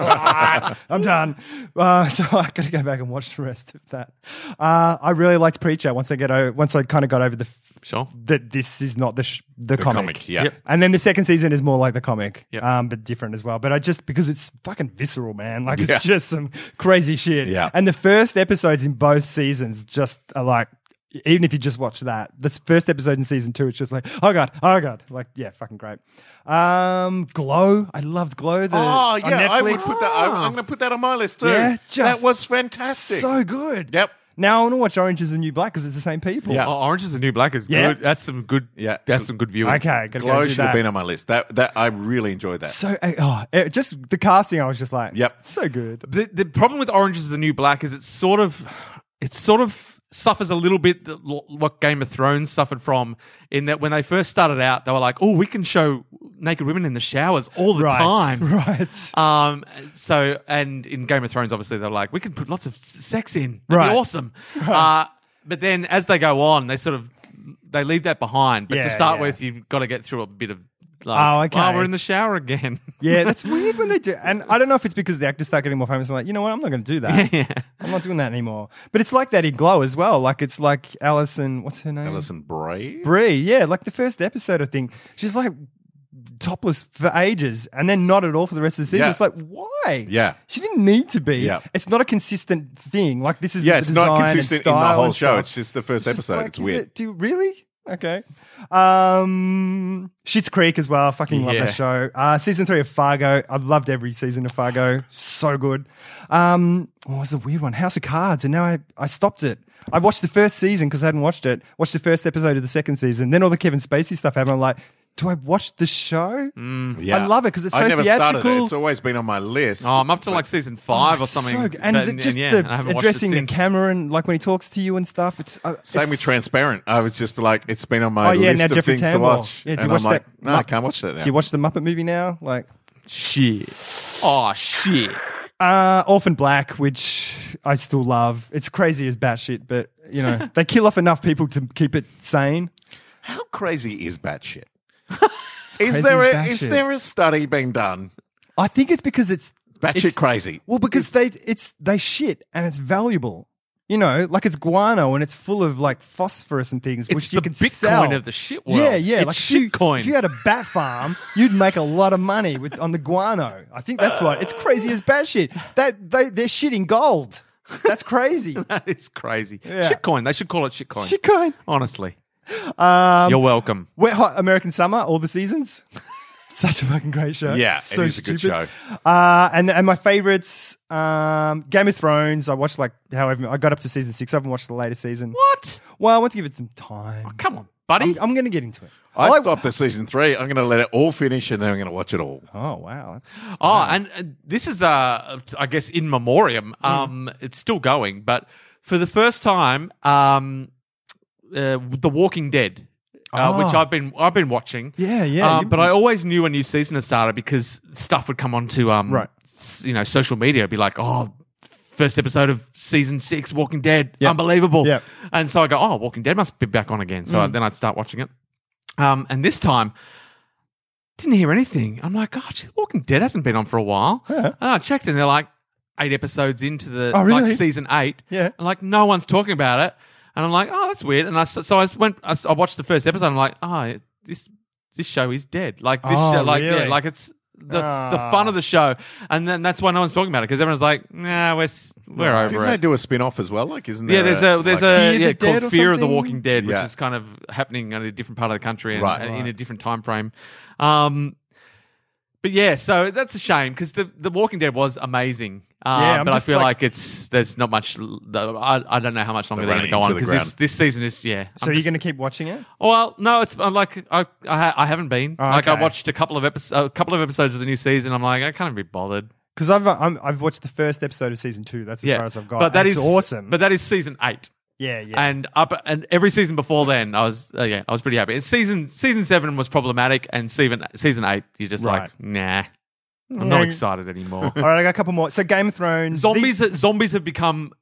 [SPEAKER 5] (laughs) I'm done. Uh, (laughs) so I got to go back and watch the rest of that. Uh, I really liked Preacher. Once I get over, once I kind of got over the f-
[SPEAKER 4] Sure.
[SPEAKER 5] that this is not the sh- the,
[SPEAKER 1] The
[SPEAKER 5] comic.
[SPEAKER 1] comic, yeah.
[SPEAKER 4] Yep.
[SPEAKER 5] And then the second season is more like the comic,
[SPEAKER 4] Yep.
[SPEAKER 5] um, but different as well. But I just because it's fucking visceral, man. Like
[SPEAKER 1] Yeah.
[SPEAKER 5] it's just some crazy shit.
[SPEAKER 1] Yeah.
[SPEAKER 5] And the first episodes in both seasons just are like, even if you just watch that, this first episode in season two, it's just like, oh god, oh god, like yeah, fucking great. Um, Glow, I loved Glow. The,
[SPEAKER 1] Oh
[SPEAKER 5] on
[SPEAKER 1] yeah, I would
[SPEAKER 5] Netflix.
[SPEAKER 1] put that. I'm, I'm going to put that on my list too.
[SPEAKER 5] Yeah, just
[SPEAKER 1] that was fantastic.
[SPEAKER 5] So good.
[SPEAKER 1] Yep.
[SPEAKER 5] Now I want to watch Orange Is the New Black because it's the same people.
[SPEAKER 1] Yeah.
[SPEAKER 4] Oh, Orange is the New Black is
[SPEAKER 5] Yeah.
[SPEAKER 4] good. That's some good.
[SPEAKER 1] Yeah.
[SPEAKER 4] that's some good viewing.
[SPEAKER 5] Oh, Okay, gotta
[SPEAKER 1] Glow
[SPEAKER 5] go do
[SPEAKER 1] should
[SPEAKER 5] that.
[SPEAKER 1] have been on my list. That that I really enjoyed that.
[SPEAKER 5] So uh, oh, it, just the casting, I was just like,
[SPEAKER 1] Yep.
[SPEAKER 5] so good.
[SPEAKER 4] The, the problem with Orange is the New Black is it's sort of, it's sort of suffers a little bit th- l- what Game of Thrones suffered from, in that when they first started out, they were like, "Oh, we can show naked women in the showers all the
[SPEAKER 5] right,
[SPEAKER 4] time."
[SPEAKER 5] (laughs) right?
[SPEAKER 4] Um, so, and in Game of Thrones, obviously, they're like, we can put lots of s- sex in. It'd
[SPEAKER 5] Right.
[SPEAKER 4] be awesome. Uh, but then as they go on, they sort of, they leave that behind. But
[SPEAKER 5] Yeah,
[SPEAKER 4] to start
[SPEAKER 5] yeah.
[SPEAKER 4] with, you've got to get through a bit of like,
[SPEAKER 5] Oh, okay.
[SPEAKER 4] we're in the shower again.
[SPEAKER 5] Yeah, that's weird when they do. And I don't know if it's because the actors start getting more famous and like, you know what, I'm not going to do that.
[SPEAKER 4] yeah.
[SPEAKER 5] I'm not doing that anymore. But it's like that in Glow as well. Like it's like Alison, what's her name?
[SPEAKER 1] Alison Bray.
[SPEAKER 5] Brie. Yeah, like the first episode, I think she's like topless for ages, and then not at all for the rest of the season.
[SPEAKER 1] Yeah.
[SPEAKER 5] It's like why?
[SPEAKER 1] Yeah.
[SPEAKER 5] she didn't need to be.
[SPEAKER 1] Yeah.
[SPEAKER 5] it's not a consistent thing. Like this is
[SPEAKER 1] Yeah,
[SPEAKER 5] the
[SPEAKER 1] it's not
[SPEAKER 5] design and
[SPEAKER 1] consistent in the
[SPEAKER 5] style
[SPEAKER 1] whole
[SPEAKER 5] and
[SPEAKER 1] show.
[SPEAKER 5] stuff.
[SPEAKER 1] It's just the first
[SPEAKER 5] Just
[SPEAKER 1] episode.
[SPEAKER 5] like,
[SPEAKER 1] it's
[SPEAKER 5] is
[SPEAKER 1] weird.
[SPEAKER 5] it- do you- really? Okay. Um, Shit's Creek as well. I Fucking love
[SPEAKER 4] Yeah.
[SPEAKER 5] that show. Uh, season three of Fargo. I loved every season of Fargo. So good. Um, what was the weird one? House of Cards. And now I, I stopped it. I watched the first season because I hadn't watched it. Watched the first episode of the second season. Then all the Kevin Spacey stuff happened. I'm like, do I watch the show?
[SPEAKER 4] Mm,
[SPEAKER 5] I love it because it's
[SPEAKER 1] I
[SPEAKER 5] so
[SPEAKER 1] never started it.
[SPEAKER 5] theatrical.
[SPEAKER 1] It's always been on my list.
[SPEAKER 4] Oh, I'm up to like season five or
[SPEAKER 5] It's so
[SPEAKER 4] something.
[SPEAKER 5] good. and
[SPEAKER 4] But-
[SPEAKER 5] the- just
[SPEAKER 4] yeah,
[SPEAKER 5] the
[SPEAKER 4] I haven't watched it
[SPEAKER 5] addressing the
[SPEAKER 4] since.
[SPEAKER 5] camera and like when he talks to you and stuff. It's uh,
[SPEAKER 1] Same
[SPEAKER 5] it's-
[SPEAKER 1] with Transparent. I was just like, it's been on my
[SPEAKER 5] Oh, yeah,
[SPEAKER 1] list
[SPEAKER 5] now
[SPEAKER 1] of
[SPEAKER 5] Jeffrey
[SPEAKER 1] things
[SPEAKER 5] Tambor.
[SPEAKER 1] to watch.
[SPEAKER 5] Yeah, do you
[SPEAKER 1] and
[SPEAKER 5] watch
[SPEAKER 1] I'm like,
[SPEAKER 5] that-
[SPEAKER 1] no, I can't watch that now.
[SPEAKER 5] Do you watch the Muppet movie now? Like,
[SPEAKER 4] Shit. Oh, shit. (laughs)
[SPEAKER 5] Uh, Orphan Black, which I still love. It's crazy as batshit, but you
[SPEAKER 1] (laughs)
[SPEAKER 5] know they kill off enough people to keep it sane.
[SPEAKER 1] How crazy is
[SPEAKER 5] (laughs)
[SPEAKER 1] batshit? is
[SPEAKER 5] crazy
[SPEAKER 1] there
[SPEAKER 5] as
[SPEAKER 1] a,
[SPEAKER 5] batshit.
[SPEAKER 1] is there a study being done?
[SPEAKER 5] I think it's because it's
[SPEAKER 1] Batshit
[SPEAKER 5] it's-
[SPEAKER 1] crazy.
[SPEAKER 5] Well, because they it's they shit and it's valuable. You know, like it's guano and it's full of like phosphorus and things,
[SPEAKER 4] It's
[SPEAKER 5] which you
[SPEAKER 4] the
[SPEAKER 5] can
[SPEAKER 4] Bitcoin
[SPEAKER 5] sell.
[SPEAKER 4] of the shit world.
[SPEAKER 5] Yeah, yeah,
[SPEAKER 4] It's
[SPEAKER 5] like if
[SPEAKER 4] shit
[SPEAKER 5] you-
[SPEAKER 4] coin.
[SPEAKER 5] If you had a bat farm, you'd make a lot of money with on the guano. I think that's what it's crazy as batshit. That they they're shitting gold.
[SPEAKER 4] (laughs)
[SPEAKER 5] That's crazy.
[SPEAKER 4] That is crazy.
[SPEAKER 5] Yeah.
[SPEAKER 4] Shitcoin. They should call it shitcoin.
[SPEAKER 5] Shitcoin.
[SPEAKER 4] Honestly.
[SPEAKER 5] Um,
[SPEAKER 4] You're welcome.
[SPEAKER 5] Wet Hot American Summer, all the seasons. (laughs) Such a fucking great show.
[SPEAKER 1] Yeah, it
[SPEAKER 5] so
[SPEAKER 1] is a good
[SPEAKER 5] stupid. Uh, and and my favorites, um, Game of Thrones. I watched like however I got up to season six. I haven't watched the later season.
[SPEAKER 4] What?
[SPEAKER 5] Well, I want to give it some time.
[SPEAKER 4] Come on, buddy.
[SPEAKER 5] I'm, I'm going to get into it.
[SPEAKER 1] I
[SPEAKER 5] like-
[SPEAKER 1] stopped at season three. I'm going to let it all finish and then I'm going to watch it all.
[SPEAKER 5] Oh wow, Hmm. that's
[SPEAKER 4] Oh, and, and this is, uh, I guess, in memoriam. Um, It's still going, but for the first time, um, uh, The Walking Dead, uh, which
[SPEAKER 5] Ah.
[SPEAKER 4] I've been I've been watching.
[SPEAKER 5] Yeah, yeah,
[SPEAKER 4] Uh,
[SPEAKER 5] you-
[SPEAKER 4] but I always knew a new season had started because stuff would come onto um,
[SPEAKER 5] Right.
[SPEAKER 4] s- you know, social media, It'd be like, oh. First episode of season six, Walking Dead,
[SPEAKER 5] Yep.
[SPEAKER 4] unbelievable.
[SPEAKER 5] Yep. Hmm.
[SPEAKER 4] And so I go, oh, Walking Dead must be back on again. So then I'd start watching it. Um, and this time, didn't hear anything. I'm like, gosh, The Walking Dead hasn't been on for a while. And I checked, and they're like eight episodes into the
[SPEAKER 5] Oh, really?
[SPEAKER 4] like season eight.
[SPEAKER 5] Yeah.
[SPEAKER 4] and like no one's talking about it. And I'm like, oh, that's weird. And I s- so I s- went, I, s- I watched the first episode. and I'm like, oh, this this show is dead. Like this,
[SPEAKER 5] Oh,
[SPEAKER 4] show, like
[SPEAKER 5] really?
[SPEAKER 4] yeah, like it's. The, the
[SPEAKER 5] Ah.
[SPEAKER 4] fun of the show, and then that's why no one's talking about it because everyone's like, "Nah, we're s- we're over
[SPEAKER 1] Didn't
[SPEAKER 4] it."
[SPEAKER 1] they do a spin off as well? Like, isn't there?
[SPEAKER 4] Yeah, there's a
[SPEAKER 1] like-
[SPEAKER 4] there's
[SPEAKER 5] Fear
[SPEAKER 4] a
[SPEAKER 5] the
[SPEAKER 4] yeah,
[SPEAKER 5] Dead or
[SPEAKER 4] called Fear of the
[SPEAKER 5] something?
[SPEAKER 4] Walking Dead,
[SPEAKER 1] Yeah.
[SPEAKER 4] which is kind of happening in a different part of the country and
[SPEAKER 1] Right.
[SPEAKER 4] and
[SPEAKER 1] Right.
[SPEAKER 4] in a different time frame. Um, but yeah, so that's a shame because the the Walking Dead was amazing. Uh,
[SPEAKER 5] Yeah, I'm
[SPEAKER 4] but I
[SPEAKER 5] just
[SPEAKER 4] feel
[SPEAKER 5] like-
[SPEAKER 4] like, it's there's not much. l- the- I, I don't know how much longer they're going
[SPEAKER 1] running
[SPEAKER 4] to go
[SPEAKER 1] into
[SPEAKER 4] on
[SPEAKER 1] the
[SPEAKER 4] because this
[SPEAKER 1] ground.
[SPEAKER 4] this season is yeah. oh,
[SPEAKER 5] so. you're going to keep watching it?
[SPEAKER 4] Well, no, it's I'm like I I, ha- I haven't been
[SPEAKER 5] Oh,
[SPEAKER 4] like I
[SPEAKER 5] okay.
[SPEAKER 4] watched a couple of episodes a couple of episodes of the new season. I'm like I can't be bothered.
[SPEAKER 5] Because I've I'm, I've watched the first episode of season two. That's as
[SPEAKER 4] yeah,
[SPEAKER 5] far as I've got.
[SPEAKER 4] but
[SPEAKER 5] that
[SPEAKER 4] that
[SPEAKER 5] is
[SPEAKER 4] is
[SPEAKER 5] awesome.
[SPEAKER 4] But that is season eight
[SPEAKER 5] yeah, yeah.
[SPEAKER 4] and up and every season before then, I was uh, yeah, I was pretty happy. And season season seven was problematic, and season season eight, you're just
[SPEAKER 5] Right.
[SPEAKER 4] like, nah, I'm
[SPEAKER 5] Yeah.
[SPEAKER 4] not excited anymore.
[SPEAKER 5] all right, I got a couple more. So Game of
[SPEAKER 4] (laughs)
[SPEAKER 5] Thrones,
[SPEAKER 4] zombies
[SPEAKER 5] (laughs) these-
[SPEAKER 4] zombies have become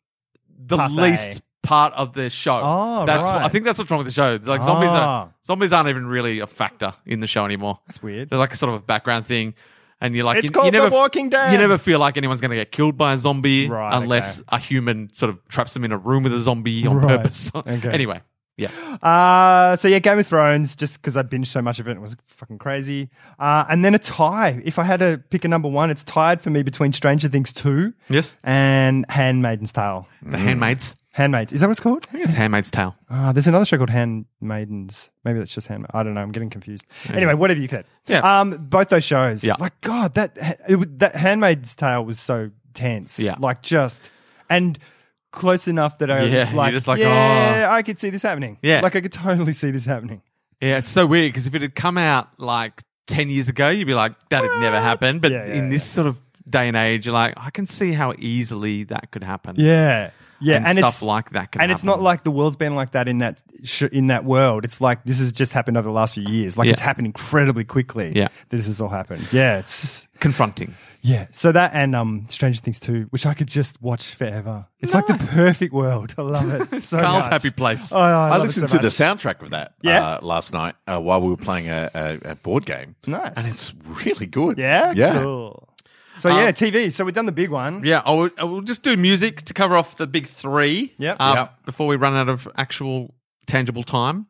[SPEAKER 4] the
[SPEAKER 5] Passe.
[SPEAKER 4] least part of the show.
[SPEAKER 5] Oh,
[SPEAKER 4] that's what-
[SPEAKER 5] right.
[SPEAKER 4] I think that's what's wrong with the show. It's Like zombies
[SPEAKER 5] Ah.
[SPEAKER 4] are zombies aren't even really a factor in the show anymore.
[SPEAKER 5] That's weird.
[SPEAKER 4] They're like a sort of a background thing. And you're like,
[SPEAKER 5] It's
[SPEAKER 4] you,
[SPEAKER 5] called
[SPEAKER 4] you
[SPEAKER 5] The
[SPEAKER 4] never,
[SPEAKER 5] Walking Dead.
[SPEAKER 4] You never feel like anyone's going to get killed by a zombie
[SPEAKER 5] Right,
[SPEAKER 4] unless a human sort of traps them in a room with a zombie on
[SPEAKER 5] Right.
[SPEAKER 4] purpose. (laughs)
[SPEAKER 5] Okay.
[SPEAKER 4] anyway, yeah.
[SPEAKER 5] Uh, so yeah, Game of Thrones, just because I binged so much of it, it was fucking crazy. Uh, and then a tie. If I had to pick a number one, it's tied for me between Stranger Things 2
[SPEAKER 4] Yes.
[SPEAKER 5] and Handmaiden's Tale.
[SPEAKER 4] The Handmaid's.
[SPEAKER 5] Handmaids. Is that what it's called?
[SPEAKER 4] It's Handmaid's Tale.
[SPEAKER 5] Ah, there's another show called Handmaidens. Maybe that's just Handmaid. I don't know. I'm getting confused. Anyway, whatever you could.
[SPEAKER 4] Yeah.
[SPEAKER 5] Um, both those shows.
[SPEAKER 4] Yeah.
[SPEAKER 5] Like God, that it, was- that Handmaid's Tale was so tense.
[SPEAKER 4] Yeah.
[SPEAKER 5] Like just and close enough that I
[SPEAKER 4] Yeah,
[SPEAKER 5] was like,
[SPEAKER 4] you're just like, "Oh."
[SPEAKER 5] yeah, I could see this happening.
[SPEAKER 4] Yeah.
[SPEAKER 5] Like I could totally see this happening.
[SPEAKER 4] Yeah, it's so weird because if it had come out like 10 years ago, you'd be like, that'd never happen. But
[SPEAKER 5] Yeah, yeah,
[SPEAKER 4] in this sort of day and age, you're like, I can see how easily that could happen.
[SPEAKER 5] Yeah. Yeah,
[SPEAKER 4] and,
[SPEAKER 5] and
[SPEAKER 4] stuff
[SPEAKER 5] it's-
[SPEAKER 4] like that can
[SPEAKER 5] and it's not
[SPEAKER 4] happen.
[SPEAKER 5] like the world's been like that in that sh- in that world. It's like this has just happened over the last few years. Like
[SPEAKER 4] Yeah.
[SPEAKER 5] it's happened incredibly quickly.
[SPEAKER 4] Yeah.
[SPEAKER 5] that this has all happened. Yeah, it's
[SPEAKER 4] confronting.
[SPEAKER 5] yeah. So that and um, Stranger Things too, which I could just watch forever. It's like the perfect world. I love
[SPEAKER 4] (laughs)
[SPEAKER 5] it so
[SPEAKER 4] Carl's
[SPEAKER 5] much.
[SPEAKER 4] happy place.
[SPEAKER 5] Oh, I,
[SPEAKER 1] I
[SPEAKER 5] love it
[SPEAKER 1] listened
[SPEAKER 5] so
[SPEAKER 1] to the
[SPEAKER 5] much.
[SPEAKER 1] soundtrack of that
[SPEAKER 5] Yeah.
[SPEAKER 1] uh, last night uh, while we were playing a, a, a board game.
[SPEAKER 5] Nice.
[SPEAKER 1] And it's really good.
[SPEAKER 5] Yeah,
[SPEAKER 1] Yeah.
[SPEAKER 5] Cool. So yeah, TV. So we've done the big one.
[SPEAKER 4] Um, Yeah, I will, I will just do music to cover off the big three.
[SPEAKER 5] Yep.
[SPEAKER 4] uh,
[SPEAKER 1] Yep.
[SPEAKER 4] Before we run out of actual tangible time.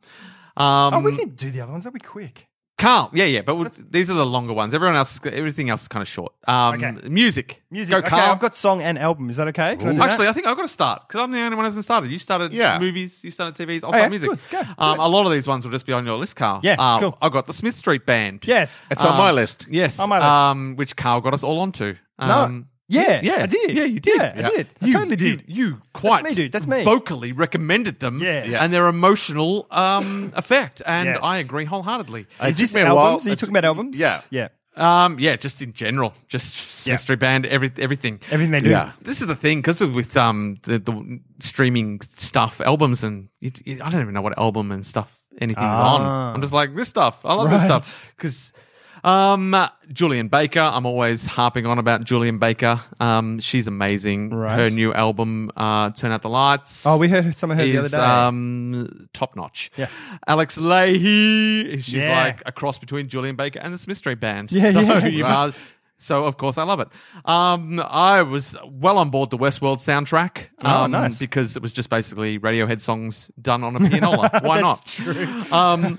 [SPEAKER 4] Um,
[SPEAKER 5] Oh, we can do the other ones. That'll be quick.
[SPEAKER 4] Carl, yeah, yeah, but we'll, these are the longer ones. Everyone else, is- everything else is kind of short. Um,
[SPEAKER 5] Okay.
[SPEAKER 4] Music,
[SPEAKER 5] Music.
[SPEAKER 4] Go,
[SPEAKER 5] okay,
[SPEAKER 4] Carl.
[SPEAKER 5] I've got song and album. Is that okay? Can I do that?
[SPEAKER 4] Actually, I think I've got to start because I'm the only one who hasn't started. You started
[SPEAKER 1] Yeah.
[SPEAKER 4] movies, you started TVs, I'll
[SPEAKER 5] Oh, yeah,
[SPEAKER 4] start music.
[SPEAKER 5] good, go,
[SPEAKER 4] um, a lot of these ones will just be on your list, Carl.
[SPEAKER 5] Yeah,
[SPEAKER 4] um,
[SPEAKER 5] cool.
[SPEAKER 4] I've got the Smith Street Band.
[SPEAKER 5] yes.
[SPEAKER 1] It's on my list.
[SPEAKER 4] Yes.
[SPEAKER 5] On my list.
[SPEAKER 4] Um, which Carl got us all onto. Um,
[SPEAKER 5] yeah,
[SPEAKER 4] yeah,
[SPEAKER 5] I did.
[SPEAKER 4] Yeah, you did.
[SPEAKER 5] Yeah, I did. I
[SPEAKER 4] You-
[SPEAKER 5] totally did.
[SPEAKER 4] You, you quite
[SPEAKER 5] me, dude. That's me.
[SPEAKER 4] vocally recommended them
[SPEAKER 5] Yes. Yeah.
[SPEAKER 4] and their emotional um, (laughs) effect. And
[SPEAKER 5] Yes.
[SPEAKER 4] I agree wholeheartedly.
[SPEAKER 1] It
[SPEAKER 5] Is this
[SPEAKER 1] took me a while.
[SPEAKER 5] albums? Are you
[SPEAKER 1] It's-
[SPEAKER 5] talking about albums?
[SPEAKER 1] Yeah.
[SPEAKER 5] Yeah.
[SPEAKER 4] Um, yeah, just in general, just Smith
[SPEAKER 5] Yeah.
[SPEAKER 4] Street Band, every, everything.
[SPEAKER 5] Everything they do.
[SPEAKER 1] Yeah.
[SPEAKER 4] This is the thing because with um the, the streaming stuff, albums, and you, you- I don't even know what album and stuff anything's
[SPEAKER 5] Ah.
[SPEAKER 4] on. I'm just like this stuff. I love this
[SPEAKER 5] Right.
[SPEAKER 4] stuff because. Um, uh, Julian Baker. I'm always harping on about Julian Baker. Um, she's amazing.
[SPEAKER 5] Right.
[SPEAKER 4] Her new album, uh, "Turn Out the Lights."
[SPEAKER 5] Oh, we heard someone heard the other
[SPEAKER 4] is,
[SPEAKER 5] day.
[SPEAKER 4] Um, top notch.
[SPEAKER 5] Yeah.
[SPEAKER 4] Alex Leahy. She's
[SPEAKER 5] Yeah.
[SPEAKER 4] like a cross between Julian Baker and the Smith Street Band.
[SPEAKER 5] Yeah,
[SPEAKER 4] so
[SPEAKER 5] yeah.
[SPEAKER 4] you are- so of course I love it. Um, I was well on board the Westworld soundtrack.
[SPEAKER 5] Oh,
[SPEAKER 4] um,
[SPEAKER 5] nice.
[SPEAKER 4] Because it was just basically Radiohead songs done on a
[SPEAKER 5] (laughs)
[SPEAKER 4] pianola. Why not? Um,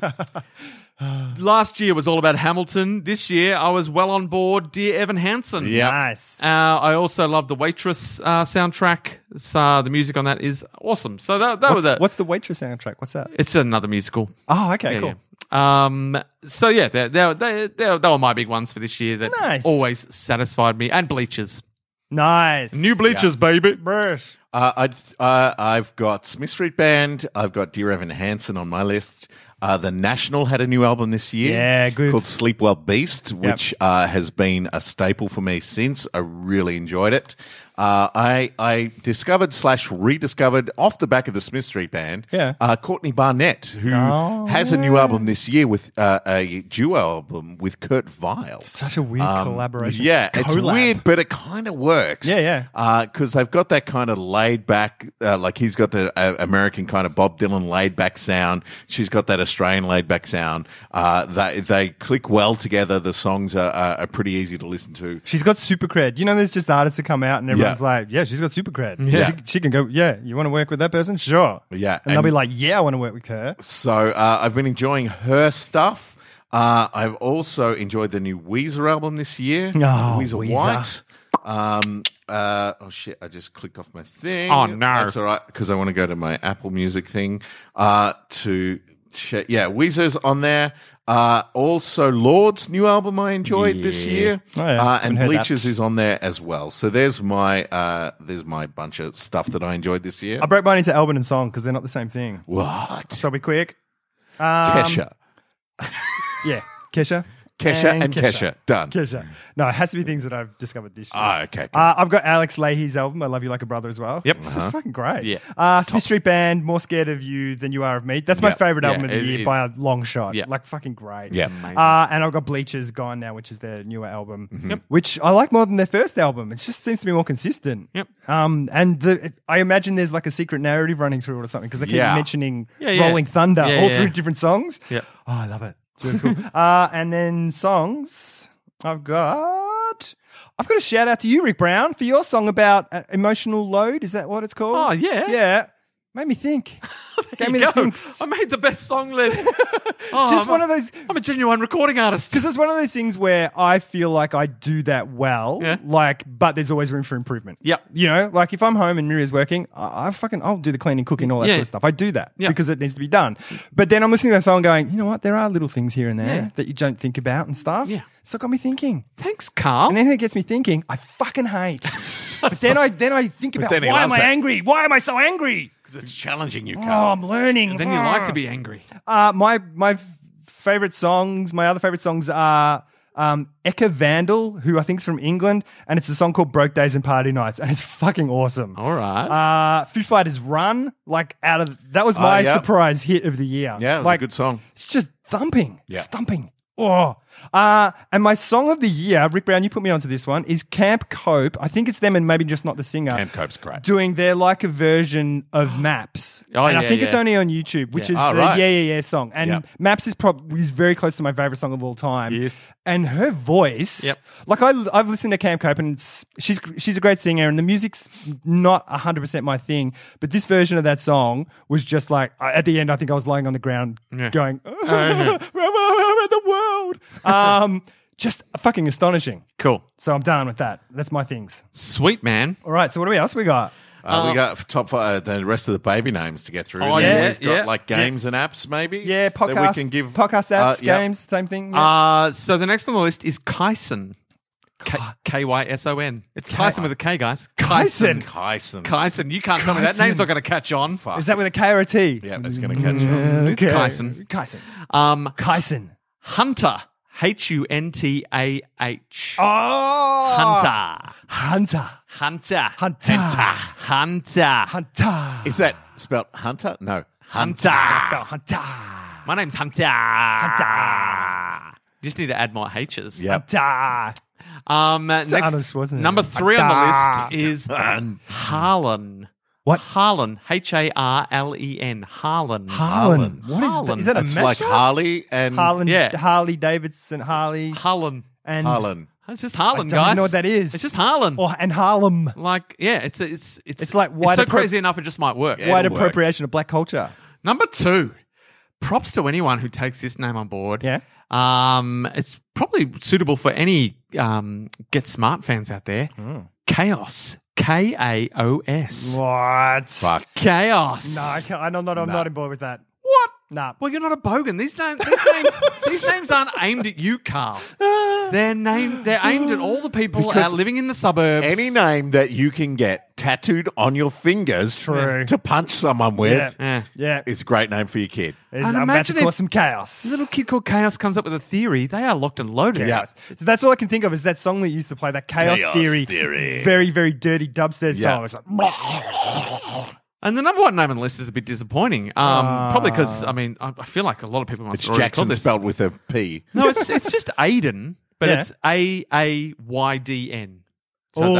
[SPEAKER 4] last year was all about Hamilton. This year I was well on board. Dear Evan Hansen.
[SPEAKER 1] Yeah.
[SPEAKER 5] Nice.
[SPEAKER 4] Uh, I also love the Waitress uh, soundtrack. So the music on that is awesome. So that, that was
[SPEAKER 5] what's,
[SPEAKER 4] it.
[SPEAKER 5] what's the waitress soundtrack? What's that?
[SPEAKER 4] It's another musical.
[SPEAKER 5] Oh, okay,
[SPEAKER 4] Yeah,
[SPEAKER 5] cool.
[SPEAKER 4] yeah. Um, so yeah, they they they they they were my big ones for this year that
[SPEAKER 5] Nice.
[SPEAKER 4] always satisfied me. And Bleachers,
[SPEAKER 5] Nice.
[SPEAKER 4] new Bleachers, baby.
[SPEAKER 5] Brush.
[SPEAKER 1] Uh, I'd, uh, I've got Smith Street Band. I've got Dear Evan Hansen on my list. Uh, the National had a new album this year.
[SPEAKER 5] Yeah, good.
[SPEAKER 1] Called Sleep Well Beast, which uh, has been a staple for me since. I really enjoyed it. Uh, I, I discovered slash rediscovered off the back of the Smith Street Band,
[SPEAKER 5] Yeah.
[SPEAKER 1] uh, Courtney Barnett, who
[SPEAKER 5] Oh,
[SPEAKER 1] has a new album this year with uh, a duo album with Kurt Vile.
[SPEAKER 5] Such a weird collaboration.
[SPEAKER 1] Um, Yeah, it's
[SPEAKER 5] Collab.
[SPEAKER 1] weird, but it kind of works.
[SPEAKER 5] Yeah, yeah.
[SPEAKER 1] Because they've got that kind of laid back, uh, like he's got the uh, American kind of Bob Dylan laid back sound. She's got that Australian laid back sound. Uh, they they click well together. The songs are, are, are pretty easy to listen to.
[SPEAKER 5] She's got super cred. You know, there's just artists that come out and everyone's
[SPEAKER 1] Yeah.
[SPEAKER 5] like, yeah, she's got super cred.
[SPEAKER 1] Yeah.
[SPEAKER 5] She, she can go, yeah, you want to work with that person? Sure.
[SPEAKER 1] Yeah,
[SPEAKER 5] And, they'll
[SPEAKER 1] and-
[SPEAKER 5] be like, yeah, I want to work with her.
[SPEAKER 1] So uh, I've been enjoying her stuff. Uh, I've also enjoyed the new Weezer album this year.
[SPEAKER 5] Oh,
[SPEAKER 1] Weezer,
[SPEAKER 5] Weezer.
[SPEAKER 1] White. Um, uh, oh shit! I just clicked off my thing.
[SPEAKER 4] Oh, no.
[SPEAKER 1] That's all right because I want to go to my Apple Music thing. Uh, to check. Yeah, Weezer's on there. Uh, also Lord's new album I enjoyed this year.
[SPEAKER 5] Oh, yeah.
[SPEAKER 1] Uh,
[SPEAKER 5] Haven't
[SPEAKER 1] and
[SPEAKER 5] heard that.
[SPEAKER 1] Bleachers is on there as well. So there's my uh, there's my bunch of stuff that I enjoyed this year.
[SPEAKER 5] I broke mine into album and song because they're not the same thing.
[SPEAKER 1] What?
[SPEAKER 5] So be quick. Um,
[SPEAKER 1] Kesha,
[SPEAKER 5] Yeah. Kesha.
[SPEAKER 1] Kesha, and, Kesha. Done.
[SPEAKER 5] Kesha. No, it has to be things that I've discovered this year.
[SPEAKER 1] Ah, okay.
[SPEAKER 5] Uh, I've got Alex Leahy's album, I Love You Like a Brother, as well.
[SPEAKER 4] Yep.
[SPEAKER 5] It's just fucking great.
[SPEAKER 4] Yeah.
[SPEAKER 5] Uh, Smith Street Band, More Scared of You Than You Are of Me. That's my
[SPEAKER 1] Yeah.
[SPEAKER 5] favorite album
[SPEAKER 4] Yeah,
[SPEAKER 5] of the
[SPEAKER 4] it-
[SPEAKER 5] year
[SPEAKER 4] it-
[SPEAKER 5] by a long shot.
[SPEAKER 4] Yeah.
[SPEAKER 5] Like, fucking great.
[SPEAKER 1] Yeah.
[SPEAKER 4] Amazing.
[SPEAKER 5] Uh, and I've got Bleachers Gone Now, which is their newer album, which I like more than their first album. It just seems to be more consistent.
[SPEAKER 4] Yep.
[SPEAKER 5] Um, and the, it- I imagine there's like a secret narrative running through it or something because they keep
[SPEAKER 1] Yeah.
[SPEAKER 5] mentioning
[SPEAKER 4] Yeah, yeah.
[SPEAKER 5] Rolling Thunder
[SPEAKER 4] Yeah,
[SPEAKER 5] all
[SPEAKER 4] yeah.
[SPEAKER 5] through different songs.
[SPEAKER 4] Yep.
[SPEAKER 5] Oh, I love it. It's
[SPEAKER 4] (laughs)
[SPEAKER 5] really cool. uh, and then songs. I've got. I've got a shout out to you, Rick Brown, for your song about uh, emotional load. Is that what it's called?
[SPEAKER 4] Oh, yeah.
[SPEAKER 5] Yeah. Made me think.
[SPEAKER 4] (laughs) There
[SPEAKER 5] Gave me
[SPEAKER 4] you
[SPEAKER 5] the
[SPEAKER 4] go.
[SPEAKER 5] thinks.
[SPEAKER 4] I made the best song
[SPEAKER 5] (laughs)
[SPEAKER 4] list. Oh,
[SPEAKER 5] Just one of those.
[SPEAKER 4] I'm a genuine recording artist.
[SPEAKER 5] Because it's one of those things where I feel like I do that well,
[SPEAKER 4] Yeah.
[SPEAKER 5] like, but there's always room for improvement.
[SPEAKER 4] Yep.
[SPEAKER 5] You know, like if I'm home and Miria's working, I, I fucking I'll do the cleaning, cooking, all that
[SPEAKER 4] Yeah.
[SPEAKER 5] sort of stuff. I do that
[SPEAKER 4] Yeah.
[SPEAKER 5] because it needs to be done. But then I'm listening to that song, going, you know what? There are little things here and there
[SPEAKER 4] Yeah.
[SPEAKER 5] that you don't think about and stuff.
[SPEAKER 4] Yeah.
[SPEAKER 5] So it got me thinking,
[SPEAKER 4] Thanks, Carl.
[SPEAKER 5] and anything that gets me thinking, I
[SPEAKER 4] (laughs)
[SPEAKER 5] fucking hate. but then I then I think about
[SPEAKER 1] then he
[SPEAKER 5] why am I
[SPEAKER 1] loves it.
[SPEAKER 5] angry? Why am I so angry?
[SPEAKER 1] It's challenging you,
[SPEAKER 5] Oh,
[SPEAKER 1] Carl.
[SPEAKER 5] I'm learning.
[SPEAKER 4] then you like to be angry.
[SPEAKER 5] Uh, my my f- favorite songs, my other favorite songs are um, Eka Vandal, who I think is from England, and it's a song called "Broke Days and Party Nights," and it's fucking awesome.
[SPEAKER 4] All right.
[SPEAKER 5] Uh, Foo Fighters "Run," like out of that was my
[SPEAKER 1] Oh, yeah.
[SPEAKER 5] surprise hit of the year.
[SPEAKER 1] Yeah, it was a
[SPEAKER 5] like
[SPEAKER 1] good song.
[SPEAKER 5] it's just thumping.
[SPEAKER 1] Yeah.
[SPEAKER 5] It's thumping. Oh. Uh, and my song of the year, Rick Brown, you put me onto this one, is Camp Cope. I think it's them and maybe just not the singer.
[SPEAKER 1] Camp Cope's great.
[SPEAKER 5] Doing their like a version
[SPEAKER 1] (gasps)
[SPEAKER 5] of Maps.
[SPEAKER 4] Oh,
[SPEAKER 5] and
[SPEAKER 4] yeah,
[SPEAKER 5] I think it's
[SPEAKER 4] yeah.
[SPEAKER 5] only on YouTube, which is
[SPEAKER 1] Oh,
[SPEAKER 5] the
[SPEAKER 1] right.
[SPEAKER 5] Yeah Yeah Yeah song. And
[SPEAKER 1] Yeah.
[SPEAKER 5] Maps is probably is very close to my favorite song of all time.
[SPEAKER 4] Yes.
[SPEAKER 5] And her voice,
[SPEAKER 4] Yep.
[SPEAKER 5] like I, I've listened to Cam Cope and it's, she's she's a great singer and the music's not 100% my thing, but this version of that song was just like, I- at the end, I think I was lying on the ground
[SPEAKER 4] Yeah.
[SPEAKER 5] going, (laughs) the world. Um, just fucking astonishing.
[SPEAKER 4] cool.
[SPEAKER 5] So I'm done with that. That's my things.
[SPEAKER 4] Sweet man.
[SPEAKER 5] All right. So what do we else we got?
[SPEAKER 1] Uh, we got top five, the rest of the baby names to get through.
[SPEAKER 4] Oh,
[SPEAKER 1] And then
[SPEAKER 4] yeah,
[SPEAKER 1] we've got
[SPEAKER 4] yeah.
[SPEAKER 1] like games and apps, maybe.
[SPEAKER 5] Yeah, podcast.
[SPEAKER 1] that we can give
[SPEAKER 5] podcast apps,
[SPEAKER 1] Uh, yeah.
[SPEAKER 5] games, same thing. yeah.
[SPEAKER 4] Uh, so the next on the list is Kyson. K Y S O N. It's Kyson with a K, guys.
[SPEAKER 5] Kyson.
[SPEAKER 1] Kyson.
[SPEAKER 4] Kyson. You can't tell me that
[SPEAKER 5] Kyson.
[SPEAKER 4] name's not going to catch on.
[SPEAKER 5] Is that Mm. with a K or a T?
[SPEAKER 1] Yeah, that's going to catch on.
[SPEAKER 5] Okay.
[SPEAKER 4] Kyson.
[SPEAKER 5] Kyson.
[SPEAKER 4] Um,
[SPEAKER 5] Kyson.
[SPEAKER 4] Hunter. H U N T A H.
[SPEAKER 5] Oh,
[SPEAKER 4] Hunter.
[SPEAKER 5] Hunter.
[SPEAKER 4] Hunter.
[SPEAKER 5] Hunter.
[SPEAKER 4] Hunter. Hunter.
[SPEAKER 5] Hunter.
[SPEAKER 1] Is that spelled Hunter? No. Hunter.
[SPEAKER 5] Spell Hunter.
[SPEAKER 4] My name's Hunter. Hunter. Just need to add my H's.
[SPEAKER 1] Yep.
[SPEAKER 5] Hunter.
[SPEAKER 4] Um, next,
[SPEAKER 5] Arnold Schwarzenegger.
[SPEAKER 4] number three on the
[SPEAKER 5] Hunter.
[SPEAKER 4] list is Harlan.
[SPEAKER 5] What?
[SPEAKER 4] Harlan. H A R L E N. Harlan.
[SPEAKER 5] Harlan. What is
[SPEAKER 4] Harlan.
[SPEAKER 5] that? Is that a
[SPEAKER 1] It's
[SPEAKER 5] mashup?
[SPEAKER 1] like Harley and
[SPEAKER 5] Harlan,
[SPEAKER 4] Yeah.
[SPEAKER 5] Harley Davidson, Harley,
[SPEAKER 4] Harlan.
[SPEAKER 5] and
[SPEAKER 1] Harlan.
[SPEAKER 4] It's just Harlan,
[SPEAKER 5] I don't
[SPEAKER 4] guys.
[SPEAKER 5] know what that is.
[SPEAKER 4] It's just Harlan.
[SPEAKER 5] or and Harlem.
[SPEAKER 4] Like, yeah, it's it's it's,
[SPEAKER 5] It's like wide
[SPEAKER 4] so
[SPEAKER 5] appro-
[SPEAKER 4] crazy enough it just might work.
[SPEAKER 1] Yeah.
[SPEAKER 5] White
[SPEAKER 1] It'll work.
[SPEAKER 5] appropriation of black culture.
[SPEAKER 4] Number two, props to anyone who takes this name on board.
[SPEAKER 5] Yeah.
[SPEAKER 4] Um, it's probably suitable for any um, Get Smart fans out there.
[SPEAKER 5] Hmm.
[SPEAKER 4] Chaos. K A O S.
[SPEAKER 5] What?
[SPEAKER 1] Fuck.
[SPEAKER 4] Chaos.
[SPEAKER 5] No, I can't, I'm not. I'm not on board with that.
[SPEAKER 4] What?
[SPEAKER 5] Nah.
[SPEAKER 4] Well, you're not a bogan. These names, these names, these names aren't aimed at you,
[SPEAKER 5] (laughs)
[SPEAKER 4] Carl. They're named. They're aimed at all the people out living in the suburbs.
[SPEAKER 1] Any name that you can get tattooed on your fingers
[SPEAKER 5] True.
[SPEAKER 1] to punch someone with
[SPEAKER 4] Yeah.
[SPEAKER 5] Yeah.
[SPEAKER 1] is a great name for your kid.
[SPEAKER 4] And
[SPEAKER 5] It's, I'm about
[SPEAKER 4] imagine
[SPEAKER 5] to
[SPEAKER 4] if-
[SPEAKER 5] cause some chaos.
[SPEAKER 4] Little kid called Chaos comes up with a theory. They are locked and loaded.
[SPEAKER 1] Yeah.
[SPEAKER 5] So that's all I can think of is that song that used to play, that Chaos,
[SPEAKER 1] Chaos
[SPEAKER 5] Theory,
[SPEAKER 1] Theory.
[SPEAKER 5] very, very dirty dubstep
[SPEAKER 1] Yeah.
[SPEAKER 5] song. It's like,
[SPEAKER 4] And the number one name on the list is a bit disappointing. Um, probably because I mean I, I feel like a lot of people
[SPEAKER 1] Ah.
[SPEAKER 4] must
[SPEAKER 1] It's
[SPEAKER 4] have already called
[SPEAKER 1] Jackson
[SPEAKER 4] this.
[SPEAKER 1] spelled with a P.
[SPEAKER 4] No, it's it's just Aiden, but
[SPEAKER 5] Yeah.
[SPEAKER 4] it's A A Y D N. So
[SPEAKER 5] Ooh.
[SPEAKER 4] it's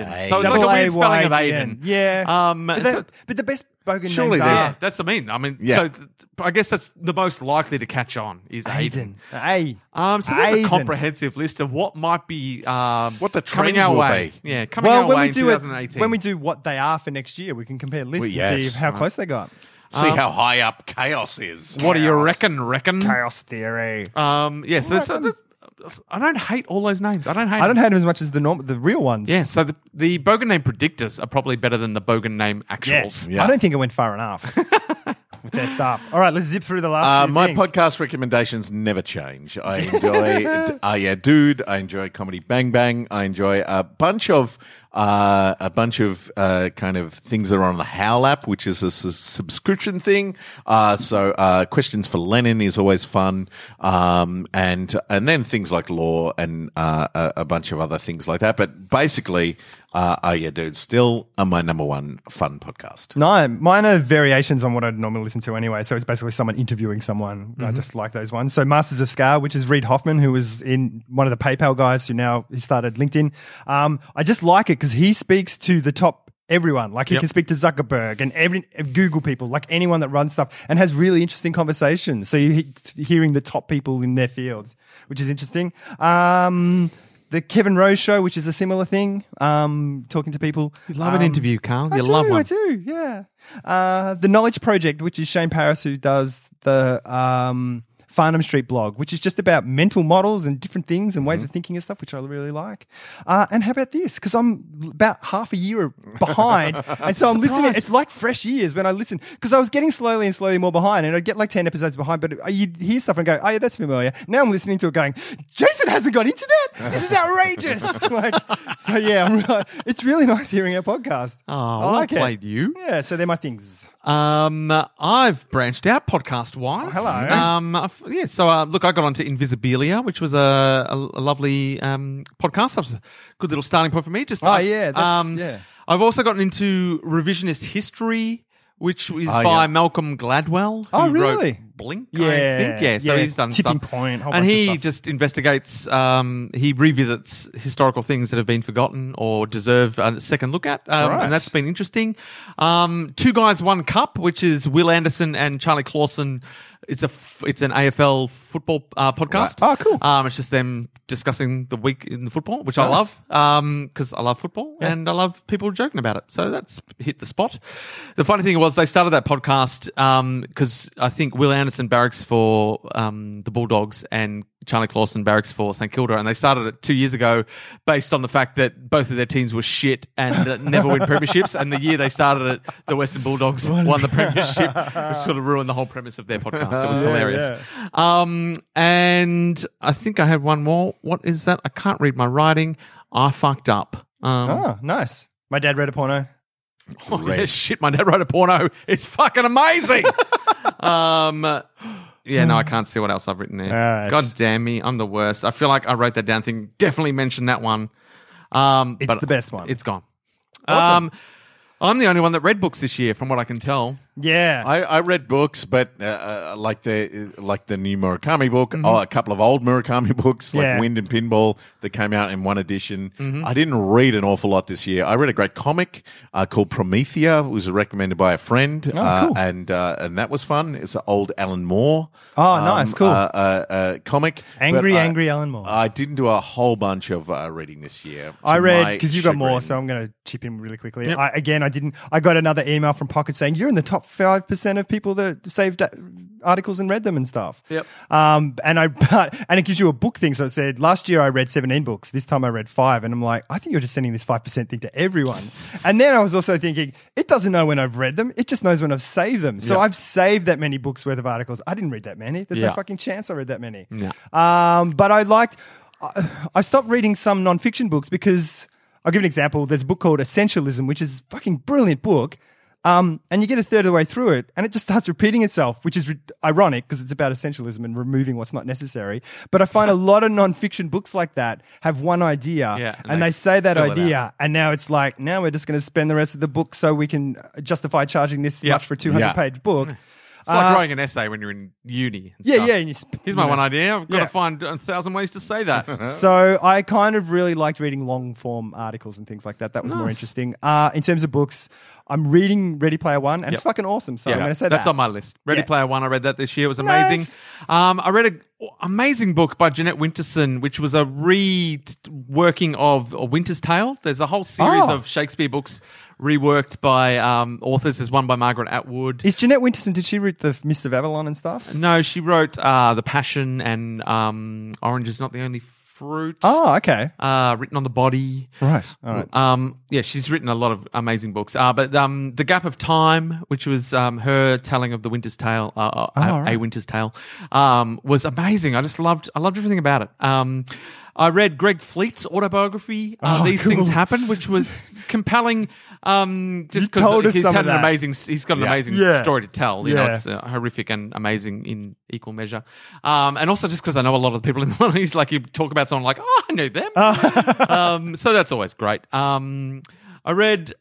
[SPEAKER 4] Aiden. So it's like a weird spelling of
[SPEAKER 5] AAYDN.
[SPEAKER 4] Aiden.
[SPEAKER 5] Yeah.
[SPEAKER 4] Um,
[SPEAKER 5] but,
[SPEAKER 4] so-
[SPEAKER 5] that, but the best bogan
[SPEAKER 1] Surely
[SPEAKER 5] names
[SPEAKER 1] there's-
[SPEAKER 4] yeah,
[SPEAKER 5] are
[SPEAKER 4] that's what I mean. I mean,
[SPEAKER 1] Yeah.
[SPEAKER 4] so th- I guess that's the most likely to catch on is Aiden.
[SPEAKER 5] Aiden. Hey.
[SPEAKER 4] Um, so there's a
[SPEAKER 5] Aiden.
[SPEAKER 4] comprehensive list of what might be um,
[SPEAKER 1] What the
[SPEAKER 4] coming
[SPEAKER 1] trends
[SPEAKER 4] our
[SPEAKER 1] will
[SPEAKER 4] way.
[SPEAKER 1] be.
[SPEAKER 4] Yeah, coming
[SPEAKER 5] Well,
[SPEAKER 4] our
[SPEAKER 5] when
[SPEAKER 4] way
[SPEAKER 5] we
[SPEAKER 4] in
[SPEAKER 5] do it,
[SPEAKER 4] 2018.
[SPEAKER 5] when we do what they are for next year, we can compare lists
[SPEAKER 1] Well,
[SPEAKER 5] and
[SPEAKER 1] yes.
[SPEAKER 5] see how close they got.
[SPEAKER 1] See how high up chaos is.
[SPEAKER 4] Um, what do you reckon? Reckon?
[SPEAKER 5] Chaos Theory.
[SPEAKER 4] Um, yeah, so that's, that's- I don't hate all those names. I don't hate.
[SPEAKER 5] I
[SPEAKER 4] them.
[SPEAKER 5] don't hate them as much as the norm, the real ones.
[SPEAKER 4] Yeah, so the, the bogan name predictors are probably better than the bogan name actuals.
[SPEAKER 5] Yes.
[SPEAKER 1] Yeah.
[SPEAKER 5] I don't think it went
[SPEAKER 1] (laughs)
[SPEAKER 5] far enough with their stuff. All right, let's zip through the last.
[SPEAKER 1] Uh,
[SPEAKER 5] few
[SPEAKER 1] my
[SPEAKER 5] things.
[SPEAKER 1] podcast recommendations never change. I
[SPEAKER 4] (laughs)
[SPEAKER 1] enjoy uh, Yeah Dude. I enjoy Comedy Bang Bang. I enjoy a bunch of uh, a bunch of uh, kind of things that are on the Howl app, which is a s- subscription thing. Uh, so uh, questions for Lennon is always fun, um, and and then things like law and uh, a, a bunch of other things like that. But basically, uh, Oh Yeah Dude still are my number one fun podcast.
[SPEAKER 5] No, mine are variations on what I'd normally listen to anyway. So it's basically someone interviewing someone.
[SPEAKER 4] Mm-hmm.
[SPEAKER 5] I just like those ones. So Masters of Scar, which is Reed Hoffman, who was in one of the PayPal guys who now he started LinkedIn. Um, I just like it because he speaks to the top everyone. Like he
[SPEAKER 4] Yep.
[SPEAKER 5] can speak to Zuckerberg and every Google people, like anyone that runs stuff, and has really interesting conversations. So you're he- hearing the top people in their fields, which is interesting. Um, the Kevin Rose show, which is a similar thing, um, talking to people.
[SPEAKER 4] You love an
[SPEAKER 5] Um,
[SPEAKER 4] interview, Carl.
[SPEAKER 5] I
[SPEAKER 4] You
[SPEAKER 5] do,
[SPEAKER 4] love one.
[SPEAKER 5] I do, yeah. Uh, the Knowledge Project, which is Shane Paris, who does the um, Farnham Street blog, which is just about mental models and different things
[SPEAKER 4] Mm-hmm.
[SPEAKER 5] and ways of thinking and stuff, which I really like. Uh, and how about this? Because I'm about half a year
[SPEAKER 4] (laughs)
[SPEAKER 5] behind. and so I'm listening.
[SPEAKER 4] Surprised.
[SPEAKER 5] It's like fresh ears when I listen. Because I was getting slowly and slowly more behind. And I'd get like 10 episodes behind, but you hear stuff and go, oh, yeah, that's familiar. Now I'm listening to it going, Jason hasn't got internet. This is
[SPEAKER 4] (laughs)
[SPEAKER 5] outrageous. (laughs) like, so yeah, I'm (laughs) really, it's really nice hearing our podcast.
[SPEAKER 4] Oh, well played, you.
[SPEAKER 5] Yeah, so they're my things.
[SPEAKER 4] Um, I've branched out podcast wise.
[SPEAKER 5] Oh, hello.
[SPEAKER 4] Um, I've yeah. So um, look, I got onto Invisibilia, which was a, a, a lovely um, podcast. That was a good little starting point for me. Just uh, um,
[SPEAKER 5] Oh, yeah, that's- yeah.
[SPEAKER 4] I've also gotten into revisionist history, which is
[SPEAKER 1] Oh,
[SPEAKER 4] by
[SPEAKER 1] yeah.
[SPEAKER 4] Malcolm Gladwell.
[SPEAKER 5] Oh,
[SPEAKER 4] who wrote
[SPEAKER 5] really?
[SPEAKER 4] Blink. I
[SPEAKER 5] Yeah,
[SPEAKER 4] think. yeah. So
[SPEAKER 5] yeah.
[SPEAKER 4] he's done
[SPEAKER 5] Tipping
[SPEAKER 4] some-
[SPEAKER 5] Point, whole
[SPEAKER 4] and
[SPEAKER 5] bunch of
[SPEAKER 4] he
[SPEAKER 5] stuff.
[SPEAKER 4] just investigates. Um, he revisits historical things that have been forgotten or deserve a second look at. Um,
[SPEAKER 5] Right.
[SPEAKER 4] And that's been interesting. Um, Two Guys, One Cup, which is Will Anderson and Charlie Clausen. It's a f- it's an AFL football uh, podcast.
[SPEAKER 5] Right. Oh, cool.
[SPEAKER 4] (laughs) Um, it's just them discussing the week in the football, which I
[SPEAKER 5] Nice.
[SPEAKER 4] love because I love football and I love people joking about it. So that's hit the spot. The funny thing was they started that podcast because I think Will Anderson barracks for um, the Bulldogs and Charlie Clausen barracks for St Kilda, and they started it two years ago based on the fact that both of their teams were shit and (laughs) uh, never win premierships. And the year they started it, the Western Bulldogs won the premiership, which sort of ruined the whole premise of their podcast. It was hilarious. Um, and I think I had one more. What is that? I can't read my writing. I fucked up. Um,
[SPEAKER 5] Oh, nice. My dad read a porno.
[SPEAKER 4] (laughs) oh, yeah, shit, my dad wrote a porno. It's fucking
[SPEAKER 5] (laughs)
[SPEAKER 4] amazing. um, yeah, no, I can't see what else I've written there.
[SPEAKER 5] All right.
[SPEAKER 4] God damn me, I'm the worst. I feel like I wrote that down thinking, definitely mention that one. Um,
[SPEAKER 5] It's
[SPEAKER 4] but
[SPEAKER 5] the best one.
[SPEAKER 4] It's gone.
[SPEAKER 5] Awesome.
[SPEAKER 4] Um, I'm the only one that read books this year, from what I can tell.
[SPEAKER 5] Yeah.
[SPEAKER 1] I, I read books, but uh, uh, like the like the new Murakami book, oh, a couple of old Murakami (laughs) books like
[SPEAKER 5] Mm-hmm. Yeah. Mm-hmm.
[SPEAKER 1] Wind and Pinball that came out in one edition. I didn't read an awful lot this year. I read a great comic uh, called Promethea. It was recommended by a friend, uh,
[SPEAKER 5] Oh, cool.
[SPEAKER 1] and uh, and that was fun. It's an old Alan Moore.
[SPEAKER 5] Oh, nice, cool.
[SPEAKER 1] Uh, uh, uh, comic.
[SPEAKER 5] Angry,
[SPEAKER 1] But I-
[SPEAKER 5] angry Alan Moore.
[SPEAKER 1] I didn't do a whole bunch of uh, reading this year. to
[SPEAKER 5] I read
[SPEAKER 1] my
[SPEAKER 5] because you got more,
[SPEAKER 1] chagrin.
[SPEAKER 5] so I'm going to chip in really quickly. I, again, I didn't. I got another email from Pocket saying you're in the top five percent of people that saved uh, articles and read them and stuff.
[SPEAKER 4] Yep.
[SPEAKER 5] Um, and I (laughs) but, and it gives you a book thing. So it said last year I read 17 books. This time I read five, and I'm like, I think you're just sending this five percent thing to everyone. and then I was also thinking it doesn't know when I've read them. It just knows when I've saved them. So I've saved that many books worth of articles. I didn't read that many. There's
[SPEAKER 4] Yeah.
[SPEAKER 5] no fucking chance I read that many.
[SPEAKER 4] Yeah.
[SPEAKER 5] Um, but I liked. I, I stopped reading some nonfiction books because I'll give an example. There's a book called Essentialism, which is a fucking brilliant book. Um, and you get a third of the way through it, and it just starts repeating itself, which is re- ironic because it's about essentialism and removing what's not necessary. But
[SPEAKER 4] (laughs)
[SPEAKER 5] I find a lot of nonfiction books like that have one idea,
[SPEAKER 4] Yeah,
[SPEAKER 5] and,
[SPEAKER 4] and
[SPEAKER 5] they,
[SPEAKER 4] they
[SPEAKER 5] say that
[SPEAKER 4] fill it out.
[SPEAKER 5] idea, and now it's like now we're just going to spend the rest of the book so we can justify charging this
[SPEAKER 4] Yeah.
[SPEAKER 5] much for a 200
[SPEAKER 1] Yeah.
[SPEAKER 5] page book.
[SPEAKER 4] It's like
[SPEAKER 5] Uh,
[SPEAKER 4] writing an essay when you're in uni. and
[SPEAKER 5] Yeah,
[SPEAKER 4] stuff.
[SPEAKER 5] yeah. And you sp-
[SPEAKER 4] Here's my
[SPEAKER 5] you know.
[SPEAKER 4] one idea. I've got
[SPEAKER 5] Yeah.
[SPEAKER 4] to find a thousand ways to say
[SPEAKER 5] (laughs)
[SPEAKER 4] that.
[SPEAKER 5] So I kind of really liked reading long form articles and things like that. That was more interesting. Uh, in terms of books, I'm reading Ready Player One, and it's
[SPEAKER 4] Yep.
[SPEAKER 5] fucking awesome. So I'm going to say
[SPEAKER 4] that's
[SPEAKER 5] that.
[SPEAKER 4] on my list. Ready
[SPEAKER 5] Yeah.
[SPEAKER 4] Player One. I read that this year. It was
[SPEAKER 5] Nice.
[SPEAKER 4] amazing. Um, I read an amazing book by Jeanette Winterson, which was a reworking of A Winter's Tale. There's a whole series
[SPEAKER 5] Oh.
[SPEAKER 4] of Shakespeare books reworked by um, authors. There's one by Margaret Atwood.
[SPEAKER 5] Is Jeanette Winterson? Did she read the Mists of Avalon and stuff?
[SPEAKER 4] no, she wrote uh, The Passion and um, Orange is Not the Only Fruit.
[SPEAKER 5] Oh, okay.
[SPEAKER 4] Uh, written on the body.
[SPEAKER 5] Right. All right.
[SPEAKER 4] Um, yeah, she's written a lot of amazing books. Uh, but um, The Gap of Time, which was um, her telling of The Winter's Tale, uh, uh,
[SPEAKER 5] Oh, all
[SPEAKER 4] A-
[SPEAKER 5] right.
[SPEAKER 4] A Winter's Tale, um, was amazing. I just loved I loved everything about it. Um, I read Greg Fleet's autobiography, uh,
[SPEAKER 5] Oh,
[SPEAKER 4] These
[SPEAKER 5] cool.
[SPEAKER 4] Things Happen, which
[SPEAKER 5] (laughs)
[SPEAKER 4] was compelling um, just
[SPEAKER 5] You told
[SPEAKER 4] because
[SPEAKER 5] us
[SPEAKER 4] he's
[SPEAKER 5] some
[SPEAKER 4] had
[SPEAKER 5] of
[SPEAKER 4] an
[SPEAKER 5] that.
[SPEAKER 4] amazing, he's got an amazing
[SPEAKER 5] Yeah.
[SPEAKER 4] story to tell. You know,
[SPEAKER 5] Yeah.
[SPEAKER 4] it's uh, horrific and amazing in equal measure. Um, and also just because I know a lot of the people in the (laughs) one, he's like, you talk about someone like, oh, I knew
[SPEAKER 5] (laughs)
[SPEAKER 4] them um, so that's always great. Um, I read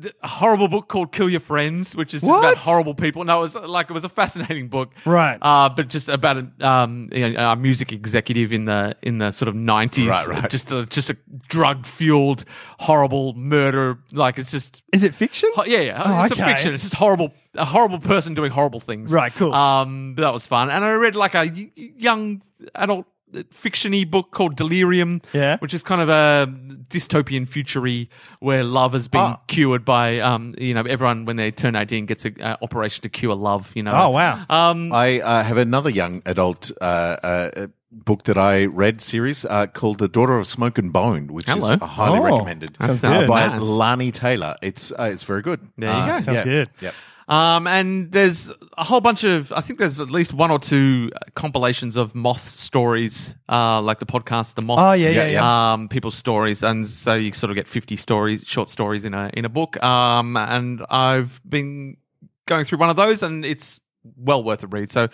[SPEAKER 4] th- a horrible book called Kill Your Friends, which is just
[SPEAKER 5] What?
[SPEAKER 4] about horrible people. No, it was uh, like it was a fascinating book,
[SPEAKER 5] Right.
[SPEAKER 4] Uh, but just about a, um, you know, a music executive in the in the sort of nineties,
[SPEAKER 1] Right, right.
[SPEAKER 4] Just a, just a drug fueled horrible murder. Like it's just
[SPEAKER 5] Is it fiction?
[SPEAKER 4] Ho- yeah, yeah.
[SPEAKER 5] Oh,
[SPEAKER 4] it's
[SPEAKER 5] okay.
[SPEAKER 4] a fiction. It's just horrible, a horrible person doing horrible things.
[SPEAKER 5] Right, cool.
[SPEAKER 4] Um, but that was fun. And I read like a y- y- young adult uh, fictiony book called Delirium.
[SPEAKER 5] Yeah.
[SPEAKER 4] which is kind of a dystopian futury where love has been
[SPEAKER 5] Ah.
[SPEAKER 4] cured by um, you know, everyone when they turn eighteen gets a uh, operation to cure love. You know.
[SPEAKER 5] Oh wow.
[SPEAKER 1] I uh, have another young adult uh, uh, book that I read series uh, called The Daughter of Smoke and Bone, which
[SPEAKER 4] Hello.
[SPEAKER 1] is highly
[SPEAKER 5] Oh,
[SPEAKER 1] recommended.
[SPEAKER 5] that sounds
[SPEAKER 1] Uh,
[SPEAKER 5] good.
[SPEAKER 1] by
[SPEAKER 4] Nice.
[SPEAKER 1] Lani Taylor. It's uh, it's very good.
[SPEAKER 4] There you go.
[SPEAKER 5] Sounds
[SPEAKER 1] yeah.
[SPEAKER 5] good.
[SPEAKER 1] Yep.
[SPEAKER 4] Um, and there's a whole bunch of, I think there's at least one or two compilations of moth stories, uh, like the podcast, the moth.
[SPEAKER 5] Oh, yeah, yeah,
[SPEAKER 4] Um, people's stories, and so you sort of get fifty stories, short stories in a in a book. Um, and I've been going through one of those, and it's well worth a read. So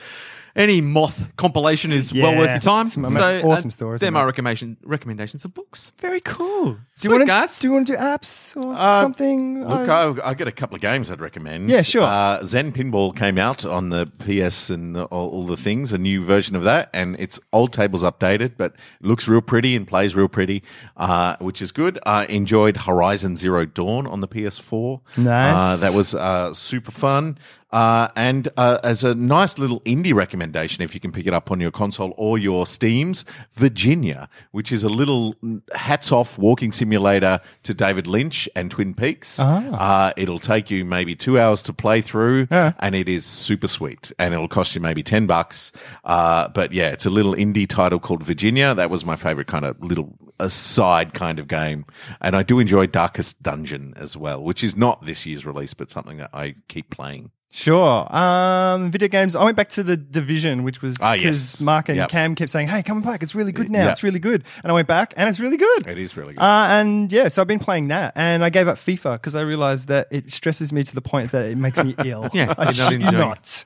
[SPEAKER 4] any moth compilation is well
[SPEAKER 5] Yeah.
[SPEAKER 4] worth your time.
[SPEAKER 5] Some
[SPEAKER 4] so, uh,
[SPEAKER 5] awesome stories
[SPEAKER 4] They're
[SPEAKER 5] in
[SPEAKER 4] my
[SPEAKER 5] there.
[SPEAKER 4] recommendation recommendations of books.
[SPEAKER 5] Very cool. Do
[SPEAKER 4] Sweet,
[SPEAKER 5] you want to
[SPEAKER 4] guys.
[SPEAKER 5] do you want to do apps or
[SPEAKER 1] Uh,
[SPEAKER 5] something?
[SPEAKER 1] Look,
[SPEAKER 5] I-
[SPEAKER 1] I, I get a couple of games I'd recommend.
[SPEAKER 5] Yeah, sure.
[SPEAKER 1] Uh, Zen Pinball came out on the PS and all, all the things, a new version of that, and it's old tables updated, but looks real pretty and plays real pretty, uh, which is good. I enjoyed Horizon Zero Dawn on the PS4.
[SPEAKER 5] Nice.
[SPEAKER 1] Uh, that was uh, super fun. Uh, and uh, as a nice little indie recommendation, if you can pick it up on your console or your Steam's, Virginia, which is a little hats off walking simulator to David Lynch and Twin Peaks. Uh, it'll take you maybe two hours to play through, and it is super sweet. And it'll cost you maybe 10 bucks. Uh, but yeah, it's a little indie title called Virginia. That was my favorite kind of little aside kind of game. And I do enjoy Darkest Dungeon as well, which is not this year's release, but something that I keep playing.
[SPEAKER 5] sure. Um, video games. I went back to the division, which was
[SPEAKER 1] Ah,
[SPEAKER 5] because
[SPEAKER 1] yes.
[SPEAKER 5] Mark and
[SPEAKER 1] Yep.
[SPEAKER 5] Cam kept saying, "Hey, come back. It's really good now.
[SPEAKER 1] yeah.
[SPEAKER 5] It's really good." And I went back, and it's really good.
[SPEAKER 1] It is really good.
[SPEAKER 5] Uh, and yeah, so I've been playing that, and I gave up FIFA because I realized that it stresses me to the point that it
[SPEAKER 4] (laughs)
[SPEAKER 5] makes me ill.
[SPEAKER 4] Yeah, you're
[SPEAKER 5] I
[SPEAKER 4] not
[SPEAKER 5] should
[SPEAKER 4] enjoying it.
[SPEAKER 5] not.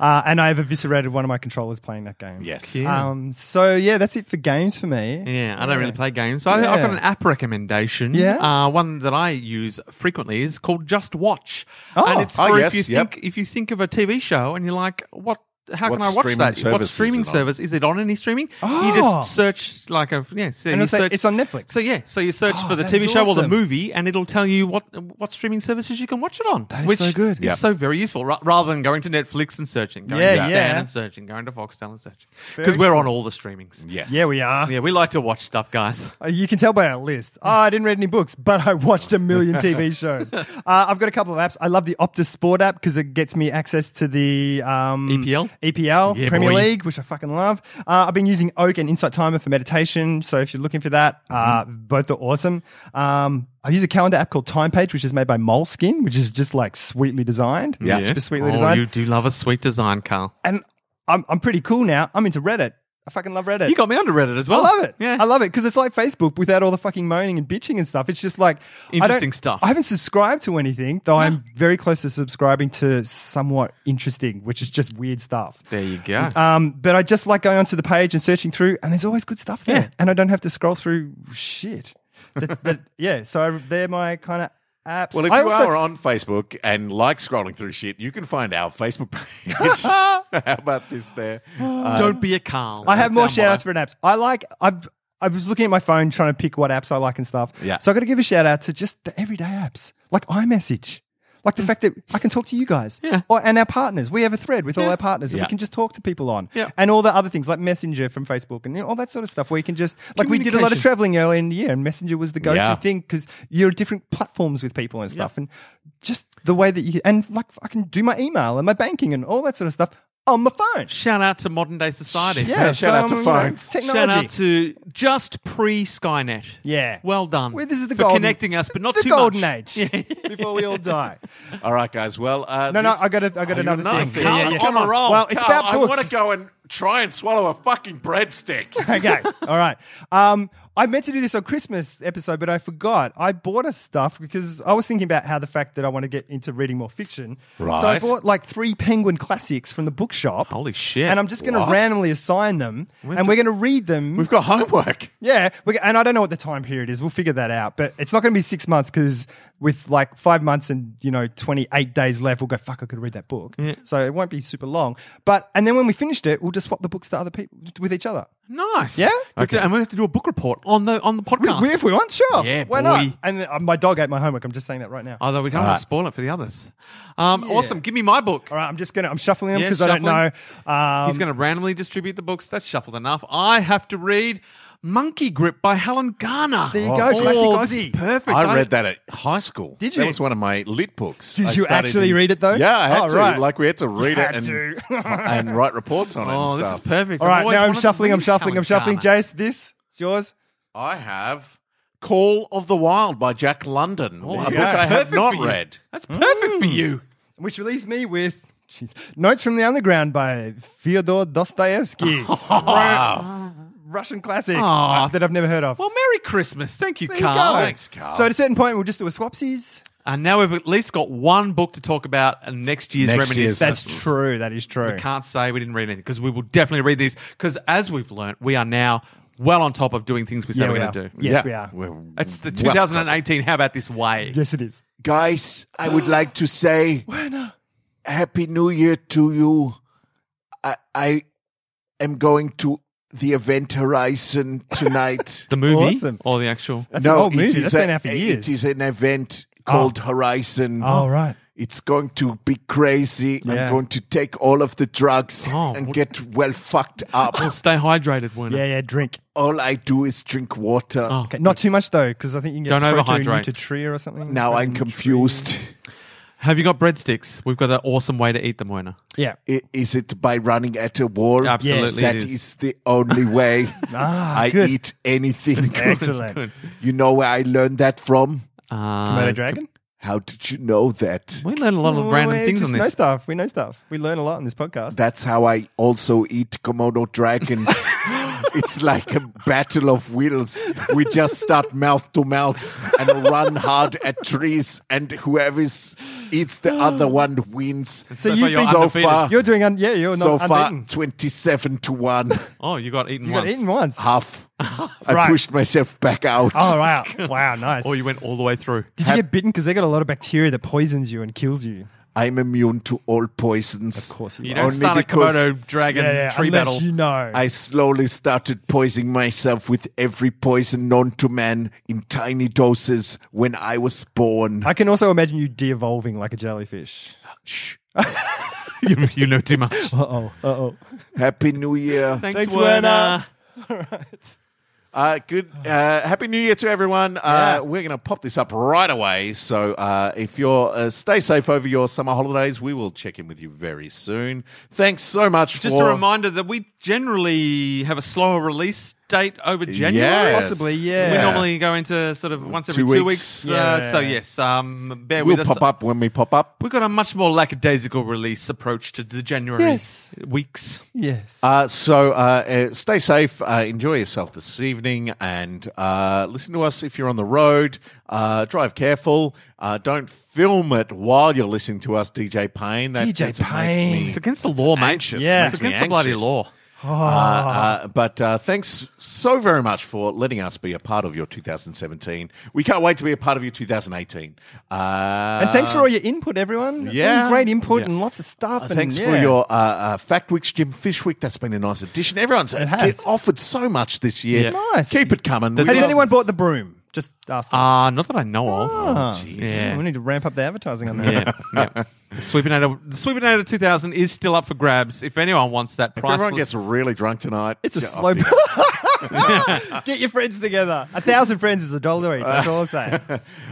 [SPEAKER 5] Uh, and I have eviscerated one of my controllers playing that game.
[SPEAKER 1] yes.
[SPEAKER 5] Um. So yeah, that's it for games for me.
[SPEAKER 4] Yeah, I don't really play games. So I, I've
[SPEAKER 5] Yeah.
[SPEAKER 4] got an app recommendation.
[SPEAKER 5] Yeah.
[SPEAKER 4] Uh, one that I use frequently is called Just Watch.
[SPEAKER 5] Oh.
[SPEAKER 4] and it's
[SPEAKER 1] Oh,
[SPEAKER 4] for
[SPEAKER 1] yes,
[SPEAKER 4] if you
[SPEAKER 1] yep.
[SPEAKER 4] think if you think of a TV show and you're like, what how
[SPEAKER 1] What
[SPEAKER 4] can I watch
[SPEAKER 1] streaming
[SPEAKER 4] that?
[SPEAKER 1] service
[SPEAKER 4] What
[SPEAKER 1] is
[SPEAKER 4] streaming
[SPEAKER 1] it on?
[SPEAKER 4] service? Is it on any streaming? You
[SPEAKER 5] Oh.
[SPEAKER 4] just search like a yeah. So
[SPEAKER 5] And
[SPEAKER 4] you
[SPEAKER 5] it's, like,
[SPEAKER 4] search-
[SPEAKER 5] it's on Netflix.
[SPEAKER 4] So yeah, so you search
[SPEAKER 5] Oh,
[SPEAKER 4] for the
[SPEAKER 5] that
[SPEAKER 4] TV
[SPEAKER 5] is
[SPEAKER 4] show or the
[SPEAKER 5] awesome.
[SPEAKER 4] movie, and it'll tell you what what streaming services you can watch it on. That
[SPEAKER 5] is
[SPEAKER 4] which
[SPEAKER 5] so good.
[SPEAKER 4] It's
[SPEAKER 1] Yep.
[SPEAKER 4] so very useful, ra- rather than going to Netflix and searching, going
[SPEAKER 5] Yeah,
[SPEAKER 4] to Stan
[SPEAKER 5] yeah.
[SPEAKER 4] and searching, going to Foxtel and searching, because we're on all the streamings.
[SPEAKER 1] Yes.
[SPEAKER 5] Yeah, we are.
[SPEAKER 4] Yeah, we like to watch stuff, guys.
[SPEAKER 5] Uh, You can tell by our list. Oh, I didn't read any books, but I watched a million
[SPEAKER 4] (laughs)
[SPEAKER 5] TV shows. Uh, I've got a couple of apps. I love the Optus Sport app because it gets me access to the um,
[SPEAKER 4] EPL?
[SPEAKER 5] EPL
[SPEAKER 4] E Yeah,
[SPEAKER 5] Premier
[SPEAKER 4] boy.
[SPEAKER 5] League, which I fucking love. Uh, I've been using Oak and Insight Timer for meditation. So if you're looking for that,
[SPEAKER 4] Mm-hmm.
[SPEAKER 5] uh, both are awesome. Um, I use a calendar app called Time Page, which is made by Moleskin, which is just like sweetly designed.
[SPEAKER 1] Yeah.
[SPEAKER 5] super sweetly
[SPEAKER 4] oh,
[SPEAKER 5] designed.
[SPEAKER 4] you do love a sweet design, Carl.
[SPEAKER 5] and I'm, I'm pretty cool now. I'm into Reddit. I fucking love Reddit.
[SPEAKER 4] You got me onto Reddit as
[SPEAKER 5] I
[SPEAKER 4] well.
[SPEAKER 5] love it.
[SPEAKER 4] Yeah,
[SPEAKER 5] I love it because it's like Facebook without all the fucking moaning and bitching and stuff. It's just like I don't-
[SPEAKER 4] Interesting stuff.
[SPEAKER 5] I haven't subscribed to anything, though I'm very close to subscribing to somewhat interesting, which is just weird stuff.
[SPEAKER 4] There you go.
[SPEAKER 5] Um, but I just like going onto the page and searching through, and there's always good stuff there,
[SPEAKER 4] Yeah.
[SPEAKER 5] and I don't have to scroll through shit. That- that- (laughs) yeah, so I, they're my kind of apps.
[SPEAKER 1] Well, if
[SPEAKER 5] I
[SPEAKER 1] you
[SPEAKER 5] also-
[SPEAKER 1] are on Facebook and like scrolling through shit, you can find our
[SPEAKER 5] (laughs)
[SPEAKER 1] Facebook page. How about this there? Uh,
[SPEAKER 4] don't be a Carl.
[SPEAKER 5] I have
[SPEAKER 4] That's
[SPEAKER 5] more
[SPEAKER 4] our
[SPEAKER 5] shout outs
[SPEAKER 4] motto.
[SPEAKER 5] for an apps. I like I've I was looking at my phone trying to pick what apps I like and stuff.
[SPEAKER 1] Yeah.
[SPEAKER 5] So I gotta give a shout out to just the everyday apps. Like iMessage. Like the fact that I can talk to you guys.
[SPEAKER 4] Mm. Yeah.
[SPEAKER 5] Or, and our partners. We have a thread with all
[SPEAKER 4] Yeah.
[SPEAKER 5] our partners that
[SPEAKER 1] Yeah.
[SPEAKER 5] we can just talk to people on.
[SPEAKER 4] Yeah.
[SPEAKER 5] And all the other things like Messenger from Facebook and you know, all that sort of stuff where you can just like we did a lot of
[SPEAKER 4] Communication.
[SPEAKER 5] traveling earlier in the year and Messenger was the go to
[SPEAKER 1] Yeah.
[SPEAKER 5] thing because you're at different platforms with people and stuff. And just the way that you and like I can do my email and my banking and all that sort of stuff on my phone.
[SPEAKER 4] Shout out to modern day society.
[SPEAKER 5] Yeah,
[SPEAKER 1] shout out to
[SPEAKER 5] you know,
[SPEAKER 1] phones.
[SPEAKER 5] Technology.
[SPEAKER 4] Shout out to just pre Skynet.
[SPEAKER 5] Yeah.
[SPEAKER 4] Well done.
[SPEAKER 5] Well, this is the
[SPEAKER 4] for
[SPEAKER 5] golden,
[SPEAKER 4] connecting us, but not
[SPEAKER 5] the
[SPEAKER 4] too
[SPEAKER 5] golden
[SPEAKER 4] much.
[SPEAKER 5] age before we all die.
[SPEAKER 1] all right, guys. Well, uh,
[SPEAKER 5] No, no,
[SPEAKER 1] this-
[SPEAKER 5] I got a- I got
[SPEAKER 1] Oh,
[SPEAKER 5] another
[SPEAKER 1] you're not
[SPEAKER 5] thing.
[SPEAKER 1] there.
[SPEAKER 5] Carl,
[SPEAKER 1] Yeah, yeah.
[SPEAKER 4] I'm on a roll.
[SPEAKER 5] Well, Oh, it's
[SPEAKER 1] Carl,
[SPEAKER 5] about
[SPEAKER 1] I want
[SPEAKER 5] books.
[SPEAKER 1] to go and try and swallow a fucking breadstick.
[SPEAKER 5] okay, all right. Um, I meant to do this on Christmas episode, but I forgot. I bought us stuff because I was thinking about how the fact that I want to get into reading more fiction. So I
[SPEAKER 1] Right.
[SPEAKER 5] bought like three Penguin classics from the bookshop.
[SPEAKER 4] Holy shit.
[SPEAKER 5] And I'm just going to
[SPEAKER 1] What?
[SPEAKER 5] randomly assign them, and we're going to read them.
[SPEAKER 1] We've got (laughs) (laughs) homework.
[SPEAKER 5] Yeah, we, and I don't know what the time period is. We'll figure that out. But it's not going to be six months because with like five months and you know twenty eight days left, we'll go fuck. I could read that book, so it won't be super long. But and then when we finished it, we'll just swap the books to other people with each other.
[SPEAKER 4] nice.
[SPEAKER 5] Yeah?
[SPEAKER 4] Okay. And we have to do a book report on the on the
[SPEAKER 5] We,
[SPEAKER 4] podcast.
[SPEAKER 5] we- if we want, sure.
[SPEAKER 4] Yeah, boy.
[SPEAKER 5] why not? And uh, my dog ate my homework. I'm just saying that right now.
[SPEAKER 4] Although we can't want to spoil it for the others. Um, Awesome. Give me my book.
[SPEAKER 5] All right, I'm just gonna I'm shuffling them
[SPEAKER 4] Yeah,
[SPEAKER 5] because I don't
[SPEAKER 4] shuffling.
[SPEAKER 5] know. Um,
[SPEAKER 4] He's going to randomly distribute the books. That's shuffled enough. I have to read Monkey Grip by Helen Garner. Oh,
[SPEAKER 5] There you go, classic
[SPEAKER 4] this is
[SPEAKER 5] Aussie.
[SPEAKER 4] perfect.
[SPEAKER 1] I read that at high school.
[SPEAKER 5] Did you?
[SPEAKER 1] That was one of my lit books.
[SPEAKER 5] Did
[SPEAKER 1] I
[SPEAKER 5] you
[SPEAKER 1] studied
[SPEAKER 5] actually read it, though?
[SPEAKER 1] Yeah, I had
[SPEAKER 5] Oh,
[SPEAKER 1] to.
[SPEAKER 5] right.
[SPEAKER 1] Like we had to read
[SPEAKER 5] Had
[SPEAKER 1] it and,
[SPEAKER 5] to.
[SPEAKER 1] (laughs) and write reports on it.
[SPEAKER 4] Oh,
[SPEAKER 1] and
[SPEAKER 4] this
[SPEAKER 1] stuff.
[SPEAKER 4] is perfect.
[SPEAKER 5] all
[SPEAKER 4] I've
[SPEAKER 5] right,
[SPEAKER 4] always
[SPEAKER 5] now I'm
[SPEAKER 4] wanted to
[SPEAKER 5] shuffling. I'm
[SPEAKER 4] read
[SPEAKER 5] shuffling.
[SPEAKER 4] Helen
[SPEAKER 5] I'm shuffling.
[SPEAKER 4] Garner.
[SPEAKER 5] Jace, this it's yours.
[SPEAKER 1] I have Call of the Wild by Jack London,
[SPEAKER 5] Oh,
[SPEAKER 1] a book
[SPEAKER 4] you go.
[SPEAKER 1] I have
[SPEAKER 4] Perfect
[SPEAKER 1] not
[SPEAKER 4] for you.
[SPEAKER 1] read.
[SPEAKER 4] That's perfect for
[SPEAKER 5] Mm.
[SPEAKER 4] you.
[SPEAKER 5] which leaves me with jeez, Notes from the Underground by Fyodor Dostoevsky.
[SPEAKER 4] (laughs)
[SPEAKER 5] Ru- Russian classic
[SPEAKER 4] Aw.
[SPEAKER 5] uh, that I've never heard of.
[SPEAKER 4] Well, Merry Christmas. Thank you,
[SPEAKER 5] There you
[SPEAKER 4] Carl.
[SPEAKER 5] go.
[SPEAKER 1] Thanks, Carl.
[SPEAKER 5] So at a certain point, we'll just do a swapsies.
[SPEAKER 4] Uh, now we've at least got one book to talk about and next year's
[SPEAKER 1] Next year's-
[SPEAKER 4] reminiscence.
[SPEAKER 5] That's true. That is true.
[SPEAKER 4] We can't say we didn't read anything because we will definitely read these because as we've learnt, we are now well on top of doing things we say
[SPEAKER 5] Yeah,
[SPEAKER 4] we're
[SPEAKER 5] we
[SPEAKER 4] going
[SPEAKER 5] are.
[SPEAKER 4] to do.
[SPEAKER 5] Yes, we are.
[SPEAKER 1] We're
[SPEAKER 4] It's the
[SPEAKER 1] well across it.
[SPEAKER 4] 2018. How about this way?
[SPEAKER 5] Yes, it is.
[SPEAKER 1] Guys, I
[SPEAKER 5] (gasps)
[SPEAKER 1] would like to say Happy New Year to you. I, I am going to the event
[SPEAKER 5] (laughs)
[SPEAKER 1] Horizon tonight.
[SPEAKER 4] The movie
[SPEAKER 5] Awesome.
[SPEAKER 4] or the actual?
[SPEAKER 5] That's an old
[SPEAKER 1] it
[SPEAKER 5] movie.
[SPEAKER 1] is
[SPEAKER 5] That's
[SPEAKER 1] a-
[SPEAKER 5] been out for years.
[SPEAKER 1] It is an event called Horizon.
[SPEAKER 5] oh, right.
[SPEAKER 1] It's going to be crazy.
[SPEAKER 5] Yeah.
[SPEAKER 1] I'm going to take all of the drugs
[SPEAKER 4] Oh,
[SPEAKER 1] and
[SPEAKER 4] what-
[SPEAKER 1] get well fucked up.
[SPEAKER 4] Stay hydrated, Werner.
[SPEAKER 5] Yeah, yeah, drink.
[SPEAKER 1] all I do is drink water.
[SPEAKER 4] Oh.
[SPEAKER 5] Okay, not too much though, because I think you can get
[SPEAKER 4] Don't
[SPEAKER 5] protein
[SPEAKER 4] overhydrate.
[SPEAKER 5] nutritria or something.
[SPEAKER 1] Now I'm
[SPEAKER 5] Protein
[SPEAKER 1] confused.
[SPEAKER 4] Have you got breadsticks? We've got an awesome way to eat them, Werner.
[SPEAKER 1] (laughs)
[SPEAKER 5] nutri- Yeah.
[SPEAKER 1] I- Is it by running at a wall?
[SPEAKER 4] Absolutely,
[SPEAKER 1] That
[SPEAKER 4] it
[SPEAKER 1] is.
[SPEAKER 4] is.
[SPEAKER 1] the only way
[SPEAKER 5] (laughs) Ah,
[SPEAKER 1] I
[SPEAKER 5] good.
[SPEAKER 1] eat
[SPEAKER 5] (laughs)
[SPEAKER 1] anything.
[SPEAKER 5] Excellent.
[SPEAKER 4] Good.
[SPEAKER 1] You know where I learned that from?
[SPEAKER 4] Uh,
[SPEAKER 5] Komodo dragon.
[SPEAKER 1] How did you know that?
[SPEAKER 4] we learn a lot of random
[SPEAKER 5] we
[SPEAKER 4] things
[SPEAKER 5] Oh, just
[SPEAKER 4] on
[SPEAKER 5] know
[SPEAKER 4] this.
[SPEAKER 5] stuff. We know stuff. We learn a lot on this podcast.
[SPEAKER 1] That's how I also eat Komodo
[SPEAKER 5] (laughs)
[SPEAKER 1] dragons. it's like a battle of wills. We just start mouth to mouth and run hard at trees, and whoever is- eats the
[SPEAKER 5] (gasps)
[SPEAKER 1] other one wins.
[SPEAKER 5] so you
[SPEAKER 4] far you're
[SPEAKER 5] think
[SPEAKER 1] so
[SPEAKER 4] undefeated.
[SPEAKER 1] far,
[SPEAKER 5] you're doing? Un- yeah, you're
[SPEAKER 1] so
[SPEAKER 5] not
[SPEAKER 1] far,
[SPEAKER 5] unbeaten.
[SPEAKER 1] twenty-seven to one,
[SPEAKER 4] Oh, you got eaten
[SPEAKER 5] You
[SPEAKER 4] once.
[SPEAKER 5] got eaten once.
[SPEAKER 1] half. I
[SPEAKER 5] Right.
[SPEAKER 1] pushed myself back out. (laughs)
[SPEAKER 5] Oh wow! Wow, nice.
[SPEAKER 4] Or you went all the way through.
[SPEAKER 5] Did you get bitten? Because they got a lot of bacteria that poisons you and kills you.
[SPEAKER 1] I'm immune to all poisons.
[SPEAKER 5] Of course, you,
[SPEAKER 4] You
[SPEAKER 5] are.
[SPEAKER 4] don't
[SPEAKER 1] Only
[SPEAKER 4] start a
[SPEAKER 1] because-
[SPEAKER 4] Komodo dragon
[SPEAKER 5] yeah, yeah,
[SPEAKER 4] tree
[SPEAKER 5] unless
[SPEAKER 4] battle.
[SPEAKER 5] You know.
[SPEAKER 1] I slowly started poisoning myself with every poison known to man in tiny doses when I was born.
[SPEAKER 5] I can also imagine you de-evolving like a jellyfish.
[SPEAKER 1] Shh.
[SPEAKER 4] (laughs) you, you know too much.
[SPEAKER 5] Uh oh. Uh oh.
[SPEAKER 1] Happy New
[SPEAKER 4] (laughs)
[SPEAKER 1] Year.
[SPEAKER 4] Thanks,
[SPEAKER 5] (laughs) Thanks,
[SPEAKER 4] Werner.
[SPEAKER 5] Werner.
[SPEAKER 1] Uh, good. Uh, Happy New Year to everyone. Uh,
[SPEAKER 5] Yeah.
[SPEAKER 1] We're going to pop this up right away. So uh, if you're uh, stay safe over your summer holidays, we will check in with you very soon. Thanks so much.
[SPEAKER 4] Just
[SPEAKER 1] for-
[SPEAKER 4] a reminder that we generally have a slower release date over January.
[SPEAKER 1] Yes.
[SPEAKER 5] Possibly, yeah.
[SPEAKER 4] We normally go into sort of once every
[SPEAKER 1] Two
[SPEAKER 4] two
[SPEAKER 1] weeks.
[SPEAKER 4] weeks. Uh,
[SPEAKER 5] Yeah.
[SPEAKER 4] so yes, um, bear
[SPEAKER 1] We'll
[SPEAKER 4] with us.
[SPEAKER 1] pop up when we pop up.
[SPEAKER 4] We've got a much more lackadaisical release approach to the January
[SPEAKER 5] Yes.
[SPEAKER 4] weeks.
[SPEAKER 5] Yes.
[SPEAKER 1] Uh, so uh, uh, stay safe, uh, enjoy yourself this evening, and uh, listen to us if you're on the road. Uh, drive careful. Uh, don't film it while you're listening to us, DJ Payne. That,
[SPEAKER 5] DJ
[SPEAKER 1] that's what makes
[SPEAKER 5] Payne.
[SPEAKER 1] me-
[SPEAKER 4] It's against the law, mate.
[SPEAKER 1] anxious.
[SPEAKER 5] Yeah.
[SPEAKER 4] It's
[SPEAKER 1] Makes me
[SPEAKER 4] against the bloody
[SPEAKER 1] anxious.
[SPEAKER 4] law.
[SPEAKER 1] Uh, uh, but uh, thanks so very much for letting us be a part of your 2017. We can't wait to be a part of your 2018. Uh,
[SPEAKER 5] and thanks for all your input, everyone.
[SPEAKER 1] yeah.
[SPEAKER 5] Great input
[SPEAKER 4] Yeah.
[SPEAKER 5] and lots of stuff.
[SPEAKER 1] Uh,
[SPEAKER 5] and
[SPEAKER 1] Thanks for
[SPEAKER 5] yeah.
[SPEAKER 1] your uh, uh, Fact Weeks, Jim Fishwick. That's been a nice addition. Everyone's
[SPEAKER 5] has.
[SPEAKER 1] get offered so much this year.
[SPEAKER 4] Yeah.
[SPEAKER 5] Nice.
[SPEAKER 1] Keep it coming.
[SPEAKER 4] Has
[SPEAKER 1] We
[SPEAKER 5] Has
[SPEAKER 1] love-
[SPEAKER 5] anyone bought the broom? Just ask.
[SPEAKER 4] Uh, not that I know of.
[SPEAKER 5] Ah.
[SPEAKER 1] Jeez.
[SPEAKER 4] Yeah.
[SPEAKER 5] We need to ramp up the advertising on that.
[SPEAKER 4] yeah, yeah. The Sweepinator, the Sweepinator 2000 is still up for grabs. If anyone wants that
[SPEAKER 1] If everyone
[SPEAKER 4] priceless,
[SPEAKER 1] gets really drunk tonight.
[SPEAKER 5] (laughs) It's a
[SPEAKER 1] yeah, I
[SPEAKER 5] slow.
[SPEAKER 1] think-
[SPEAKER 5] (laughs) Get your friends together. A thousand friends is a dollar each. That's all I'm saying.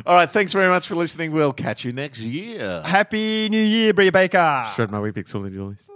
[SPEAKER 1] All right. Thanks very much for listening. We'll catch you next year.
[SPEAKER 5] Happy New Year, Brie Baker.
[SPEAKER 4] shred my wee pics, will you, Julie?